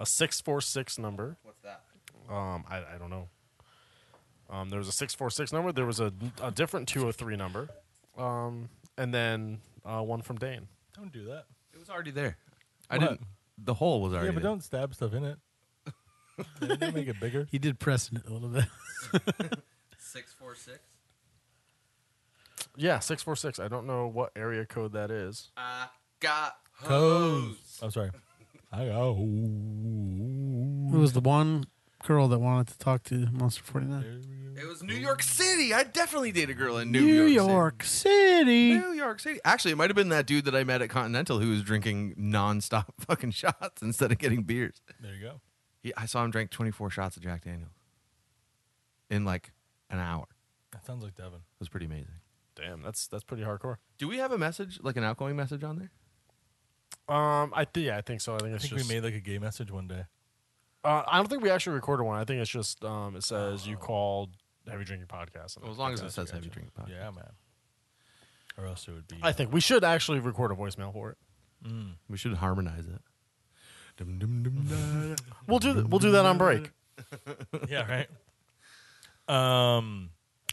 [SPEAKER 4] a six four six number.
[SPEAKER 2] What's that?
[SPEAKER 4] Um, I, I don't know. Um, there was a six four six number. There was a, a different two hundred three number, um, and then uh, one from Dane.
[SPEAKER 3] Don't do that.
[SPEAKER 2] It was already there. I
[SPEAKER 3] What?
[SPEAKER 2] didn't. The hole was already.
[SPEAKER 3] Yeah, but
[SPEAKER 2] there.
[SPEAKER 3] don't stab stuff in it. Don't make it bigger.
[SPEAKER 1] he did press it a little bit.
[SPEAKER 2] Six four six.
[SPEAKER 4] Yeah, six four six. I don't know what area code that is.
[SPEAKER 2] I got
[SPEAKER 3] Codes. I'm sorry. I go.
[SPEAKER 1] It was the one girl that wanted to talk to Monster Forty Nine.
[SPEAKER 2] It was New York City. I definitely dated a girl in New,
[SPEAKER 1] New
[SPEAKER 2] York.
[SPEAKER 1] York City.
[SPEAKER 2] City. New York City. Actually, it might have been that dude that I met at Continental who was drinking nonstop fucking shots instead of getting beers.
[SPEAKER 3] There you go.
[SPEAKER 2] He, I saw him drink 24 shots of Jack Daniels in like an hour. It
[SPEAKER 3] That sounds like Devin.
[SPEAKER 2] was pretty amazing.
[SPEAKER 4] Damn, that's that's pretty hardcore.
[SPEAKER 2] Do we have a message, like an outgoing message on there?
[SPEAKER 4] Um, I th- yeah, I think so. I think
[SPEAKER 3] I
[SPEAKER 4] it's
[SPEAKER 3] think
[SPEAKER 4] just.
[SPEAKER 3] we made like a gay message one day.
[SPEAKER 4] uh, I don't think we actually recorded one. I think it's just um, it says you called heavy drinking podcast.
[SPEAKER 2] Oh. Well, as long as it
[SPEAKER 3] Gotcha,
[SPEAKER 2] says heavy
[SPEAKER 3] gotcha.
[SPEAKER 2] drink. Podcast.
[SPEAKER 3] Yeah, man. Or else it would be.
[SPEAKER 4] I think we should actually record a voicemail for it.
[SPEAKER 2] We should harmonize it. Dum, dum, dum, da, da.
[SPEAKER 4] We'll do th- we'll do that on
[SPEAKER 2] Mm-hmm.
[SPEAKER 4] break.
[SPEAKER 3] yeah, right. Um,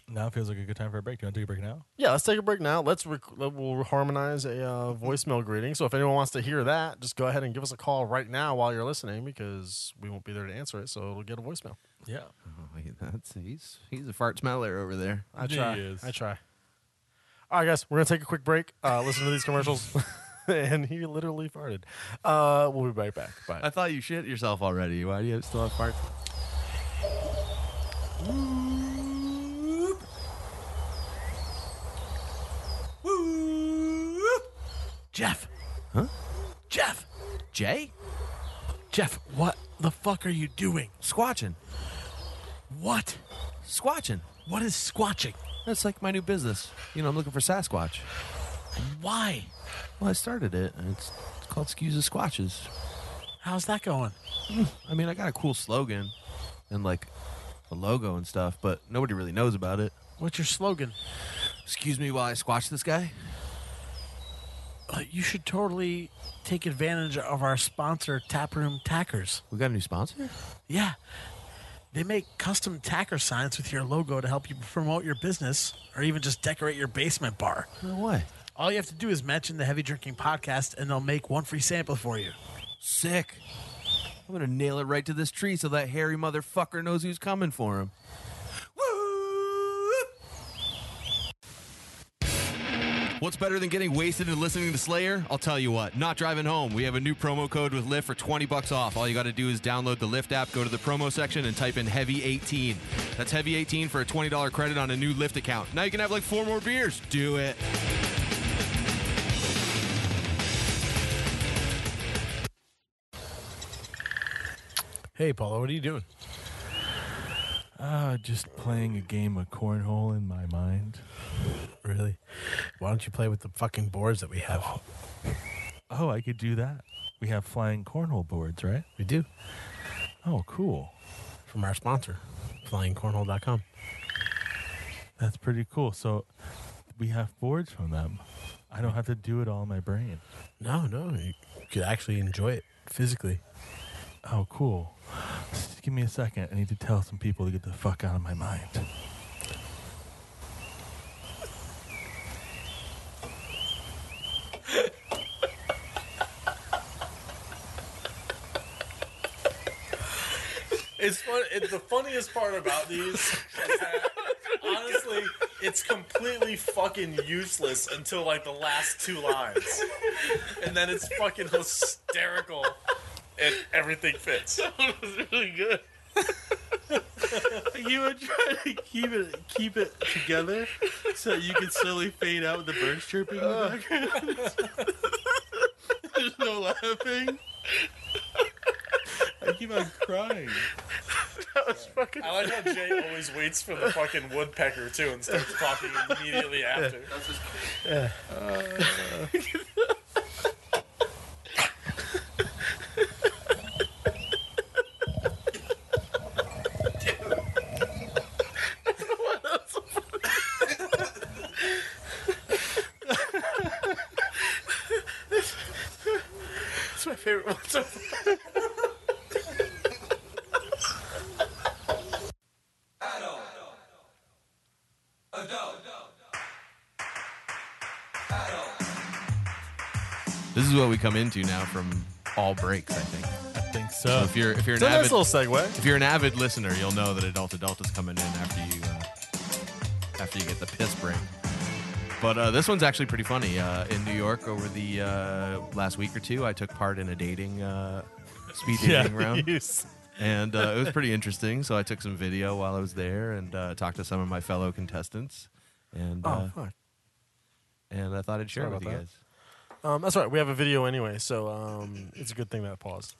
[SPEAKER 3] now feels like a good time for a break. Do you want to take a break now?
[SPEAKER 4] Yeah, let's take a break now. Let's rec- let- we'll harmonize a uh, voicemail greeting. So if anyone wants to hear that, just go ahead and give us a call right now while you're listening because we won't be there to answer it. So it'll get a voicemail.
[SPEAKER 3] Yeah.
[SPEAKER 2] Oh, wait, that's he's he's a fart smeller over there.
[SPEAKER 4] I
[SPEAKER 3] He
[SPEAKER 4] try.
[SPEAKER 3] is.
[SPEAKER 4] I try. All right, guys, we're gonna take a quick break. Uh, listen to these commercials, and he literally farted. Uh, we'll be right back. Bye.
[SPEAKER 2] I thought you shit yourself already. Why do you still have farts?
[SPEAKER 1] Jeff.
[SPEAKER 2] Huh?
[SPEAKER 1] Jeff.
[SPEAKER 2] Jay?
[SPEAKER 1] Jeff. What the fuck are you doing?
[SPEAKER 2] Squatching.
[SPEAKER 1] What?
[SPEAKER 2] Squatching.
[SPEAKER 1] What is squatching?
[SPEAKER 2] That's like my new business. You know, I'm looking for Sasquatch.
[SPEAKER 6] Why?
[SPEAKER 2] Well, I started it. and It's, it's called Skews and Squatches.
[SPEAKER 6] How's that going?
[SPEAKER 2] I mean, I got a cool slogan and like a logo and stuff, but nobody really knows about it.
[SPEAKER 6] What's your slogan?
[SPEAKER 2] Excuse me while I squash this guy.
[SPEAKER 6] Uh, you should totally take advantage of our sponsor, Taproom Tackers.
[SPEAKER 2] We got a new sponsor?
[SPEAKER 6] Yeah. They make custom tacker signs with your logo to help you promote your business or even just decorate your basement bar.
[SPEAKER 2] No way.
[SPEAKER 6] All you have to do is mention the Heavy Drinking Podcast and they'll make one free sample for you.
[SPEAKER 2] Sick. I'm gonna nail it right to this tree so that hairy motherfucker knows who's coming for him. What's better than getting wasted and listening to Slayer? I'll tell you what. Not driving home. We have a new promo code with Lyft for 20 bucks off. All you got to do is download the Lyft app, go to the promo section, and type in Heavy 18. That's Heavy 18 for a $20 credit on a new Lyft account. Now you can have like four more beers. Do it.
[SPEAKER 6] Hey, Paula, what are you doing?
[SPEAKER 3] Ah, just playing a game of cornhole in my mind.
[SPEAKER 6] Really? Why don't you play with the fucking boards that we have?
[SPEAKER 3] Oh, I could do that. We have flying cornhole boards, right?
[SPEAKER 6] We do.
[SPEAKER 3] Oh, cool.
[SPEAKER 6] From our sponsor, flyingcornhole.com.
[SPEAKER 3] That's pretty cool. So we have boards from them. I don't have to do it all in my brain.
[SPEAKER 6] No, no, you could actually enjoy it physically.
[SPEAKER 3] Oh, cool. Just give me a second. I need to tell some people to get the fuck out of my mind.
[SPEAKER 4] It's fun. It, the funniest part about these is that honestly, it's completely fucking useless until like the last two lines, and then it's fucking hysterical, and everything fits.
[SPEAKER 6] You would try to keep it keep it together so you could slowly fade out with the birds chirping in the background. There's no laughing.
[SPEAKER 3] I keep on crying.
[SPEAKER 4] I like how Jay always waits for the fucking woodpecker too and starts talking immediately after.
[SPEAKER 6] It's my favorite one. So
[SPEAKER 2] This is what we come into now from all breaks, I think.
[SPEAKER 3] I think
[SPEAKER 2] So
[SPEAKER 3] so.
[SPEAKER 2] if you're if you're an
[SPEAKER 4] It's a nice
[SPEAKER 2] avid
[SPEAKER 4] little segue.
[SPEAKER 2] if you're an avid listener, you'll know that Adult Adult is coming in after you uh, after you get the piss break. But uh, this one's actually pretty funny. Uh, in New York over the uh, last week or two, I took part in a dating uh, speed dating round
[SPEAKER 4] Yes.
[SPEAKER 2] and uh, it was pretty interesting. So I took some video while I was there and uh, talked to some of my fellow contestants,
[SPEAKER 3] Oh.
[SPEAKER 4] Oh,
[SPEAKER 2] and uh,
[SPEAKER 6] fuck.
[SPEAKER 2] and I thought I'd share it
[SPEAKER 4] Sorry
[SPEAKER 2] with you
[SPEAKER 4] about
[SPEAKER 2] guys.
[SPEAKER 4] Um, that's all right. We have a video anyway, so um, it's a good thing that paused.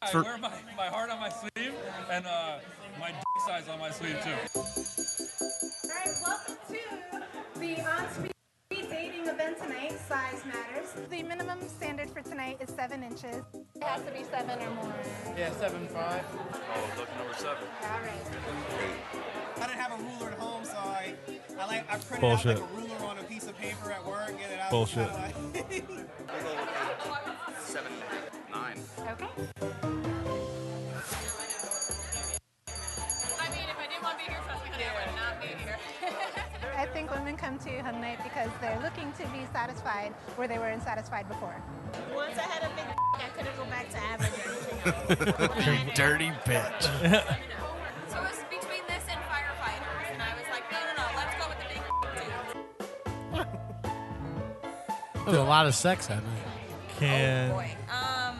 [SPEAKER 10] I wear my, my heart on my sleeve and uh, my dick size on my sleeve too.
[SPEAKER 11] All right, welcome to the on-screen dating event tonight. Size matters. The minimum standard for tonight is seven inches. It has to be seven or more.
[SPEAKER 9] Yeah, seven five.
[SPEAKER 11] All right.
[SPEAKER 9] I didn't have a ruler at home, so I, I like I printed
[SPEAKER 3] Bullshit.
[SPEAKER 9] out like a ruler on a piece of paper at work, and then I
[SPEAKER 3] Bullshit.
[SPEAKER 9] was kinda like,
[SPEAKER 11] Okay.
[SPEAKER 10] I mean, if I didn't want to be here, trust me, I would not be here.
[SPEAKER 11] I think women come to Home Night because they're looking to be satisfied where they weren't satisfied before.
[SPEAKER 10] Once I had a big I couldn't go back to average
[SPEAKER 2] Dirty bitch.
[SPEAKER 10] So it was between this and firefighters, and I was like, no, no, no, let's go with the big dude.
[SPEAKER 6] There's a lot of sex happening.
[SPEAKER 3] Can
[SPEAKER 10] Boy, um,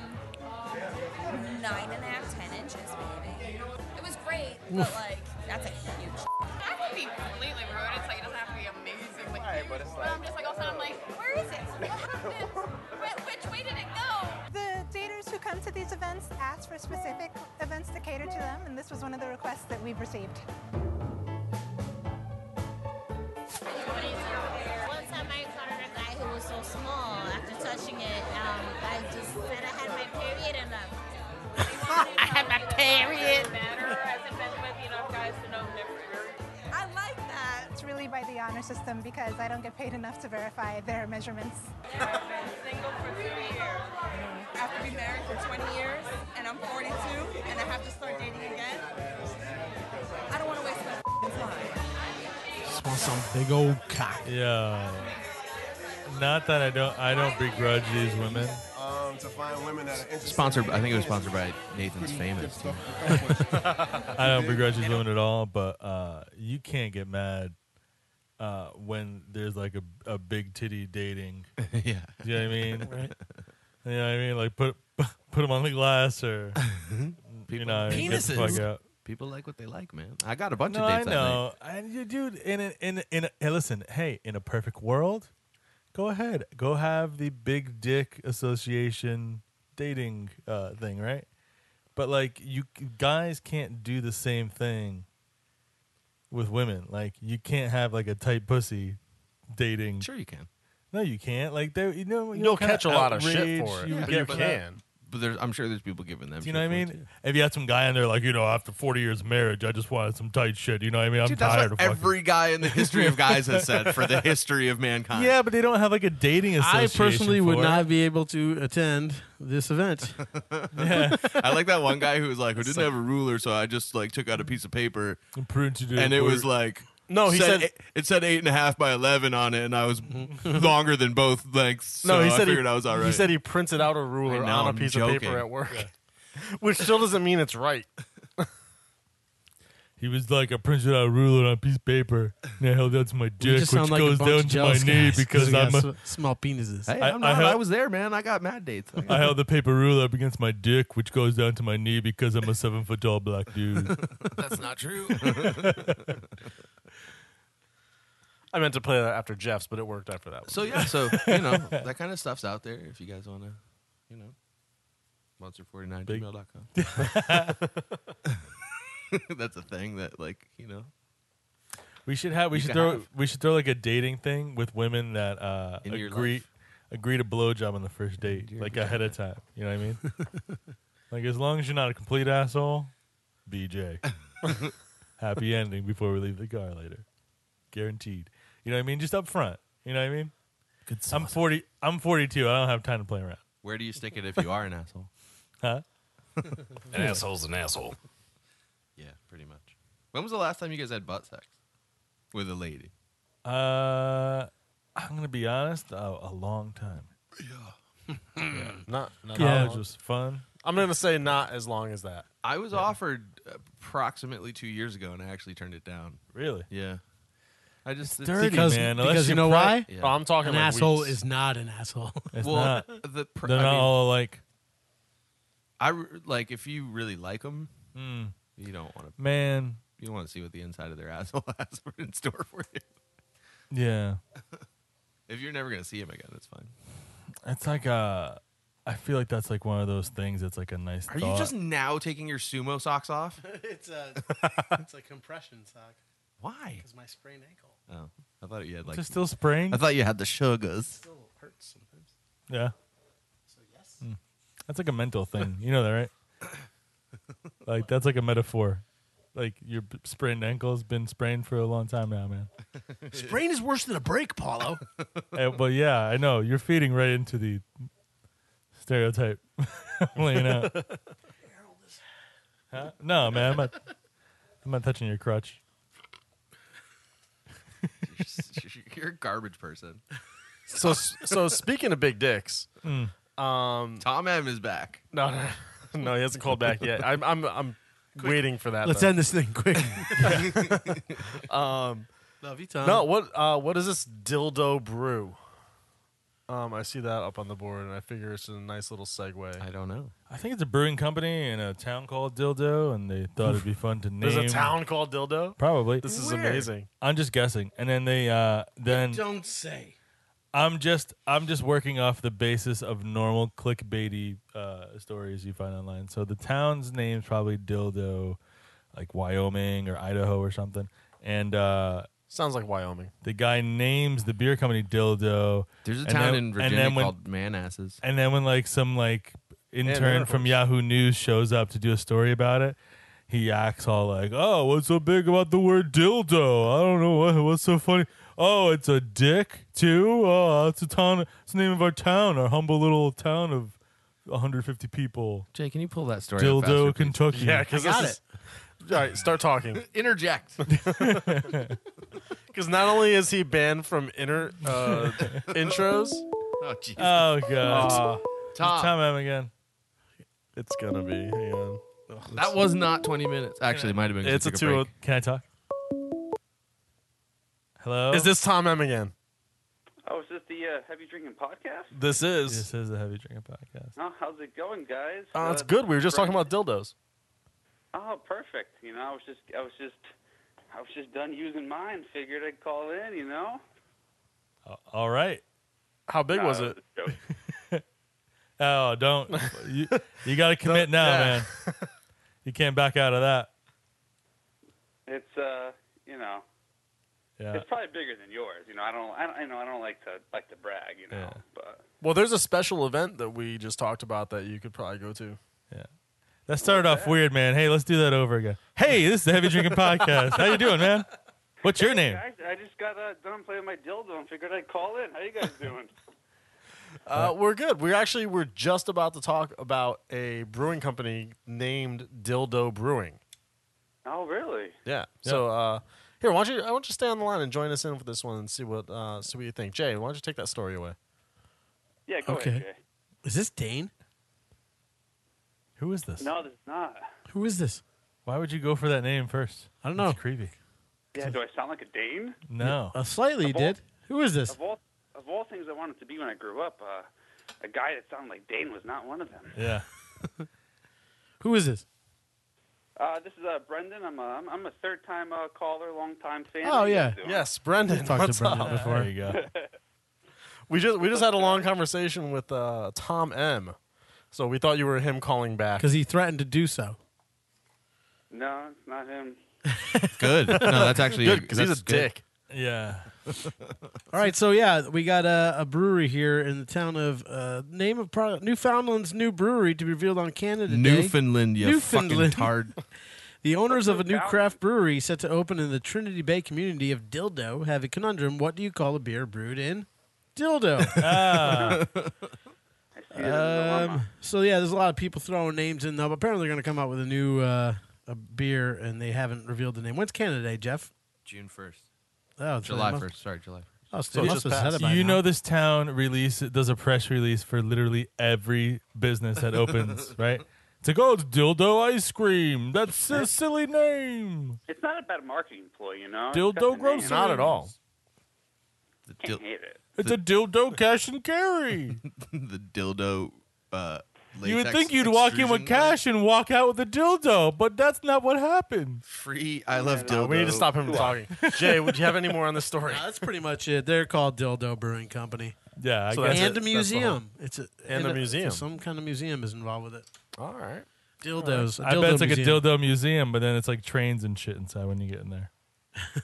[SPEAKER 10] nine and a half, ten inches, maybe. It was great, but like, that's a huge. That would be completely rude. It's like it doesn't have to be amazing. Like, right, but it's like, I'm just like, also, I'm like, where is it? What happened? Wh- Which way did it go?
[SPEAKER 11] The daters who come to these events ask for specific events to cater to them, and this was one of the requests that we've received.
[SPEAKER 10] One time I encountered a guy Period.
[SPEAKER 11] matter,
[SPEAKER 10] As in been with enough guys to know different.
[SPEAKER 11] I like that. It's really by the honor system because I don't get paid enough to verify their measurements.
[SPEAKER 10] I've been single for two years. I have to be married for 20 years, and I'm 42, and I have to start dating again. I don't want to waste my time.
[SPEAKER 3] Just
[SPEAKER 1] want some big old cock.
[SPEAKER 3] Yeah. Not that I don't I don't begrudge these women.
[SPEAKER 8] Um, to find women that are interested.
[SPEAKER 2] Sponsored. I think it was sponsored by Nathan's Famous. too.
[SPEAKER 3] I don't begrudge these women at all, but uh, you can't get mad uh, when there's like a, a big titty dating.
[SPEAKER 2] yeah.
[SPEAKER 3] Do you know what I mean? You know what I mean? Like put put them on the glass or you know what I mean? get the fuck out.
[SPEAKER 2] People like what they like, man. I got a bunch
[SPEAKER 3] no,
[SPEAKER 2] of dates.
[SPEAKER 3] I know. And you, dude, in a, in a, in a, hey, listen, hey, in a perfect world, go ahead, go have the big dick association dating uh, thing, right? But like, you c- guys can't do the same thing with women. Like, you can't have like a tight pussy dating.
[SPEAKER 2] Sure, you can.
[SPEAKER 3] No, you can't. Like, they, you know, you
[SPEAKER 4] You'll
[SPEAKER 3] know, kinda
[SPEAKER 4] catch a lot of shit
[SPEAKER 3] outrage
[SPEAKER 4] for it,
[SPEAKER 3] would
[SPEAKER 4] but
[SPEAKER 3] get
[SPEAKER 4] you
[SPEAKER 3] for that.
[SPEAKER 4] can.
[SPEAKER 2] But there's, I'm sure there's people giving them.
[SPEAKER 3] Do you know what I mean? If you had some guy in there like, you know, after 40 years of marriage, I just wanted some tight shit. You know what I mean? I'm
[SPEAKER 2] Dude, that's
[SPEAKER 3] tired
[SPEAKER 2] what
[SPEAKER 3] of fucking.
[SPEAKER 2] every guy in the history of guys has said for the history of mankind.
[SPEAKER 3] Yeah, but they don't have like a dating
[SPEAKER 2] I
[SPEAKER 3] association.
[SPEAKER 2] Association
[SPEAKER 12] personally would
[SPEAKER 2] for it.
[SPEAKER 12] not be able to attend this event.
[SPEAKER 2] I like that one guy who was like, who didn't
[SPEAKER 12] like-
[SPEAKER 2] have a ruler, so I just like took out a piece of paper
[SPEAKER 3] And printed it
[SPEAKER 2] and it
[SPEAKER 3] for-
[SPEAKER 2] was like.
[SPEAKER 3] No, he said- Mm-hmm.
[SPEAKER 2] eight- it said eight and a half by eleven on it, and I was longer than both lengths.
[SPEAKER 4] no,
[SPEAKER 2] so
[SPEAKER 4] he
[SPEAKER 2] I
[SPEAKER 4] said
[SPEAKER 2] figured
[SPEAKER 4] he,
[SPEAKER 2] I was all right.
[SPEAKER 4] He said he printed out a ruler
[SPEAKER 2] I know,
[SPEAKER 4] on a
[SPEAKER 2] I'm
[SPEAKER 4] piece of
[SPEAKER 2] joking.
[SPEAKER 4] paper at work, which still doesn't mean it's right.
[SPEAKER 3] He was like, I printed out a ruler on a piece of paper and I held it to my dick, which
[SPEAKER 12] just sound like a
[SPEAKER 3] goes
[SPEAKER 12] bunch of
[SPEAKER 3] down to my
[SPEAKER 12] jealous
[SPEAKER 3] knee
[SPEAKER 12] guys 'cause
[SPEAKER 3] because
[SPEAKER 12] we
[SPEAKER 3] I'm.
[SPEAKER 12] got
[SPEAKER 3] A,
[SPEAKER 12] s- small penises.
[SPEAKER 2] Hey,
[SPEAKER 3] I-
[SPEAKER 2] I'm
[SPEAKER 3] I
[SPEAKER 2] not. I,
[SPEAKER 3] held-
[SPEAKER 2] was there, man. I got mad dates.
[SPEAKER 3] I held the paper ruler up against my dick, which goes down to my knee because I'm a seven foot tall black dude.
[SPEAKER 2] That's not true.
[SPEAKER 4] I meant to play that after Jeff's, but it worked after that. One.
[SPEAKER 2] so yeah, so you know that kind of stuff's out there. If you guys want to, you know, monster forty nine gmail.com. That's a thing that like you know
[SPEAKER 3] We should have. We
[SPEAKER 2] You
[SPEAKER 3] should
[SPEAKER 2] can
[SPEAKER 3] throw.
[SPEAKER 2] have.
[SPEAKER 3] We should throw like a dating thing with women that uh,
[SPEAKER 2] In your
[SPEAKER 3] agree agree to blowjob on the first date,
[SPEAKER 2] your
[SPEAKER 3] like ahead of time. You know what I mean? like as long as you're not a complete asshole, BJ. Happy ending before we leave the car later, guaranteed. You know what I mean? Just up front. You know what I mean? I'm forty. I'm forty two. I don't have time to play around.
[SPEAKER 2] where do you stick it if you are an asshole?
[SPEAKER 3] Huh?
[SPEAKER 4] An asshole's an asshole.
[SPEAKER 2] Yeah, pretty much. When was the last time you guys had butt sex with a lady?
[SPEAKER 3] Uh, I'm gonna be honest. A, a long time.
[SPEAKER 4] Not, not
[SPEAKER 3] College
[SPEAKER 4] that long.
[SPEAKER 3] was fun.
[SPEAKER 4] I'm gonna say not as long as that.
[SPEAKER 2] I was offered approximately two years ago, and I actually turned it down.
[SPEAKER 3] Really?
[SPEAKER 2] Yeah. I just it's
[SPEAKER 12] dirty, Because- man. Unless because you you know
[SPEAKER 3] why?
[SPEAKER 2] Yeah.
[SPEAKER 4] Oh, I'm talking
[SPEAKER 12] An
[SPEAKER 4] like
[SPEAKER 12] asshole
[SPEAKER 4] weeks.
[SPEAKER 12] is not an asshole.
[SPEAKER 3] It's
[SPEAKER 2] Well,
[SPEAKER 3] not.
[SPEAKER 2] the pr-
[SPEAKER 3] They're
[SPEAKER 2] I
[SPEAKER 3] not
[SPEAKER 2] mean-
[SPEAKER 3] all like
[SPEAKER 2] I re- like if you really like them, Hmm.
[SPEAKER 3] Mm.
[SPEAKER 2] you don't want to.
[SPEAKER 3] man.
[SPEAKER 2] You don't want to see what the inside of their asshole has in store for you.
[SPEAKER 3] Yeah.
[SPEAKER 2] If you're never gonna see him again, that's fine.
[SPEAKER 3] It's like uh I feel like that's like one of those things that's like a nice
[SPEAKER 2] Are
[SPEAKER 3] thought.
[SPEAKER 2] you just now taking your sumo socks off?
[SPEAKER 12] it's a it's a compression sock
[SPEAKER 2] Why?
[SPEAKER 12] because my sprained ankle
[SPEAKER 2] Oh, I thought you had like.
[SPEAKER 3] Is it still spraying?
[SPEAKER 2] I thought you had the sugars.
[SPEAKER 12] still hurts sometimes.
[SPEAKER 3] yeah.
[SPEAKER 12] So yes,
[SPEAKER 3] That's like a mental thing. You know that, right? like that's like a metaphor. Like your b- sprained ankle's been sprained for a long time now, man.
[SPEAKER 12] sprain is worse than a break, Paulo.
[SPEAKER 3] Eh, but yeah, I know you're feeding right into the stereotype. Laying out. Huh? No, man, I'm not. I'm not touching your crutch.
[SPEAKER 2] you're a garbage person.
[SPEAKER 4] So so speaking of big dicks,
[SPEAKER 3] Mm.
[SPEAKER 4] um,
[SPEAKER 2] Tom M is back.
[SPEAKER 4] no, no, no, he hasn't called back yet. I'm I'm I'm waiting for that.
[SPEAKER 12] Let's
[SPEAKER 4] though.
[SPEAKER 12] end this thing quick.
[SPEAKER 4] Um,
[SPEAKER 12] Love you, Tom.
[SPEAKER 4] no, what uh, what is this dildo brew? Um, I see that up on the board, and I figure it's a nice little segue.
[SPEAKER 2] I don't know.
[SPEAKER 3] I think it's a brewing company in a town called Dildo, and they thought it'd be fun to name.
[SPEAKER 4] There's a town called Dildo.
[SPEAKER 3] Probably.
[SPEAKER 4] This is
[SPEAKER 12] Where?
[SPEAKER 4] amazing.
[SPEAKER 3] I'm just guessing, and then they uh, then
[SPEAKER 12] don't say.
[SPEAKER 3] I'm just I'm just working off the basis of normal clickbaity uh, stories you find online. So the town's name's probably Dildo, like Wyoming or Idaho or something, and uh,
[SPEAKER 4] Sounds like Wyoming.
[SPEAKER 3] the guy names the beer company Dildo.
[SPEAKER 2] There's a
[SPEAKER 3] and
[SPEAKER 2] town
[SPEAKER 3] then-
[SPEAKER 2] in Virginia
[SPEAKER 3] and then when,
[SPEAKER 2] called Manasses.
[SPEAKER 3] And then when like some like intern from Yahoo News shows up to do a story about it. He acts all like, "Oh, what's so big about the word dildo? I don't know what, what's so funny. Oh, it's a dick too. Oh, it's a town. It's the name of our town, our humble little town of 150 people."
[SPEAKER 2] Jay, can you pull that story? up faster,
[SPEAKER 3] Dildo,
[SPEAKER 2] please?
[SPEAKER 3] Kentucky.
[SPEAKER 4] Yeah, because this is- All right, start talking.
[SPEAKER 2] Interject.
[SPEAKER 4] Because not only is he banned from inner uh, intros,
[SPEAKER 2] Oh, Jesus.
[SPEAKER 3] Oh god.
[SPEAKER 4] Aw.
[SPEAKER 2] Tom.
[SPEAKER 3] Tom M again.
[SPEAKER 4] it's gonna be. Hang on. Ugh,
[SPEAKER 2] That was not 20 minutes. Actually, it might have been. 'cause
[SPEAKER 4] It's
[SPEAKER 2] we
[SPEAKER 4] a
[SPEAKER 2] took break.
[SPEAKER 4] two.
[SPEAKER 3] Can I talk? Hello.
[SPEAKER 4] Is this Tom M again?
[SPEAKER 13] Oh, is this the uh, Heavy Drinking Podcast?
[SPEAKER 4] This is.
[SPEAKER 3] This is the Heavy Drinking Podcast.
[SPEAKER 13] Oh, how's it going, guys? Uh,
[SPEAKER 4] Oh, it's good. We were just talking about dildos.
[SPEAKER 13] Oh, perfect. You know, I was just, I was just, I was just done using mine. Figured I'd call in. You know.
[SPEAKER 3] All right.
[SPEAKER 4] How big was
[SPEAKER 13] Uh,
[SPEAKER 4] it?
[SPEAKER 3] Oh, don't you? You got to commit now,
[SPEAKER 13] yeah.
[SPEAKER 3] man. You can't back out of that.
[SPEAKER 13] It's, uh, you know,
[SPEAKER 4] Uh.
[SPEAKER 3] Yeah.
[SPEAKER 13] it's probably bigger than yours. You know, I don't, I don't, you know, I don't like to like to brag. You know, but
[SPEAKER 4] Well, there's a special event that we just talked about that you could probably go to.
[SPEAKER 3] That started off weird, man. Hey, let's do that over again. Hey, this is the Heavy Drinking Podcast. How you doing, man? What's your name?
[SPEAKER 13] Guys, I just got uh, done playing my dildo and figured I'd call in. How you guys doing?
[SPEAKER 4] Uh, we're good. We're actually we're just about to talk about a brewing company named Dildo Brewing.
[SPEAKER 13] oh, really?
[SPEAKER 4] Yeah. So uh, here, why don't you? I want you to stay on the line and join us in for this one and see what uh, see what you think. Jay, why don't you take that story away?
[SPEAKER 13] Yeah. Go
[SPEAKER 4] Okay.
[SPEAKER 13] ahead, Jay.
[SPEAKER 12] Is this Dane?
[SPEAKER 3] Who is this?
[SPEAKER 13] No, Oh, this is not.
[SPEAKER 3] Who is this? Why would you go for that name first? I don't know. It's creepy.
[SPEAKER 13] Yeah. Do I sound like a Dane?
[SPEAKER 3] No.
[SPEAKER 1] Uh, slightly you
[SPEAKER 13] Of all-
[SPEAKER 1] did. Who is this?
[SPEAKER 13] Of all, of all things I wanted to be when I grew up, uh, a guy that sounded like Dane was not one of them.
[SPEAKER 3] Yeah.
[SPEAKER 1] Who is this?
[SPEAKER 13] Uh, this is uh, Brendan. I'm a, I'm- I'm a third time uh, caller, long time fan.
[SPEAKER 1] Oh,
[SPEAKER 13] How you
[SPEAKER 1] yeah.
[SPEAKER 13] guys doing?
[SPEAKER 4] Yes, Brendan.
[SPEAKER 1] We've talked to
[SPEAKER 4] what's
[SPEAKER 1] Brendan
[SPEAKER 4] up?
[SPEAKER 1] before. There
[SPEAKER 3] you go.
[SPEAKER 4] we just we just had a long conversation with uh, Tom M. So we thought you were him calling back.
[SPEAKER 1] Because he threatened to do so.
[SPEAKER 13] no, it's not him.
[SPEAKER 2] Good. No, that's actually
[SPEAKER 4] good because he's
[SPEAKER 2] that's
[SPEAKER 4] a
[SPEAKER 2] good.
[SPEAKER 4] dick.
[SPEAKER 3] Yeah.
[SPEAKER 1] All right, so yeah, we got a, a brewery here in the town of uh, name of product Newfoundland's new brewery to be revealed on Canada Day.
[SPEAKER 2] Newfoundland, you
[SPEAKER 1] Newfoundland.
[SPEAKER 2] fucking tard.
[SPEAKER 1] The owners of a new craft brewery set to open in the Trinity Bay community of Dildo have a conundrum. What do you call a beer brewed in Dildo?
[SPEAKER 3] Ah.
[SPEAKER 13] it as a
[SPEAKER 1] um, so yeah, there's a lot of people throwing names in though. But apparently, they're going to come out with a new uh, a beer, and they haven't revealed the name. When's Canada Day, Jeff?
[SPEAKER 2] June first.
[SPEAKER 1] Oh, it's
[SPEAKER 2] July
[SPEAKER 1] must-
[SPEAKER 2] first. Sorry, July first.
[SPEAKER 1] Oh, so it must have said it by
[SPEAKER 3] you
[SPEAKER 1] now.
[SPEAKER 3] know this town release does a press release for literally every business that opens, right? It's like, oh, it's dildo ice cream. That's a silly name.
[SPEAKER 13] It's not a bad marketing ploy, you know. It's got the
[SPEAKER 3] Dildo
[SPEAKER 13] name.
[SPEAKER 3] grocery.
[SPEAKER 13] Can't hate it.
[SPEAKER 3] It's a dildo cash and carry.
[SPEAKER 2] the dildo. Uh,
[SPEAKER 3] you would
[SPEAKER 2] latex
[SPEAKER 3] think you'd walk in with
[SPEAKER 2] extrusion line.
[SPEAKER 3] cash and walk out with a dildo, but that's not what happened.
[SPEAKER 2] Free. I love
[SPEAKER 4] No,
[SPEAKER 2] dildo.
[SPEAKER 4] Uh, we need to stop him from talking. Jay, would you have any more on this story?
[SPEAKER 1] Nah, that's pretty much it. They're called Dildo Brewing Company.
[SPEAKER 3] Yeah, I
[SPEAKER 4] So
[SPEAKER 3] guess
[SPEAKER 4] that's
[SPEAKER 1] and
[SPEAKER 4] it.
[SPEAKER 1] a
[SPEAKER 4] That's the
[SPEAKER 1] museum. it's a,
[SPEAKER 4] And a
[SPEAKER 1] so
[SPEAKER 4] museum.
[SPEAKER 1] some kind of museum is involved with it.
[SPEAKER 4] All right.
[SPEAKER 1] Dildos. a
[SPEAKER 3] I bet
[SPEAKER 1] dildo
[SPEAKER 3] it's like
[SPEAKER 1] museum.
[SPEAKER 3] a dildo museum, but then it's like trains and shit inside when you get in there.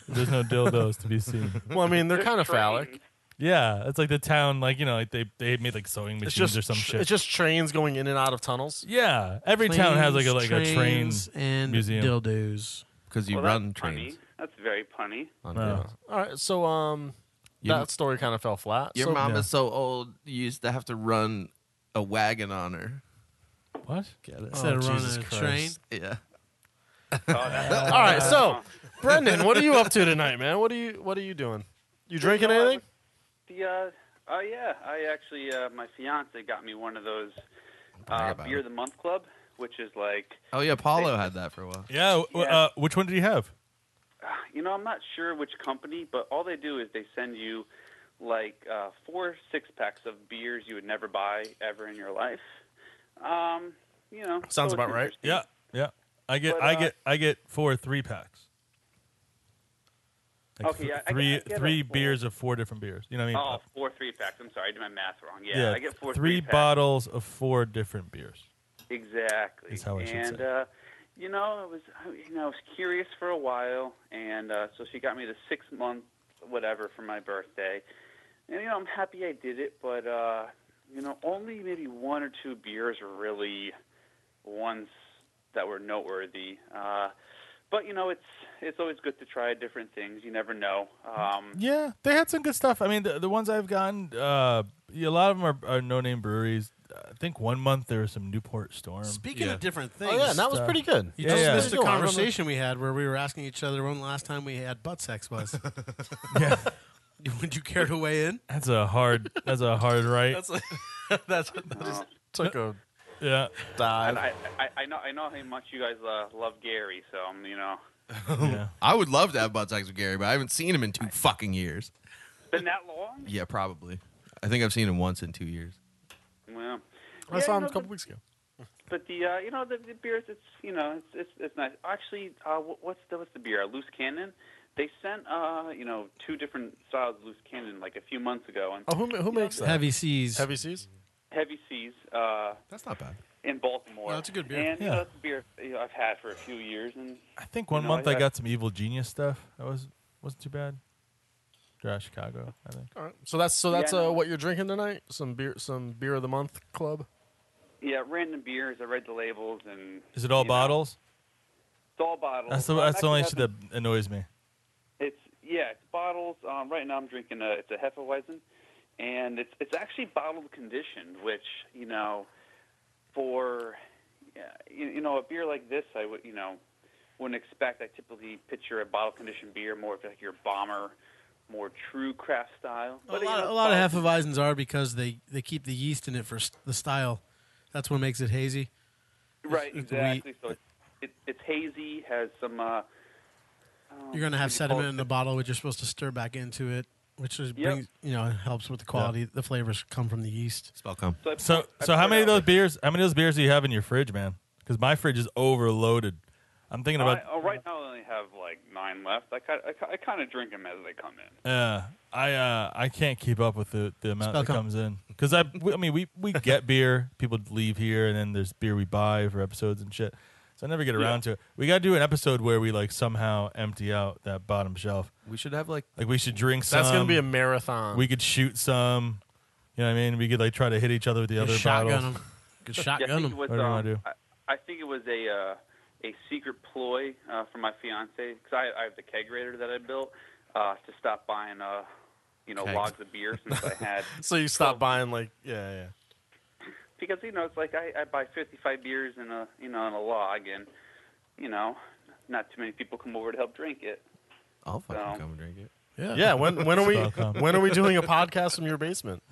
[SPEAKER 3] There's no dildos to be seen.
[SPEAKER 4] Well, I mean, they're kind of phallic.
[SPEAKER 3] Yeah, it's like the town, like you know, like they they made like sewing
[SPEAKER 4] It's
[SPEAKER 3] machines
[SPEAKER 4] just
[SPEAKER 3] or some
[SPEAKER 4] tr-
[SPEAKER 3] shit.
[SPEAKER 4] It's just trains going in and out of tunnels.
[SPEAKER 3] yeah, every town has like a like a train
[SPEAKER 1] Planes, trains, and
[SPEAKER 3] museum.
[SPEAKER 1] dildos.
[SPEAKER 2] Because you
[SPEAKER 13] Well,
[SPEAKER 2] run
[SPEAKER 13] that's funny.
[SPEAKER 2] trains.
[SPEAKER 13] That's very punny.
[SPEAKER 2] On
[SPEAKER 3] Yeah.
[SPEAKER 2] dildos.
[SPEAKER 4] All right. So um,
[SPEAKER 2] Your-
[SPEAKER 4] that story kind of fell flat.
[SPEAKER 2] Your
[SPEAKER 4] so,
[SPEAKER 2] mom is so old. You used to have to run a wagon on her.
[SPEAKER 3] What?
[SPEAKER 2] Get it?
[SPEAKER 1] Instead of running
[SPEAKER 4] Oh, Jesus
[SPEAKER 1] a
[SPEAKER 4] Christ.
[SPEAKER 1] train.
[SPEAKER 2] Yeah.
[SPEAKER 4] All right. So, Brendan, what are you up to tonight, man? What are you What are you doing? You drinking
[SPEAKER 13] no, I
[SPEAKER 4] anything?
[SPEAKER 13] The uh, oh yeah, I actually uh, my fiance got me one of those uh,
[SPEAKER 2] about
[SPEAKER 13] beer
[SPEAKER 2] it.
[SPEAKER 13] of the month club, which is like
[SPEAKER 2] Oh yeah, Paulo had that for a while.
[SPEAKER 3] Yeah. w-
[SPEAKER 13] Yeah.
[SPEAKER 3] Uh, which one did he have?
[SPEAKER 13] you know, I'm not sure which company, but all they do is they send you like uh, four six packs of beers you would never buy ever in your life. Um, you know,
[SPEAKER 4] Sounds
[SPEAKER 13] so
[SPEAKER 4] about
[SPEAKER 13] it's
[SPEAKER 4] right.
[SPEAKER 13] interesting.
[SPEAKER 3] Yeah. Yeah. I get
[SPEAKER 13] But,
[SPEAKER 3] I
[SPEAKER 13] uh,
[SPEAKER 3] get I get four three packs. Like
[SPEAKER 13] Okay,
[SPEAKER 3] th-
[SPEAKER 13] yeah, I get-
[SPEAKER 3] three
[SPEAKER 13] I get a
[SPEAKER 3] three
[SPEAKER 13] full-
[SPEAKER 3] beers of four different beers. You know what I mean? Uh,
[SPEAKER 13] Oh, four three packs. I'm sorry, I did my math wrong. Yeah, I get four
[SPEAKER 3] three
[SPEAKER 13] three,
[SPEAKER 3] bottles of four different beers.
[SPEAKER 13] packs. Exactly.
[SPEAKER 3] is how I should
[SPEAKER 13] and
[SPEAKER 3] say.
[SPEAKER 13] uh, you know, I was you know I was curious for a while, and uh, so she got me the six month whatever for my birthday, and you know I'm happy I did it, but uh, you know, only maybe one or two beers were really ones that were noteworthy. Uh, but you know, it's it's always good to try different things. You never know.
[SPEAKER 3] Mm-hmm.
[SPEAKER 13] Um,
[SPEAKER 3] Yeah, they had some good stuff. I mean, the, the ones I've gotten, uh, yeah, a lot of them are, are no name breweries. I think one month there was some Newport Storm.
[SPEAKER 1] Speaking of different
[SPEAKER 4] Oh,
[SPEAKER 1] things,
[SPEAKER 3] Stuff.
[SPEAKER 1] You
[SPEAKER 3] Yeah,
[SPEAKER 1] just
[SPEAKER 3] yeah.
[SPEAKER 1] missed a
[SPEAKER 6] the
[SPEAKER 1] conversation.
[SPEAKER 6] conversation we had where we were asking each other when the last time we had butt sex was.
[SPEAKER 3] yeah.
[SPEAKER 6] Would you care to weigh in?
[SPEAKER 3] That's a hard. That's a hard right.
[SPEAKER 6] That's like, that's that
[SPEAKER 13] uh,
[SPEAKER 6] just took a
[SPEAKER 3] yeah.
[SPEAKER 13] and I, I, I know I know how much you guys uh, love Gary, so um, you know.
[SPEAKER 2] I would love to have butt sex with Gary, but I haven't seen him in two fucking years.
[SPEAKER 13] Been that long?
[SPEAKER 2] Yeah, probably. I think I've seen him once in two years.
[SPEAKER 13] Well,
[SPEAKER 4] I
[SPEAKER 13] yeah,
[SPEAKER 4] saw
[SPEAKER 13] you
[SPEAKER 4] him
[SPEAKER 13] know,
[SPEAKER 4] a couple weeks ago.
[SPEAKER 13] But the uh, you know the, the beers, it's you know it's it's, it's nice. Actually, uh, wh- what's the what's the beer? Uh, Loose Cannon. They sent uh, you know two different styles of Loose Cannon like a few months ago, and
[SPEAKER 4] Oh, who, who makes that?
[SPEAKER 1] Heavy Seas.
[SPEAKER 4] Heavy Seas?
[SPEAKER 13] Heavy Seas. Uh,
[SPEAKER 2] That's not bad.
[SPEAKER 13] In Baltimore.
[SPEAKER 4] No, it's a good beer.
[SPEAKER 13] And you
[SPEAKER 3] Yeah.
[SPEAKER 13] know, it's a beer you know, I've had for a few years, and
[SPEAKER 3] I think one
[SPEAKER 13] you know,
[SPEAKER 3] month I
[SPEAKER 13] yeah.
[SPEAKER 3] got some Evil Genius stuff. That was wasn't too bad. They're out of Chicago, I think.
[SPEAKER 4] All right. So that's so that's
[SPEAKER 13] Yeah, no.
[SPEAKER 4] uh, what you're drinking tonight? Some beer some beer of the month club.
[SPEAKER 13] yeah, random beers. I read the labels, and
[SPEAKER 3] Is it all
[SPEAKER 13] you know,
[SPEAKER 3] bottles?
[SPEAKER 13] it's all bottles.
[SPEAKER 3] That's the
[SPEAKER 13] Um,
[SPEAKER 3] that's the only shit
[SPEAKER 13] actually,
[SPEAKER 3] that annoys me.
[SPEAKER 13] It's yeah, it's bottles. Um, right now I'm drinking a it's a Hefeweizen, and it's it's actually bottled conditioned, which you know, for yeah, you, you know a beer like this, I would you know wouldn't expect. I typically picture a bottle conditioned beer more of like your bomber, more true craft style.
[SPEAKER 6] a
[SPEAKER 13] you
[SPEAKER 6] lot,
[SPEAKER 13] know,
[SPEAKER 6] a lot of
[SPEAKER 13] bottled-
[SPEAKER 6] Hefeweizens are because they, they keep the yeast in it for st- the style. That's what makes it hazy.
[SPEAKER 13] Right,
[SPEAKER 6] It's- it's wheat.
[SPEAKER 13] exactly. So it's, it, it's hazy, has some. Uh, um,
[SPEAKER 6] You're going to have
[SPEAKER 13] what do you call
[SPEAKER 6] sediment in the bottle, which you're supposed to stir back into it, which is brings, you know helps with the quality. The flavors come from the yeast.
[SPEAKER 2] Spell come.
[SPEAKER 13] So,
[SPEAKER 3] So so how many of those beers? How many of those beers do you have in your fridge, man? Because my fridge is overloaded. I'm thinking about.
[SPEAKER 13] I, oh, right now I only have like nine left. I kind I, I kind of drink them as they come in.
[SPEAKER 3] Yeah, I uh, I can't keep up with the, the amount
[SPEAKER 6] Spell
[SPEAKER 3] that
[SPEAKER 6] come.
[SPEAKER 3] comes in because I we, I mean we, we get beer people leave here and then there's beer we buy for episodes and shit so I never get
[SPEAKER 2] Yeah.
[SPEAKER 3] around to it. We gotta do an episode where we like somehow empty out that bottom shelf.
[SPEAKER 2] We should have like
[SPEAKER 3] like we should drink some.
[SPEAKER 4] That's gonna be a marathon.
[SPEAKER 3] We could shoot some. You know what I mean? We could like try to hit each other with the
[SPEAKER 4] You
[SPEAKER 3] other
[SPEAKER 4] shotgun
[SPEAKER 3] bottles.
[SPEAKER 4] 'em. Good
[SPEAKER 13] Yeah, I think it was,
[SPEAKER 3] Whatever you wanna
[SPEAKER 13] um,
[SPEAKER 3] do.
[SPEAKER 13] I, I think it was a uh, a secret ploy uh, from my fiance because I, I have the kegerator that I built uh, to stop buying uh, you know
[SPEAKER 4] Kegs.
[SPEAKER 13] logs of beer since I had
[SPEAKER 4] So you stop buying like yeah yeah.
[SPEAKER 13] because you know it's like I, I buy 55 beers in a you know in a log and you know not too many people come over to help drink it.
[SPEAKER 2] I'll
[SPEAKER 13] fucking
[SPEAKER 2] come and drink it.
[SPEAKER 4] Yeah. When when are we
[SPEAKER 3] Spell come.
[SPEAKER 4] when are we doing a podcast from your basement?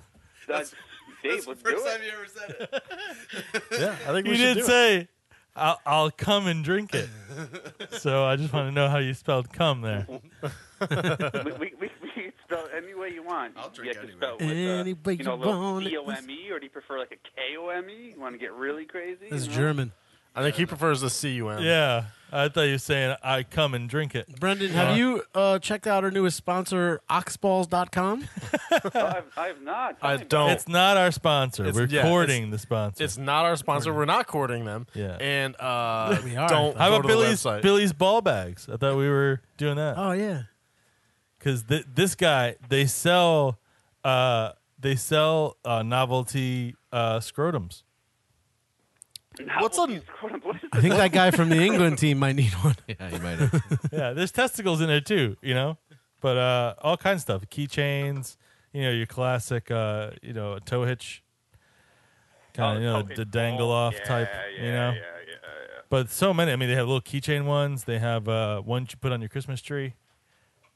[SPEAKER 13] That's, Dave, let's do it.
[SPEAKER 2] you ever said it.
[SPEAKER 4] Yeah, I think
[SPEAKER 3] you
[SPEAKER 4] we should
[SPEAKER 3] did
[SPEAKER 4] do it.
[SPEAKER 3] say I'll, I'll come and drink it. so I just want to know how you spelled come there.
[SPEAKER 13] we, we, we, we can spell it any way you want. I'll drink anyway. Spell it with, uh,
[SPEAKER 6] Any way
[SPEAKER 13] you know,
[SPEAKER 6] you
[SPEAKER 13] little
[SPEAKER 6] want it.
[SPEAKER 13] C-O-M-E, E, or do you prefer like a K-O-M-E? E? You want to get really crazy?
[SPEAKER 4] This is
[SPEAKER 13] you know?
[SPEAKER 4] German. I think he prefers the C U M.
[SPEAKER 3] Yeah, I thought you were saying I come and drink it.
[SPEAKER 6] Brendan, have you uh, checked out our newest sponsor, oxballs.com?
[SPEAKER 13] Oh, I've, I've not.
[SPEAKER 4] I don't.
[SPEAKER 3] It's not our sponsor.
[SPEAKER 4] It's-
[SPEAKER 3] we're
[SPEAKER 4] yeah,
[SPEAKER 3] courting
[SPEAKER 4] it's-
[SPEAKER 3] the sponsor.
[SPEAKER 4] It's not our sponsor. We're not courting them.
[SPEAKER 3] Yeah.
[SPEAKER 4] And uh,
[SPEAKER 6] We are.
[SPEAKER 4] Don't
[SPEAKER 3] How
[SPEAKER 4] go to
[SPEAKER 3] about
[SPEAKER 4] the
[SPEAKER 3] Billy's
[SPEAKER 4] website.
[SPEAKER 3] Billy's ball bags? I thought we were doing that
[SPEAKER 6] Oh yeah.
[SPEAKER 3] because th- this guy they sell uh, they sell uh, novelty uh, scrotums.
[SPEAKER 13] What's on? What is
[SPEAKER 6] I think that guy from the England team might need one.
[SPEAKER 2] Yeah, you might have.
[SPEAKER 3] yeah, there's testicles in there too, you know, but uh, all kinds of stuff, keychains, you know, your classic, uh, you know, toe hitch, kind of,
[SPEAKER 13] Oh,
[SPEAKER 3] you know,
[SPEAKER 13] toe hitch.
[SPEAKER 3] the dangle off
[SPEAKER 13] Yeah,
[SPEAKER 3] type,
[SPEAKER 13] yeah,
[SPEAKER 3] you know.
[SPEAKER 13] yeah, yeah, yeah.
[SPEAKER 3] But so many. I mean, they have little keychain ones. They have uh, ones you put on your Christmas tree.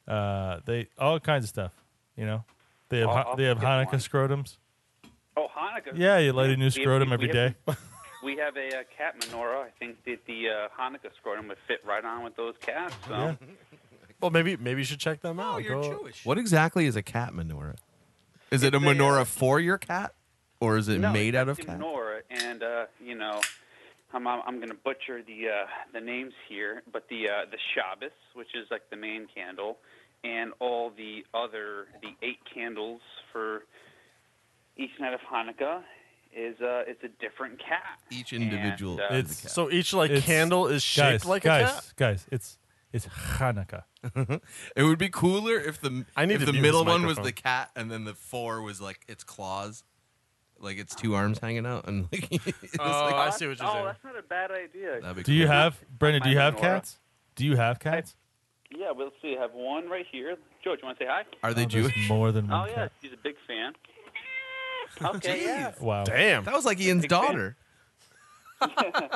[SPEAKER 3] Uh, they all kinds of stuff, you know. They have
[SPEAKER 13] I'll-
[SPEAKER 3] ha-
[SPEAKER 13] I'll
[SPEAKER 3] they have
[SPEAKER 13] get
[SPEAKER 3] Hanukkah
[SPEAKER 13] one.
[SPEAKER 3] scrotums.
[SPEAKER 13] Oh, Hanukkah.
[SPEAKER 3] Yeah, you light a new
[SPEAKER 13] We-
[SPEAKER 3] scrotum
[SPEAKER 13] we-
[SPEAKER 3] every
[SPEAKER 13] we
[SPEAKER 3] day.
[SPEAKER 13] have- We have a uh, cat menorah. I think that the uh, Hanukkah scrotum would fit right on with those cats. So.
[SPEAKER 4] Well, maybe maybe you should check them out. Go-
[SPEAKER 2] What exactly is a cat menorah? Is it a menorah for your cat, or is it
[SPEAKER 13] uh, No,
[SPEAKER 2] made
[SPEAKER 13] it's
[SPEAKER 2] out of
[SPEAKER 13] actually
[SPEAKER 2] cat?
[SPEAKER 13] menorah, and uh, you know, I'm I'm, I'm going to butcher the uh, the names here, but the uh, the Shabbos, which is like the main candle, and all the other the eight candles for each night of Hanukkah is uh is a different cat.
[SPEAKER 2] Each individual
[SPEAKER 13] And, uh,
[SPEAKER 3] It's
[SPEAKER 4] So each like
[SPEAKER 3] It's-
[SPEAKER 4] candle is shaped
[SPEAKER 3] guys,
[SPEAKER 4] like
[SPEAKER 3] guys,
[SPEAKER 4] a cat.
[SPEAKER 3] guys. It's it's Hanukkah.
[SPEAKER 2] It would be cooler if the
[SPEAKER 4] I need
[SPEAKER 2] if
[SPEAKER 4] to
[SPEAKER 2] the
[SPEAKER 4] mute
[SPEAKER 2] middle
[SPEAKER 4] this
[SPEAKER 2] one was
[SPEAKER 4] microphone.
[SPEAKER 2] the cat and then the four was like its claws. like it's two arms hanging out and like. it's like-
[SPEAKER 13] oh, that's not a bad idea.
[SPEAKER 2] That'd be
[SPEAKER 3] Do you
[SPEAKER 2] cool.
[SPEAKER 3] have Brenda? Do you
[SPEAKER 13] Mine
[SPEAKER 3] have
[SPEAKER 13] and Nora.
[SPEAKER 3] cats? Do you have cats?
[SPEAKER 13] Yeah, we'll see. I have one right here. Joe, do you want to say hi?
[SPEAKER 2] Are they
[SPEAKER 3] There's
[SPEAKER 2] Jewish?
[SPEAKER 3] More than
[SPEAKER 13] Oh
[SPEAKER 3] one
[SPEAKER 13] yeah,
[SPEAKER 3] cat.
[SPEAKER 13] he's a big fan. Okay, yeah.
[SPEAKER 3] Wow.
[SPEAKER 4] Damn.
[SPEAKER 2] That was like Ian's
[SPEAKER 13] Big fan.
[SPEAKER 2] daughter.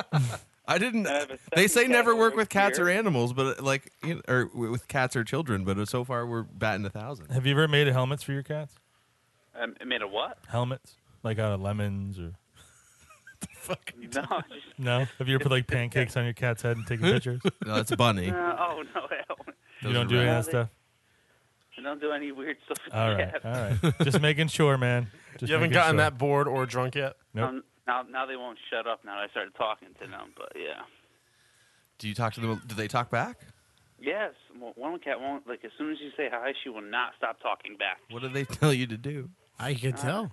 [SPEAKER 2] I didn't.
[SPEAKER 13] I have a
[SPEAKER 2] They
[SPEAKER 13] second
[SPEAKER 2] say
[SPEAKER 13] cat
[SPEAKER 2] never
[SPEAKER 13] over
[SPEAKER 2] work with cats
[SPEAKER 13] here.
[SPEAKER 2] or animals, but uh, like, you know, or w- with cats or children. But uh, so far, we're batting a thousand.
[SPEAKER 3] Have you ever made helmets for your cats?
[SPEAKER 13] Um, it made a what?
[SPEAKER 3] Helmets, like out of lemons or
[SPEAKER 13] No. just-
[SPEAKER 3] no? Have you ever put like pancakes on your cat's head and taken pictures?
[SPEAKER 2] No, that's a bunny.
[SPEAKER 13] No, oh no, I don't.
[SPEAKER 3] You don't do any of that stuff.
[SPEAKER 13] I don't do any weird stuff. with
[SPEAKER 3] All right,
[SPEAKER 13] cats.
[SPEAKER 3] all right. Just making sure, man. Just
[SPEAKER 4] you haven't
[SPEAKER 3] making
[SPEAKER 4] gotten
[SPEAKER 3] sure.
[SPEAKER 4] that bored or drunk yet.
[SPEAKER 3] Nope.
[SPEAKER 13] Um, now, now they won't shut up. Now that I started talking to them, but yeah,
[SPEAKER 2] Do you talk to them? Do they talk back?
[SPEAKER 13] yes. well, One cat won't like. As soon as you say hi, she will not stop talking back.
[SPEAKER 2] What do they tell you to do?
[SPEAKER 1] I can tell.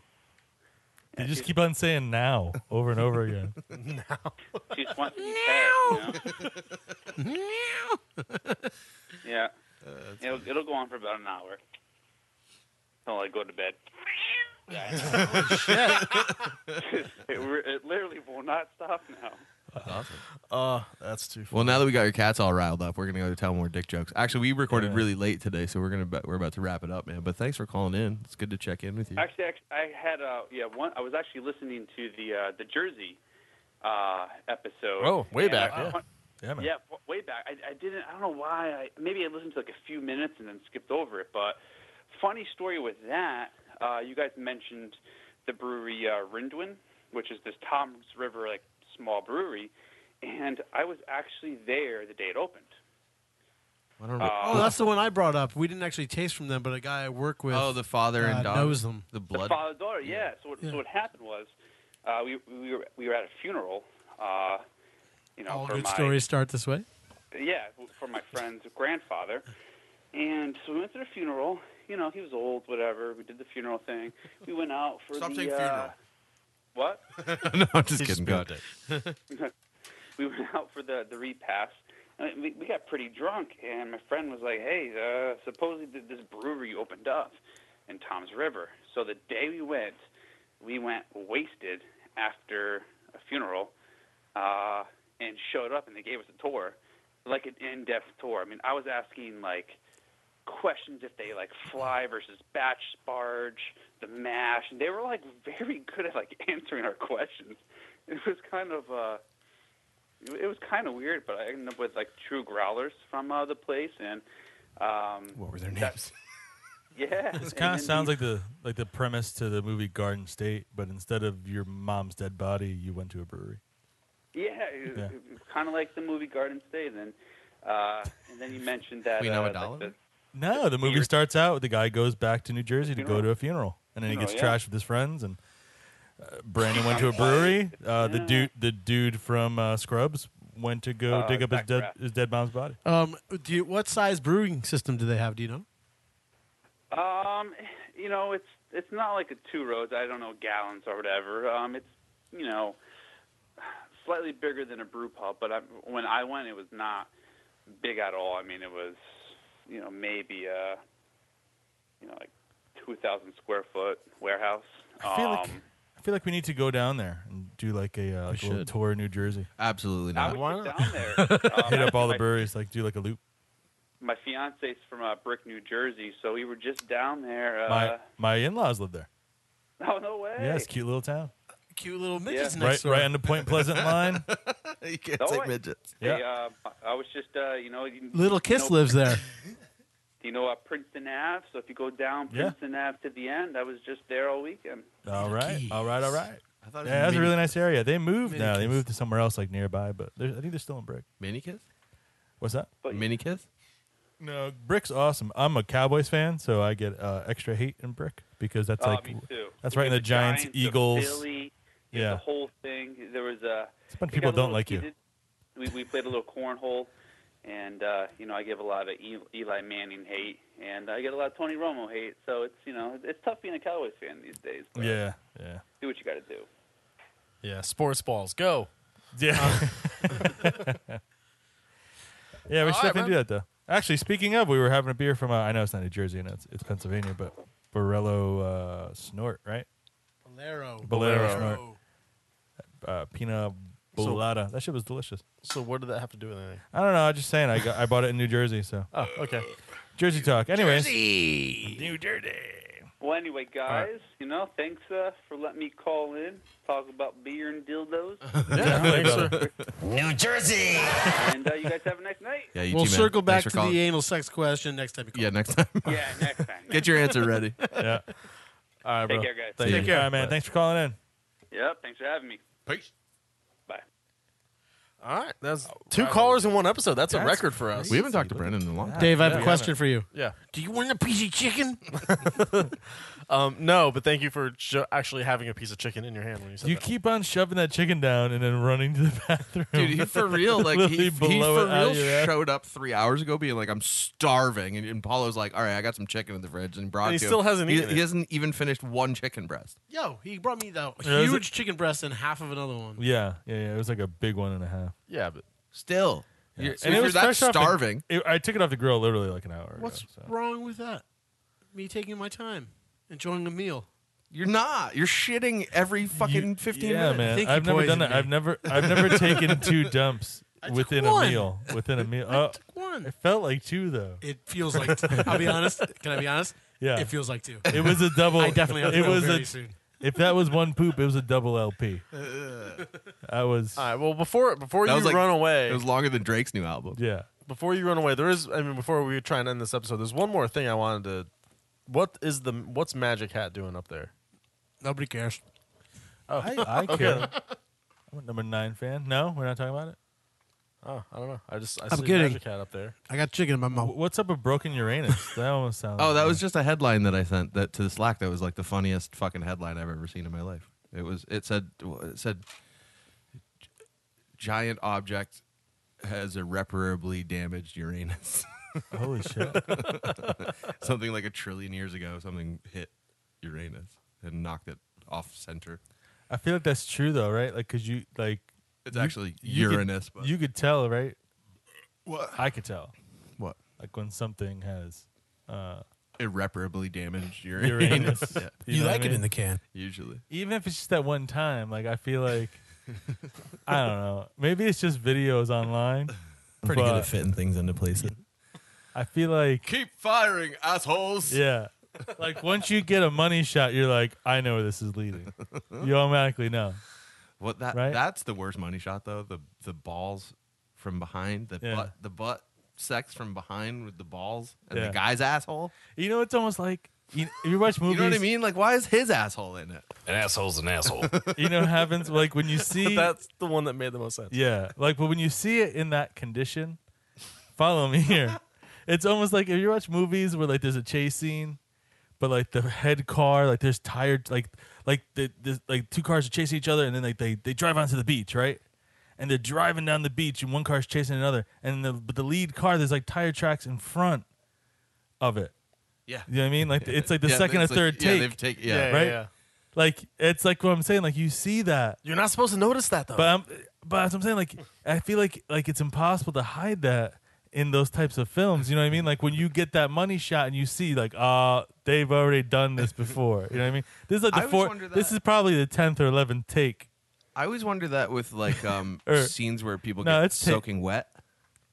[SPEAKER 3] You just keep on saying now over and over again.
[SPEAKER 13] She just wants to be pet. You know? yeah.
[SPEAKER 3] Uh,
[SPEAKER 13] it'll, it'll go on for about an hour. Until I go to bed. it, re- it literally will not stop now.
[SPEAKER 2] That's awesome.
[SPEAKER 4] Uh, that's too
[SPEAKER 2] Well, now that we got your cats all riled up, we're gonna go tell more dick jokes. Actually, we recorded
[SPEAKER 13] Yeah.
[SPEAKER 2] really late today, so we're gonna be- we're about to wrap it up, man. But thanks for calling in. It's good to check in with you.
[SPEAKER 13] Actually, actually, I had uh, yeah one. I was actually listening to the uh, the Jersey uh, episode.
[SPEAKER 4] Oh, way
[SPEAKER 13] And
[SPEAKER 4] back,
[SPEAKER 13] I-
[SPEAKER 4] yeah. Yeah, man.
[SPEAKER 13] yeah, w- way back. I, I didn't. I don't know why. I, maybe I listened to like a few minutes and then skipped over it. But funny story with that. Uh, you guys mentioned the brewery uh, Rindwin, which is this Tom's River like small brewery, and I was actually there the day it opened.
[SPEAKER 2] I don't
[SPEAKER 13] Uh,
[SPEAKER 1] oh, that's the one I brought up. We didn't actually taste from them, but a guy I work with.
[SPEAKER 2] Oh, the father and
[SPEAKER 1] uh,
[SPEAKER 2] daughter.
[SPEAKER 1] knows them.
[SPEAKER 2] The blood.
[SPEAKER 13] The father daughter, yeah. So, what, so what happened was, uh, we we were we were at a funeral, uh, you know,
[SPEAKER 1] All
[SPEAKER 13] for
[SPEAKER 1] good
[SPEAKER 13] my
[SPEAKER 1] stories start this way.
[SPEAKER 13] yeah for my friend's grandfather, and so we went to the funeral. You know, he was old, whatever. We did the funeral thing. We went out for
[SPEAKER 2] Stop
[SPEAKER 13] the
[SPEAKER 2] saying
[SPEAKER 13] uh,
[SPEAKER 2] funeral.
[SPEAKER 13] What?
[SPEAKER 2] no, I'm just
[SPEAKER 13] He's
[SPEAKER 2] kidding.
[SPEAKER 13] just
[SPEAKER 2] Go
[SPEAKER 13] being we went out for the the repast. And we, we got pretty drunk, and my friend was like, "Hey, uh, supposedly th- this brewery opened up in Tom's River." So the day we went, we went wasted after a funeral, uh, and showed up, and they gave us a tour, like an in-depth tour. I mean, I was asking like questions if they like fly versus batch sparge, the mash, and they were like very good at like answering our questions. It was kind of uh it was kind of weird, but I ended up with like true growlers from uh, the place, and um,
[SPEAKER 2] what were their
[SPEAKER 13] names? yeah,
[SPEAKER 3] This
[SPEAKER 13] and
[SPEAKER 3] kind
[SPEAKER 13] then
[SPEAKER 3] of sounds
[SPEAKER 13] the-
[SPEAKER 3] like the like the premise to the movie Garden State, but instead of your mom's dead body, you went to a brewery.
[SPEAKER 13] yeah, it,
[SPEAKER 3] Yeah.
[SPEAKER 13] it was kind of like the movie Garden State, and uh, and then you mentioned that
[SPEAKER 2] We know a
[SPEAKER 13] uh, like
[SPEAKER 2] dollar?
[SPEAKER 13] the-
[SPEAKER 3] No, the movie starts out with the guy goes back to New Jersey to go to a funeral, and then he
[SPEAKER 13] Funeral,
[SPEAKER 3] gets
[SPEAKER 13] yeah.
[SPEAKER 3] trashed with his friends. And uh, Brandon went to a brewery. Uh, The dude, the dude from uh, Scrubs, went to go
[SPEAKER 1] Uh,
[SPEAKER 3] dig up his
[SPEAKER 1] Zach
[SPEAKER 3] dead
[SPEAKER 1] Braff.
[SPEAKER 3] his dead mom's body.
[SPEAKER 1] Um, do you, what size brewing system do they have? Do you know?
[SPEAKER 13] Um, you know, it's it's not like a two roads. I don't know gallons or whatever. Um, it's you know slightly bigger than a brew pub, but I, when I went, it was not big at all. I mean, it was you know maybe uh you know like two thousand square foot warehouse.
[SPEAKER 3] I feel
[SPEAKER 13] um,
[SPEAKER 3] like I feel like we need to go down there and do like a, uh, like a little
[SPEAKER 2] should.
[SPEAKER 3] tour of New Jersey.
[SPEAKER 2] Absolutely
[SPEAKER 13] I
[SPEAKER 2] not.
[SPEAKER 13] would get down there. Um,
[SPEAKER 3] Hit up all the
[SPEAKER 13] I-
[SPEAKER 3] breweries, like do like a loop.
[SPEAKER 13] my fiance's from uh, Brick, New Jersey, so we were just down there. Uh,
[SPEAKER 3] my my in laws live there.
[SPEAKER 13] oh no way!
[SPEAKER 3] Yeah, it's a cute little town.
[SPEAKER 1] Cute little
[SPEAKER 13] midgets
[SPEAKER 3] right, right on the Point Pleasant line.
[SPEAKER 2] you can't
[SPEAKER 13] No
[SPEAKER 2] say
[SPEAKER 13] way.
[SPEAKER 2] midgets.
[SPEAKER 13] Hey, uh, I was just, uh, you know, you,
[SPEAKER 1] Little
[SPEAKER 13] you
[SPEAKER 1] Kiss
[SPEAKER 13] know,
[SPEAKER 1] lives there.
[SPEAKER 13] You know, uh, Princeton Ave. So if you go down
[SPEAKER 3] Yeah.
[SPEAKER 13] Princeton Ave to the end, I was just there all weekend.
[SPEAKER 3] All right, all right, all right.
[SPEAKER 2] I thought it was
[SPEAKER 3] yeah, that's a
[SPEAKER 2] mini-
[SPEAKER 3] really nice area. They moved
[SPEAKER 2] Mini
[SPEAKER 3] now. They
[SPEAKER 2] kids.
[SPEAKER 3] moved to somewhere else, like nearby. But they're- I think they're still in Brick.
[SPEAKER 2] Mini kiss?
[SPEAKER 3] What's that?
[SPEAKER 2] Mini kiss?
[SPEAKER 3] No, Brick's awesome. I'm a Cowboys fan, so I get uh, extra hate in Brick because that's
[SPEAKER 7] Oh,
[SPEAKER 13] Uh,
[SPEAKER 3] like
[SPEAKER 13] me too.
[SPEAKER 3] that's
[SPEAKER 13] We
[SPEAKER 3] right in
[SPEAKER 13] did
[SPEAKER 3] the, Giants,
[SPEAKER 13] the
[SPEAKER 3] Eagles.
[SPEAKER 13] Philly, did the
[SPEAKER 3] yeah,
[SPEAKER 13] whole thing. There was a.
[SPEAKER 3] a bunch of
[SPEAKER 13] we
[SPEAKER 3] people
[SPEAKER 13] got a
[SPEAKER 3] don't
[SPEAKER 13] little
[SPEAKER 3] like you.
[SPEAKER 13] heated. We we played a little cornhole, and uh, you know I give a lot of E- Eli Manning hate, and I get a lot of Tony Romo hate. So it's you know it's tough being a Cowboys fan these days. But
[SPEAKER 3] yeah, yeah.
[SPEAKER 13] Do what you got to do.
[SPEAKER 4] Yeah, sports balls. Go.
[SPEAKER 3] Yeah. Yeah, we
[SPEAKER 4] All
[SPEAKER 3] should
[SPEAKER 4] right,
[SPEAKER 3] definitely do
[SPEAKER 4] man.
[SPEAKER 3] that though. Actually, speaking of, we were having a beer from uh, I know it's not New Jersey, and it's, it's Pennsylvania, but Borello uh, Snort, right?
[SPEAKER 1] Bolero.
[SPEAKER 3] Bolero. smart. Uh, pina colada. that shit was delicious.
[SPEAKER 4] So what did that have to do with anything?
[SPEAKER 3] I don't know. I'm just saying. I got, I bought it in New Jersey, so.
[SPEAKER 4] Oh, okay.
[SPEAKER 3] Jersey talk. Anyways.
[SPEAKER 4] New Jersey.
[SPEAKER 13] Well, anyway, guys,
[SPEAKER 3] right.
[SPEAKER 13] you know, thanks uh, for letting me call in, talk about beer and dildos.
[SPEAKER 14] New Jersey.
[SPEAKER 13] and uh, you guys have a nice night.
[SPEAKER 1] we'll circle back
[SPEAKER 2] Thanks for
[SPEAKER 1] to
[SPEAKER 2] calling.
[SPEAKER 1] the anal sex question next time you call.
[SPEAKER 2] Yeah, next time.
[SPEAKER 13] yeah, next time.
[SPEAKER 2] Get your answer ready.
[SPEAKER 3] yeah. All
[SPEAKER 13] Take
[SPEAKER 3] right, bro.
[SPEAKER 13] care, guys.
[SPEAKER 3] Thank
[SPEAKER 13] Take
[SPEAKER 3] you.
[SPEAKER 13] care.
[SPEAKER 3] All right, man.
[SPEAKER 13] Bye.
[SPEAKER 3] Thanks for calling in.
[SPEAKER 13] Yep, thanks for having me.
[SPEAKER 6] Peace.
[SPEAKER 13] Bye.
[SPEAKER 4] All right, that's Oh, two callers in one episode. That's, a
[SPEAKER 2] That's
[SPEAKER 4] record for us.
[SPEAKER 2] We haven't talked to Brendan in a long time.
[SPEAKER 1] Dave, I have
[SPEAKER 4] Yeah.
[SPEAKER 1] a question for you.
[SPEAKER 4] Yeah.
[SPEAKER 14] Do you want a piece of chicken?
[SPEAKER 4] Um, no, but thank you for ju- actually having a piece of chicken in your hand when you said
[SPEAKER 3] You
[SPEAKER 4] that.
[SPEAKER 3] keep on shoving that chicken down and then running to the bathroom.
[SPEAKER 2] Dude, he for real, like he, he
[SPEAKER 3] Literally
[SPEAKER 2] for
[SPEAKER 3] below it out
[SPEAKER 2] real
[SPEAKER 3] of your ass.
[SPEAKER 2] showed up three hours ago, being like, "I'm starving," and, and Paulo's like, "All right, I got some chicken in the fridge," and he brought.
[SPEAKER 1] And
[SPEAKER 2] it
[SPEAKER 1] he
[SPEAKER 2] to
[SPEAKER 1] still
[SPEAKER 2] him.
[SPEAKER 1] hasn't
[SPEAKER 2] he,
[SPEAKER 1] eaten
[SPEAKER 2] He
[SPEAKER 1] it.
[SPEAKER 2] hasn't even finished one chicken breast.
[SPEAKER 14] Yo, he brought me the
[SPEAKER 3] Yeah, is
[SPEAKER 14] huge chicken breast and half of another one.
[SPEAKER 3] Yeah, yeah, yeah. It was like a big one and a half.
[SPEAKER 4] Yeah, but
[SPEAKER 2] still,
[SPEAKER 3] Yeah.
[SPEAKER 2] You're- so if you're that
[SPEAKER 3] fresh off the-
[SPEAKER 2] starving.
[SPEAKER 3] it- I took it off the grill literally like an hour
[SPEAKER 14] What's
[SPEAKER 3] ago. so.
[SPEAKER 14] wrong with that? Me taking my time, enjoying a meal.
[SPEAKER 2] You're not. You're shitting every fucking fifteen
[SPEAKER 3] Yeah,
[SPEAKER 2] minutes.
[SPEAKER 3] man. I've never done that. I've never, I've never taken two dumps within a
[SPEAKER 14] one.
[SPEAKER 3] meal. Within a meal. oh,
[SPEAKER 14] one.
[SPEAKER 3] It felt like two though.
[SPEAKER 14] It feels like. I'll be honest. Can I be honest?
[SPEAKER 3] Yeah.
[SPEAKER 14] It feels like two.
[SPEAKER 3] It was a double.
[SPEAKER 14] I definitely have to
[SPEAKER 3] it
[SPEAKER 14] go
[SPEAKER 3] was
[SPEAKER 14] very
[SPEAKER 3] a,
[SPEAKER 14] soon.
[SPEAKER 3] If that was one poop, it was a double LP. I was.
[SPEAKER 4] All right. Well, before before
[SPEAKER 2] That
[SPEAKER 4] you
[SPEAKER 2] was like-
[SPEAKER 4] run away,
[SPEAKER 2] It was longer than Drake's new album.
[SPEAKER 3] Yeah.
[SPEAKER 4] before you run away, there is. I mean, before we try and end this episode, there's one more thing I wanted to. What is the what's Magic Hat doing up there?
[SPEAKER 14] Nobody cares.
[SPEAKER 4] Oh,
[SPEAKER 3] I, I care. I'm a number nine fan. No, we're not talking about it.
[SPEAKER 4] Oh, I don't know. I just I
[SPEAKER 1] I'm
[SPEAKER 4] see
[SPEAKER 1] kidding.
[SPEAKER 4] Magic Hat up there.
[SPEAKER 1] I got chicken in my mouth.
[SPEAKER 3] What's up with broken Uranus? That almost sounds.
[SPEAKER 2] Oh, that was just a headline that I sent that to the Slack. That was like the funniest fucking headline I've ever seen in my life. It was. It said. It said. Giant object has irreparably damaged Uranus.
[SPEAKER 3] Holy shit.
[SPEAKER 2] something like a trillion years ago, something hit Uranus and knocked it off center.
[SPEAKER 3] I feel like that's true though, right? Like, cause you like.
[SPEAKER 2] It's
[SPEAKER 3] you-
[SPEAKER 2] actually
[SPEAKER 3] you could-
[SPEAKER 2] Uranus, but-
[SPEAKER 3] you could tell, right?
[SPEAKER 2] What?
[SPEAKER 3] I could tell.
[SPEAKER 2] What?
[SPEAKER 3] Like when something has. Uh,
[SPEAKER 2] Irreparably damaged Uranus.
[SPEAKER 3] Uranus.
[SPEAKER 2] Yeah.
[SPEAKER 3] know what I mean?
[SPEAKER 2] Usually.
[SPEAKER 3] Even if it's just that one time, like I feel like I don't know. Maybe it's just videos online.
[SPEAKER 2] Pretty good
[SPEAKER 3] but
[SPEAKER 2] at fitting things into places.
[SPEAKER 3] I feel like
[SPEAKER 2] Keep firing, assholes.
[SPEAKER 3] yeah. Like once you get a money shot, you're like, I know where this is leading. You automatically know.
[SPEAKER 2] What that
[SPEAKER 3] Right?
[SPEAKER 2] that's the worst money shot though. The the balls from behind, the
[SPEAKER 3] Yeah.
[SPEAKER 2] butt the butt sex from behind with the balls and
[SPEAKER 3] Yeah.
[SPEAKER 2] the guy's asshole.
[SPEAKER 3] You know, it's almost like you, you watch movies.
[SPEAKER 2] You know what I mean? Like why is his asshole in it?
[SPEAKER 14] An asshole's an asshole.
[SPEAKER 3] You know, what happens like when you see
[SPEAKER 4] That's the one that made the most sense.
[SPEAKER 3] Yeah, like but when you see it in that condition, follow me here. It's almost like if you watch movies where like there's a chase scene, but like the head car, like there's tired, like like the, the like two cars are chasing each other, and then like they they drive onto the beach, right? And they're driving down the beach, and one car's chasing another, and the but the lead car there's like tire tracks in front of it.
[SPEAKER 2] Yeah.
[SPEAKER 3] You know what I mean? Like it's like the
[SPEAKER 2] Yeah,
[SPEAKER 3] second or
[SPEAKER 2] it's like-
[SPEAKER 3] third
[SPEAKER 2] yeah,
[SPEAKER 3] take.
[SPEAKER 2] they've take- yeah. Yeah, yeah,
[SPEAKER 3] right.
[SPEAKER 2] yeah.
[SPEAKER 3] Like it's like what I'm saying. Like you see that,
[SPEAKER 4] You're not supposed to notice that though.
[SPEAKER 3] but I'm, but that's what I'm saying. Like, I feel like like it's impossible to hide that in those types of films. You know what I mean? Like when you get that money shot and you see like, uh, they've already done this before. You know what I mean? This is like
[SPEAKER 2] I
[SPEAKER 3] the
[SPEAKER 2] always
[SPEAKER 3] fourth.
[SPEAKER 2] wonder
[SPEAKER 3] This
[SPEAKER 2] that.
[SPEAKER 3] is probably the tenth or eleventh take.
[SPEAKER 2] I always wonder that with like um
[SPEAKER 3] Or-
[SPEAKER 2] scenes where people
[SPEAKER 3] Er, No,
[SPEAKER 2] get
[SPEAKER 3] it's take-
[SPEAKER 2] soaking wet.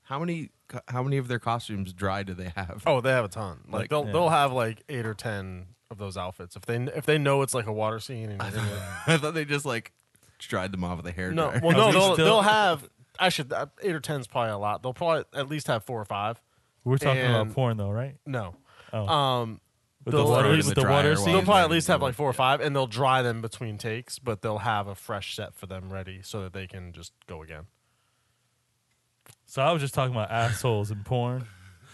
[SPEAKER 2] How many co- how many of their costumes dry do they have?
[SPEAKER 4] oh, they have a ton. Like,
[SPEAKER 2] Like-
[SPEAKER 4] they'll
[SPEAKER 2] Yeah.
[SPEAKER 4] they'll have like eight or ten of those outfits if they if they know it's like a water scene. And
[SPEAKER 2] I thought they just like dried them off with a hair
[SPEAKER 4] no,
[SPEAKER 2] dryer.
[SPEAKER 4] well, no, they'll they'll have. Actually, that- eight or ten's probably a lot. They'll probably at least have four or five.
[SPEAKER 3] We're talking
[SPEAKER 4] And-
[SPEAKER 3] about porn though, right?
[SPEAKER 4] No.
[SPEAKER 3] Oh.
[SPEAKER 4] Um,
[SPEAKER 3] With the
[SPEAKER 4] they'll
[SPEAKER 3] water-
[SPEAKER 4] at
[SPEAKER 3] with
[SPEAKER 4] least-
[SPEAKER 3] the The dryer water while scene?
[SPEAKER 4] They'll probably at
[SPEAKER 3] they're
[SPEAKER 4] least have
[SPEAKER 3] doing
[SPEAKER 4] like four or five, and they'll dry them between takes, but they'll have a fresh set for them ready so that they can just go again.
[SPEAKER 3] So I was just talking about assholes and porn.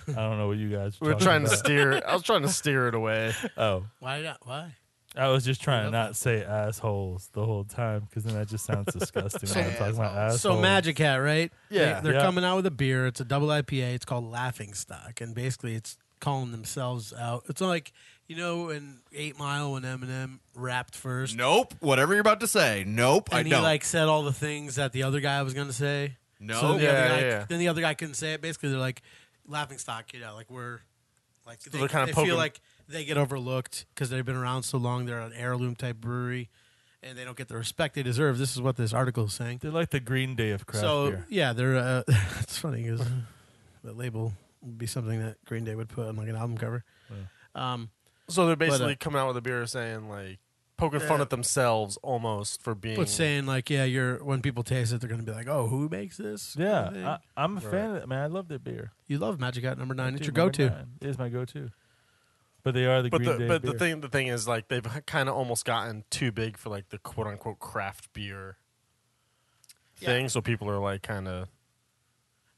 [SPEAKER 3] I don't know what you guys.
[SPEAKER 4] We're
[SPEAKER 3] talking
[SPEAKER 4] trying to
[SPEAKER 3] about.
[SPEAKER 4] steer. I was trying to steer it away.
[SPEAKER 3] Oh,
[SPEAKER 14] Why not? Why?
[SPEAKER 3] I was just trying to not say assholes the whole time because then that just sounds disgusting. when I'm talking about assholes.
[SPEAKER 14] So Magic Hat, right?
[SPEAKER 3] Yeah.
[SPEAKER 14] They, are
[SPEAKER 3] Yeah.
[SPEAKER 14] coming out with a beer. It's a double IPA. It's called Laughing Stock, and basically it's calling themselves out. It's like you know in Eight Mile when Eminem rapped first.
[SPEAKER 2] Nope. Whatever you're about to say. Nope.
[SPEAKER 14] And
[SPEAKER 2] I
[SPEAKER 14] he
[SPEAKER 2] don't.
[SPEAKER 14] like said all the things that the other guy was gonna say.
[SPEAKER 2] No.
[SPEAKER 14] So the
[SPEAKER 2] Yeah,
[SPEAKER 14] other guy,
[SPEAKER 2] yeah, yeah.
[SPEAKER 14] Then the other guy couldn't say it. Basically, they're like laughing stock. You know, like we're like they,
[SPEAKER 4] they're kinda
[SPEAKER 14] they
[SPEAKER 4] poking-
[SPEAKER 14] feel like they get overlooked because they've been around so long. They're an heirloom type brewery.
[SPEAKER 1] and they don't get the respect they deserve. This is what this article is saying.
[SPEAKER 3] They're like the Green Day of craft
[SPEAKER 1] so
[SPEAKER 3] beer.
[SPEAKER 1] yeah, they're. Uh, it's funny because the label would be something that Green Day would put on like an album cover. Um,
[SPEAKER 4] So they're
[SPEAKER 1] but, uh,
[SPEAKER 4] basically coming out with a beer saying like poking fun
[SPEAKER 1] Yeah.
[SPEAKER 4] at themselves almost for being.
[SPEAKER 1] But saying like, yeah, you're when people taste it, they're gonna be like, oh, who makes this?
[SPEAKER 3] Yeah,
[SPEAKER 1] Kind of
[SPEAKER 3] I,
[SPEAKER 1] thing.
[SPEAKER 3] I'm a fan of it. Man, I love their beer.
[SPEAKER 1] You love Magic Hat number nine.
[SPEAKER 3] Dude,
[SPEAKER 1] It's your
[SPEAKER 3] number
[SPEAKER 1] go-to.
[SPEAKER 3] nine is my go-to. But they are the
[SPEAKER 4] but
[SPEAKER 3] Green
[SPEAKER 4] the,
[SPEAKER 3] Day
[SPEAKER 4] but the
[SPEAKER 3] beer.
[SPEAKER 4] thing the thing is like they've kind of almost gotten too big for like the quote unquote craft beer thing. So people are like kind of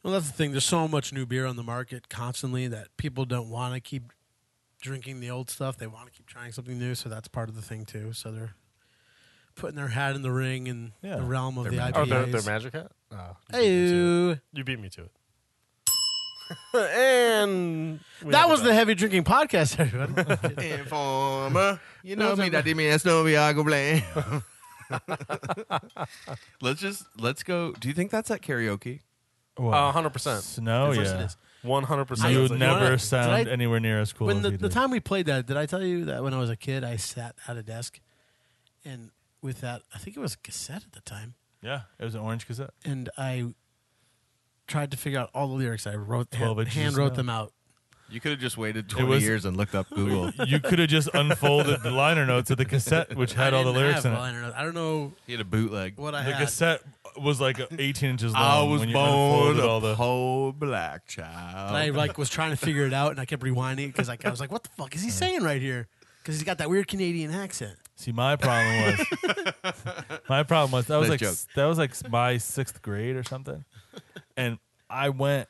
[SPEAKER 1] Well, that's the thing. There's so much new beer on the market constantly that people don't want to keep drinking the old stuff. They want to keep trying something new. So that's part of the thing too. So they're putting their hat in the ring in
[SPEAKER 4] Yeah.
[SPEAKER 1] the realm of
[SPEAKER 4] Their
[SPEAKER 1] the
[SPEAKER 4] magic-
[SPEAKER 1] IPAs.
[SPEAKER 4] Oh, their- their magic hat? Oh, you beat me to
[SPEAKER 1] Hey,
[SPEAKER 4] you beat me to it. and
[SPEAKER 1] that was the heavy drinking podcast, everybody.
[SPEAKER 2] Informer, you know me, that me, no me, I go blame. let's just let's go. Do you think that's at karaoke?
[SPEAKER 4] Uh, 100%.
[SPEAKER 3] No,
[SPEAKER 4] Of course
[SPEAKER 3] yeah.
[SPEAKER 4] it is. 100%.
[SPEAKER 3] You would
[SPEAKER 4] Did
[SPEAKER 3] never
[SPEAKER 4] I-
[SPEAKER 3] sound
[SPEAKER 1] did I-
[SPEAKER 3] anywhere near as cool
[SPEAKER 1] when
[SPEAKER 3] as
[SPEAKER 1] the,
[SPEAKER 3] he
[SPEAKER 1] the
[SPEAKER 3] did.
[SPEAKER 1] time we played that, did I tell you that when I was a kid, I sat at a desk and with that, I think it was a cassette at the time.
[SPEAKER 3] Yeah, it was an orange cassette.
[SPEAKER 1] And I tried to figure out all the lyrics. I wrote,
[SPEAKER 3] 12
[SPEAKER 1] hand,
[SPEAKER 3] inches
[SPEAKER 1] hand wrote
[SPEAKER 3] now.
[SPEAKER 1] them out.
[SPEAKER 2] You could have just waited
[SPEAKER 3] It
[SPEAKER 2] 20
[SPEAKER 3] was-
[SPEAKER 2] years and looked up Google.
[SPEAKER 3] you could have just unfolded the liner notes of the cassette, which had
[SPEAKER 1] I
[SPEAKER 3] all the
[SPEAKER 1] didn't
[SPEAKER 3] lyrics
[SPEAKER 1] have
[SPEAKER 3] in it.
[SPEAKER 1] liner notes. I don't know.
[SPEAKER 2] He had a bootleg.
[SPEAKER 1] What I
[SPEAKER 3] the
[SPEAKER 1] had.
[SPEAKER 3] cassette was like 18 inches long.
[SPEAKER 2] I was
[SPEAKER 3] when you
[SPEAKER 2] born
[SPEAKER 3] unfolded
[SPEAKER 2] a
[SPEAKER 3] all the
[SPEAKER 2] whole black child.
[SPEAKER 1] And I like was trying to figure it out, and I kept rewinding because like, I was like, "What the fuck is he saying right here?" Because he's got that weird Canadian accent.
[SPEAKER 3] See, my problem was my problem was that was
[SPEAKER 2] Nice
[SPEAKER 3] like
[SPEAKER 2] joke.
[SPEAKER 3] s- that was like s- my sixth grade or something, and I went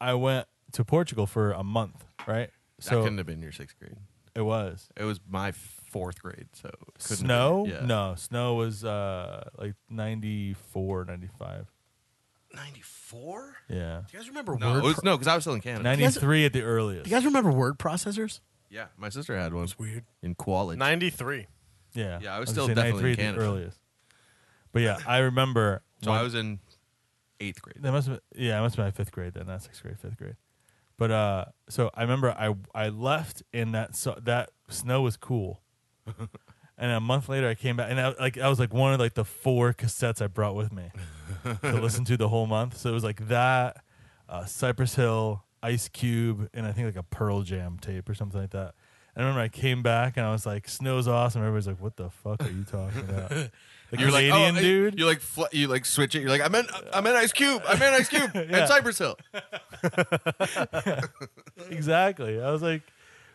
[SPEAKER 3] I went to Portugal for a month, right?
[SPEAKER 2] That couldn't have been your sixth grade.
[SPEAKER 3] It was.
[SPEAKER 2] It was my fourth grade, so it couldn't have
[SPEAKER 3] snow.
[SPEAKER 2] been- yeah.
[SPEAKER 3] No, snow was uh like 94, 95.
[SPEAKER 1] Ninety four.
[SPEAKER 3] Yeah.
[SPEAKER 1] Do you guys remember
[SPEAKER 2] No,
[SPEAKER 1] word?
[SPEAKER 2] it was- no, 'cause I was still in Canada.
[SPEAKER 3] Ninety three at the
[SPEAKER 1] Do
[SPEAKER 3] earliest.
[SPEAKER 1] you guys remember word processors?
[SPEAKER 2] Yeah, my sister had one. It's
[SPEAKER 1] weird.
[SPEAKER 2] In quality.
[SPEAKER 4] 93.
[SPEAKER 3] Yeah.
[SPEAKER 2] Yeah, I was
[SPEAKER 3] I
[SPEAKER 2] still
[SPEAKER 3] gonna say
[SPEAKER 2] definitely in
[SPEAKER 3] 93 at the
[SPEAKER 2] Canada.
[SPEAKER 3] earliest. But yeah, I remember.
[SPEAKER 2] So
[SPEAKER 3] one-
[SPEAKER 2] I was in eighth grade.
[SPEAKER 3] That must have been, yeah, it must have been my fifth grade then, not sixth grade, fifth grade. But uh, so I remember I I left and that so, that snow was cool, and a month later I came back and I like I was like one of like the four cassettes I brought with me to listen to the whole month. So it was like that, uh, Cypress Hill, Ice Cube, and I think like a Pearl Jam tape or something like that. And I remember I came back and I was like, "Snow's awesome." Everybody's like, "What the fuck are you talking about?" The
[SPEAKER 2] you're
[SPEAKER 3] Canadian
[SPEAKER 2] like, oh,
[SPEAKER 3] dude.
[SPEAKER 2] dude. You like fl- you like switch it. You're like, I'm in, I'm in Ice Cube. I'm in Ice Cube
[SPEAKER 3] Yeah.
[SPEAKER 2] at Cypress Hill.
[SPEAKER 3] exactly. I was like,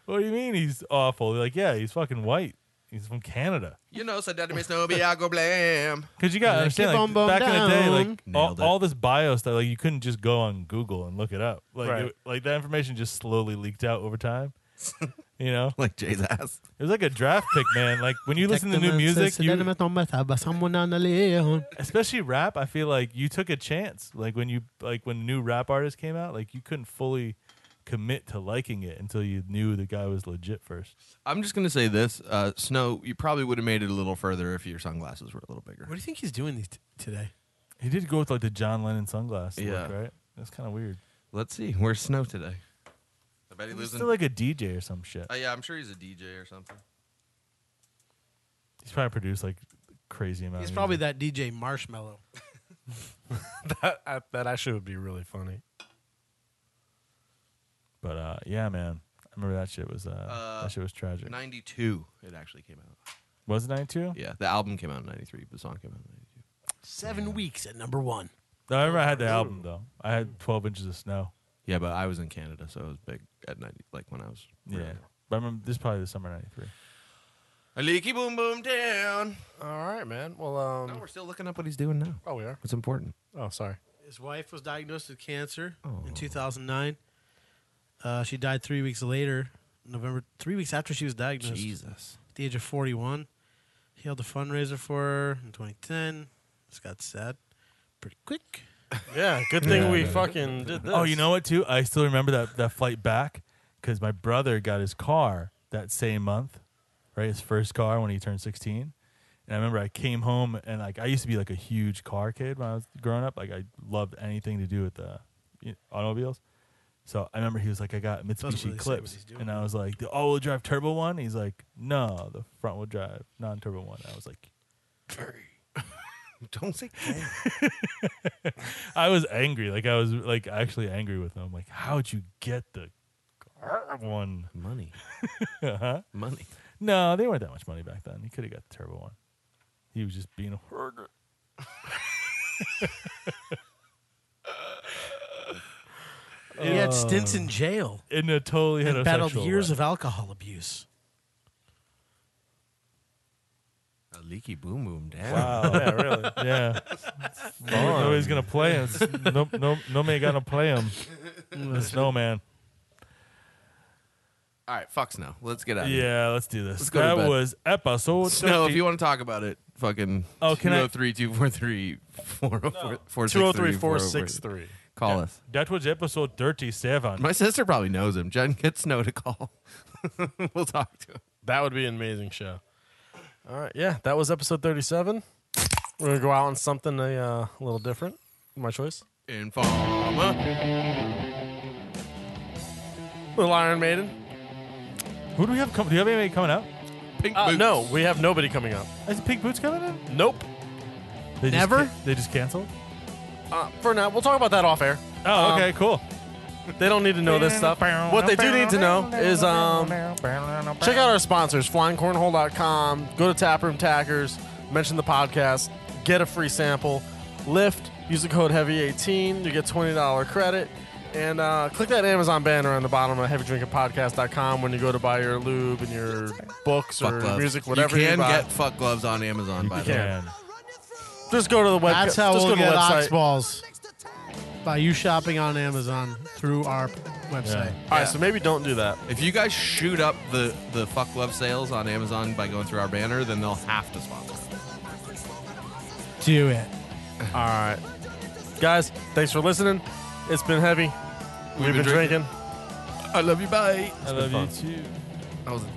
[SPEAKER 3] what do you mean he's awful? They're like, yeah, he's fucking white. He's from Canada.
[SPEAKER 2] You know, so that makes no be I go blam.
[SPEAKER 3] Because you got to
[SPEAKER 2] Yeah,
[SPEAKER 3] understand,
[SPEAKER 2] keep
[SPEAKER 3] like,
[SPEAKER 2] on bum
[SPEAKER 3] back in the day,
[SPEAKER 2] down.
[SPEAKER 3] like all,
[SPEAKER 2] Nailed it.
[SPEAKER 3] all this bio stuff, like you couldn't just go on Google and look it up. Like,
[SPEAKER 2] Right.
[SPEAKER 3] it, like that information just slowly leaked out over time. You know,
[SPEAKER 2] like Jay's ass.
[SPEAKER 3] It was like a draft pick, man. Like when you listen to new music, you especially rap i feel like you took a chance like when you like when new rap artists came out like you couldn't fully commit to liking it until you knew the guy was legit first
[SPEAKER 2] I'm just gonna say this, uh, Snow. You probably would have made it a little further if your sunglasses were a little bigger.
[SPEAKER 1] What do you think he's doing these t- today?
[SPEAKER 3] he did go with like the john lennon sunglasses
[SPEAKER 2] Yeah.
[SPEAKER 3] look, right that's kind of weird
[SPEAKER 2] Let's see. Where's Snow today? I bet he
[SPEAKER 3] he's
[SPEAKER 2] lives in.
[SPEAKER 3] still like a dj or some shit
[SPEAKER 2] Uh, yeah, I'm sure he's a DJ or something.
[SPEAKER 3] he's probably produced like crazy amount
[SPEAKER 1] He's
[SPEAKER 3] of
[SPEAKER 1] probably that DJ Marshmallow.
[SPEAKER 4] that I, that actually would be really funny.
[SPEAKER 3] music. but uh yeah man i remember that shit was uh,
[SPEAKER 2] Uh,
[SPEAKER 3] that shit was tragic
[SPEAKER 2] Ninety-two. It actually came out.
[SPEAKER 3] was it 92
[SPEAKER 2] Yeah, the album came out in '93. The song came out in '92.
[SPEAKER 1] Seven weeks at number one.
[SPEAKER 3] No, I remember I had the album though. I had 12 inches of snow.
[SPEAKER 2] Yeah, but I was in Canada, so it was big at '90. Like when I was.
[SPEAKER 3] Yeah, but I remember this is probably the summer '93.
[SPEAKER 2] A leaky boom boom down.
[SPEAKER 4] All right, man. Well, um,
[SPEAKER 2] No, we're still looking up what he's doing now.
[SPEAKER 4] Oh, we are.
[SPEAKER 2] It's important.
[SPEAKER 4] Oh, sorry.
[SPEAKER 1] His wife was diagnosed with cancer
[SPEAKER 3] Oh.
[SPEAKER 1] in 2009. Uh, she died three weeks later, November, three weeks after she was diagnosed.
[SPEAKER 2] Jesus.
[SPEAKER 1] At the age of 41. He held a fundraiser for her in 2010. This got sad pretty quick.
[SPEAKER 4] Yeah, good thing
[SPEAKER 3] Yeah,
[SPEAKER 4] we
[SPEAKER 3] man.
[SPEAKER 4] fucking did this.
[SPEAKER 3] Oh, you know what? Too, I still remember that that flight back because my brother got his car that same month, right? His first car when he turned 16. And I remember I came home and like I used to be like a huge car kid when I was growing up. Like I loved anything to do with the you know, automobiles. So I remember he was like, I got Mitsubishi
[SPEAKER 1] really say what
[SPEAKER 3] Eclipse, and I was like, the all-wheel drive turbo one. He's like, no, the front-wheel drive non-turbo one. I was like,
[SPEAKER 15] Don't say
[SPEAKER 3] I was angry. Like I was like actually angry with him. I'm like, how'd you get the Garb one
[SPEAKER 15] money?
[SPEAKER 3] huh?
[SPEAKER 15] Money.
[SPEAKER 3] No, they weren't that much money back then. He could have got the turbo one. He was just being a hoarder.
[SPEAKER 14] He had stints in jail.
[SPEAKER 3] And a totally
[SPEAKER 14] and battled
[SPEAKER 3] heterosexual
[SPEAKER 14] years
[SPEAKER 3] life.
[SPEAKER 14] of alcohol abuse.
[SPEAKER 2] A leaky boom boom, damn.
[SPEAKER 14] Oh,
[SPEAKER 3] Wow. yeah.
[SPEAKER 2] Fun.
[SPEAKER 3] Nobody's gonna play him. No, no, no man gonna play him. The snowman.
[SPEAKER 2] All right, fucks now. Let's get out. of here.
[SPEAKER 3] Yeah, let's do this.
[SPEAKER 2] Let's go
[SPEAKER 3] that
[SPEAKER 2] to bed.
[SPEAKER 3] was episode.
[SPEAKER 2] No, if
[SPEAKER 3] 50.
[SPEAKER 2] you want to talk about it, fucking.
[SPEAKER 3] Oh, can I-
[SPEAKER 2] 203 243
[SPEAKER 3] 203
[SPEAKER 2] 463. Call
[SPEAKER 3] Yeah.
[SPEAKER 2] us.
[SPEAKER 3] That was episode thirty-seven.
[SPEAKER 2] My sister probably knows him. Jen gets Snow to call. we'll talk to him.
[SPEAKER 4] That would be an amazing show. All right, yeah, that was episode 37. We're gonna go out on something uh, a little different. My choice.
[SPEAKER 2] Informer.
[SPEAKER 4] Little Iron Maiden.
[SPEAKER 3] Who do we have? Come, do you have anybody coming up?
[SPEAKER 4] Pink uh, No, we have nobody coming up.
[SPEAKER 3] Is Pink Boots coming in?
[SPEAKER 4] Nope.
[SPEAKER 3] They just
[SPEAKER 4] Never?
[SPEAKER 3] ca- they just canceled.
[SPEAKER 4] Uh, for now, we'll talk about that off air.
[SPEAKER 3] Oh, okay, cool.
[SPEAKER 4] They don't need to know this stuff. What they do need to know is um, check out our sponsors, flyingcornhole.com. Go to Taproom Tackers, mention the podcast, get a free sample, lift, use the code Heavy18, you get $20 credit. And uh, click that Amazon banner on the bottom of heavydrinkingpodcast.com when you go to buy your lube and your books
[SPEAKER 2] Fuck
[SPEAKER 4] or
[SPEAKER 2] gloves.
[SPEAKER 4] music, whatever
[SPEAKER 2] you can
[SPEAKER 4] buy.
[SPEAKER 2] get fuck gloves on Amazon. by the way,
[SPEAKER 4] can. Just go to the website.
[SPEAKER 14] That's how
[SPEAKER 4] just
[SPEAKER 14] we'll
[SPEAKER 4] go to
[SPEAKER 14] get
[SPEAKER 4] the website.
[SPEAKER 14] Oxballs. By you shopping on Amazon through our website.
[SPEAKER 4] All right, so maybe don't do that.
[SPEAKER 2] If you guys shoot up the the fuck glove sales on Amazon by going through our banner, then they'll have to sponsor.
[SPEAKER 14] Do it.
[SPEAKER 4] All right. Guys, thanks for listening. It's been heavy. We've, been, drinking.
[SPEAKER 2] I love you. Bye.
[SPEAKER 4] I love you
[SPEAKER 2] too. That was a
[SPEAKER 11] Oh.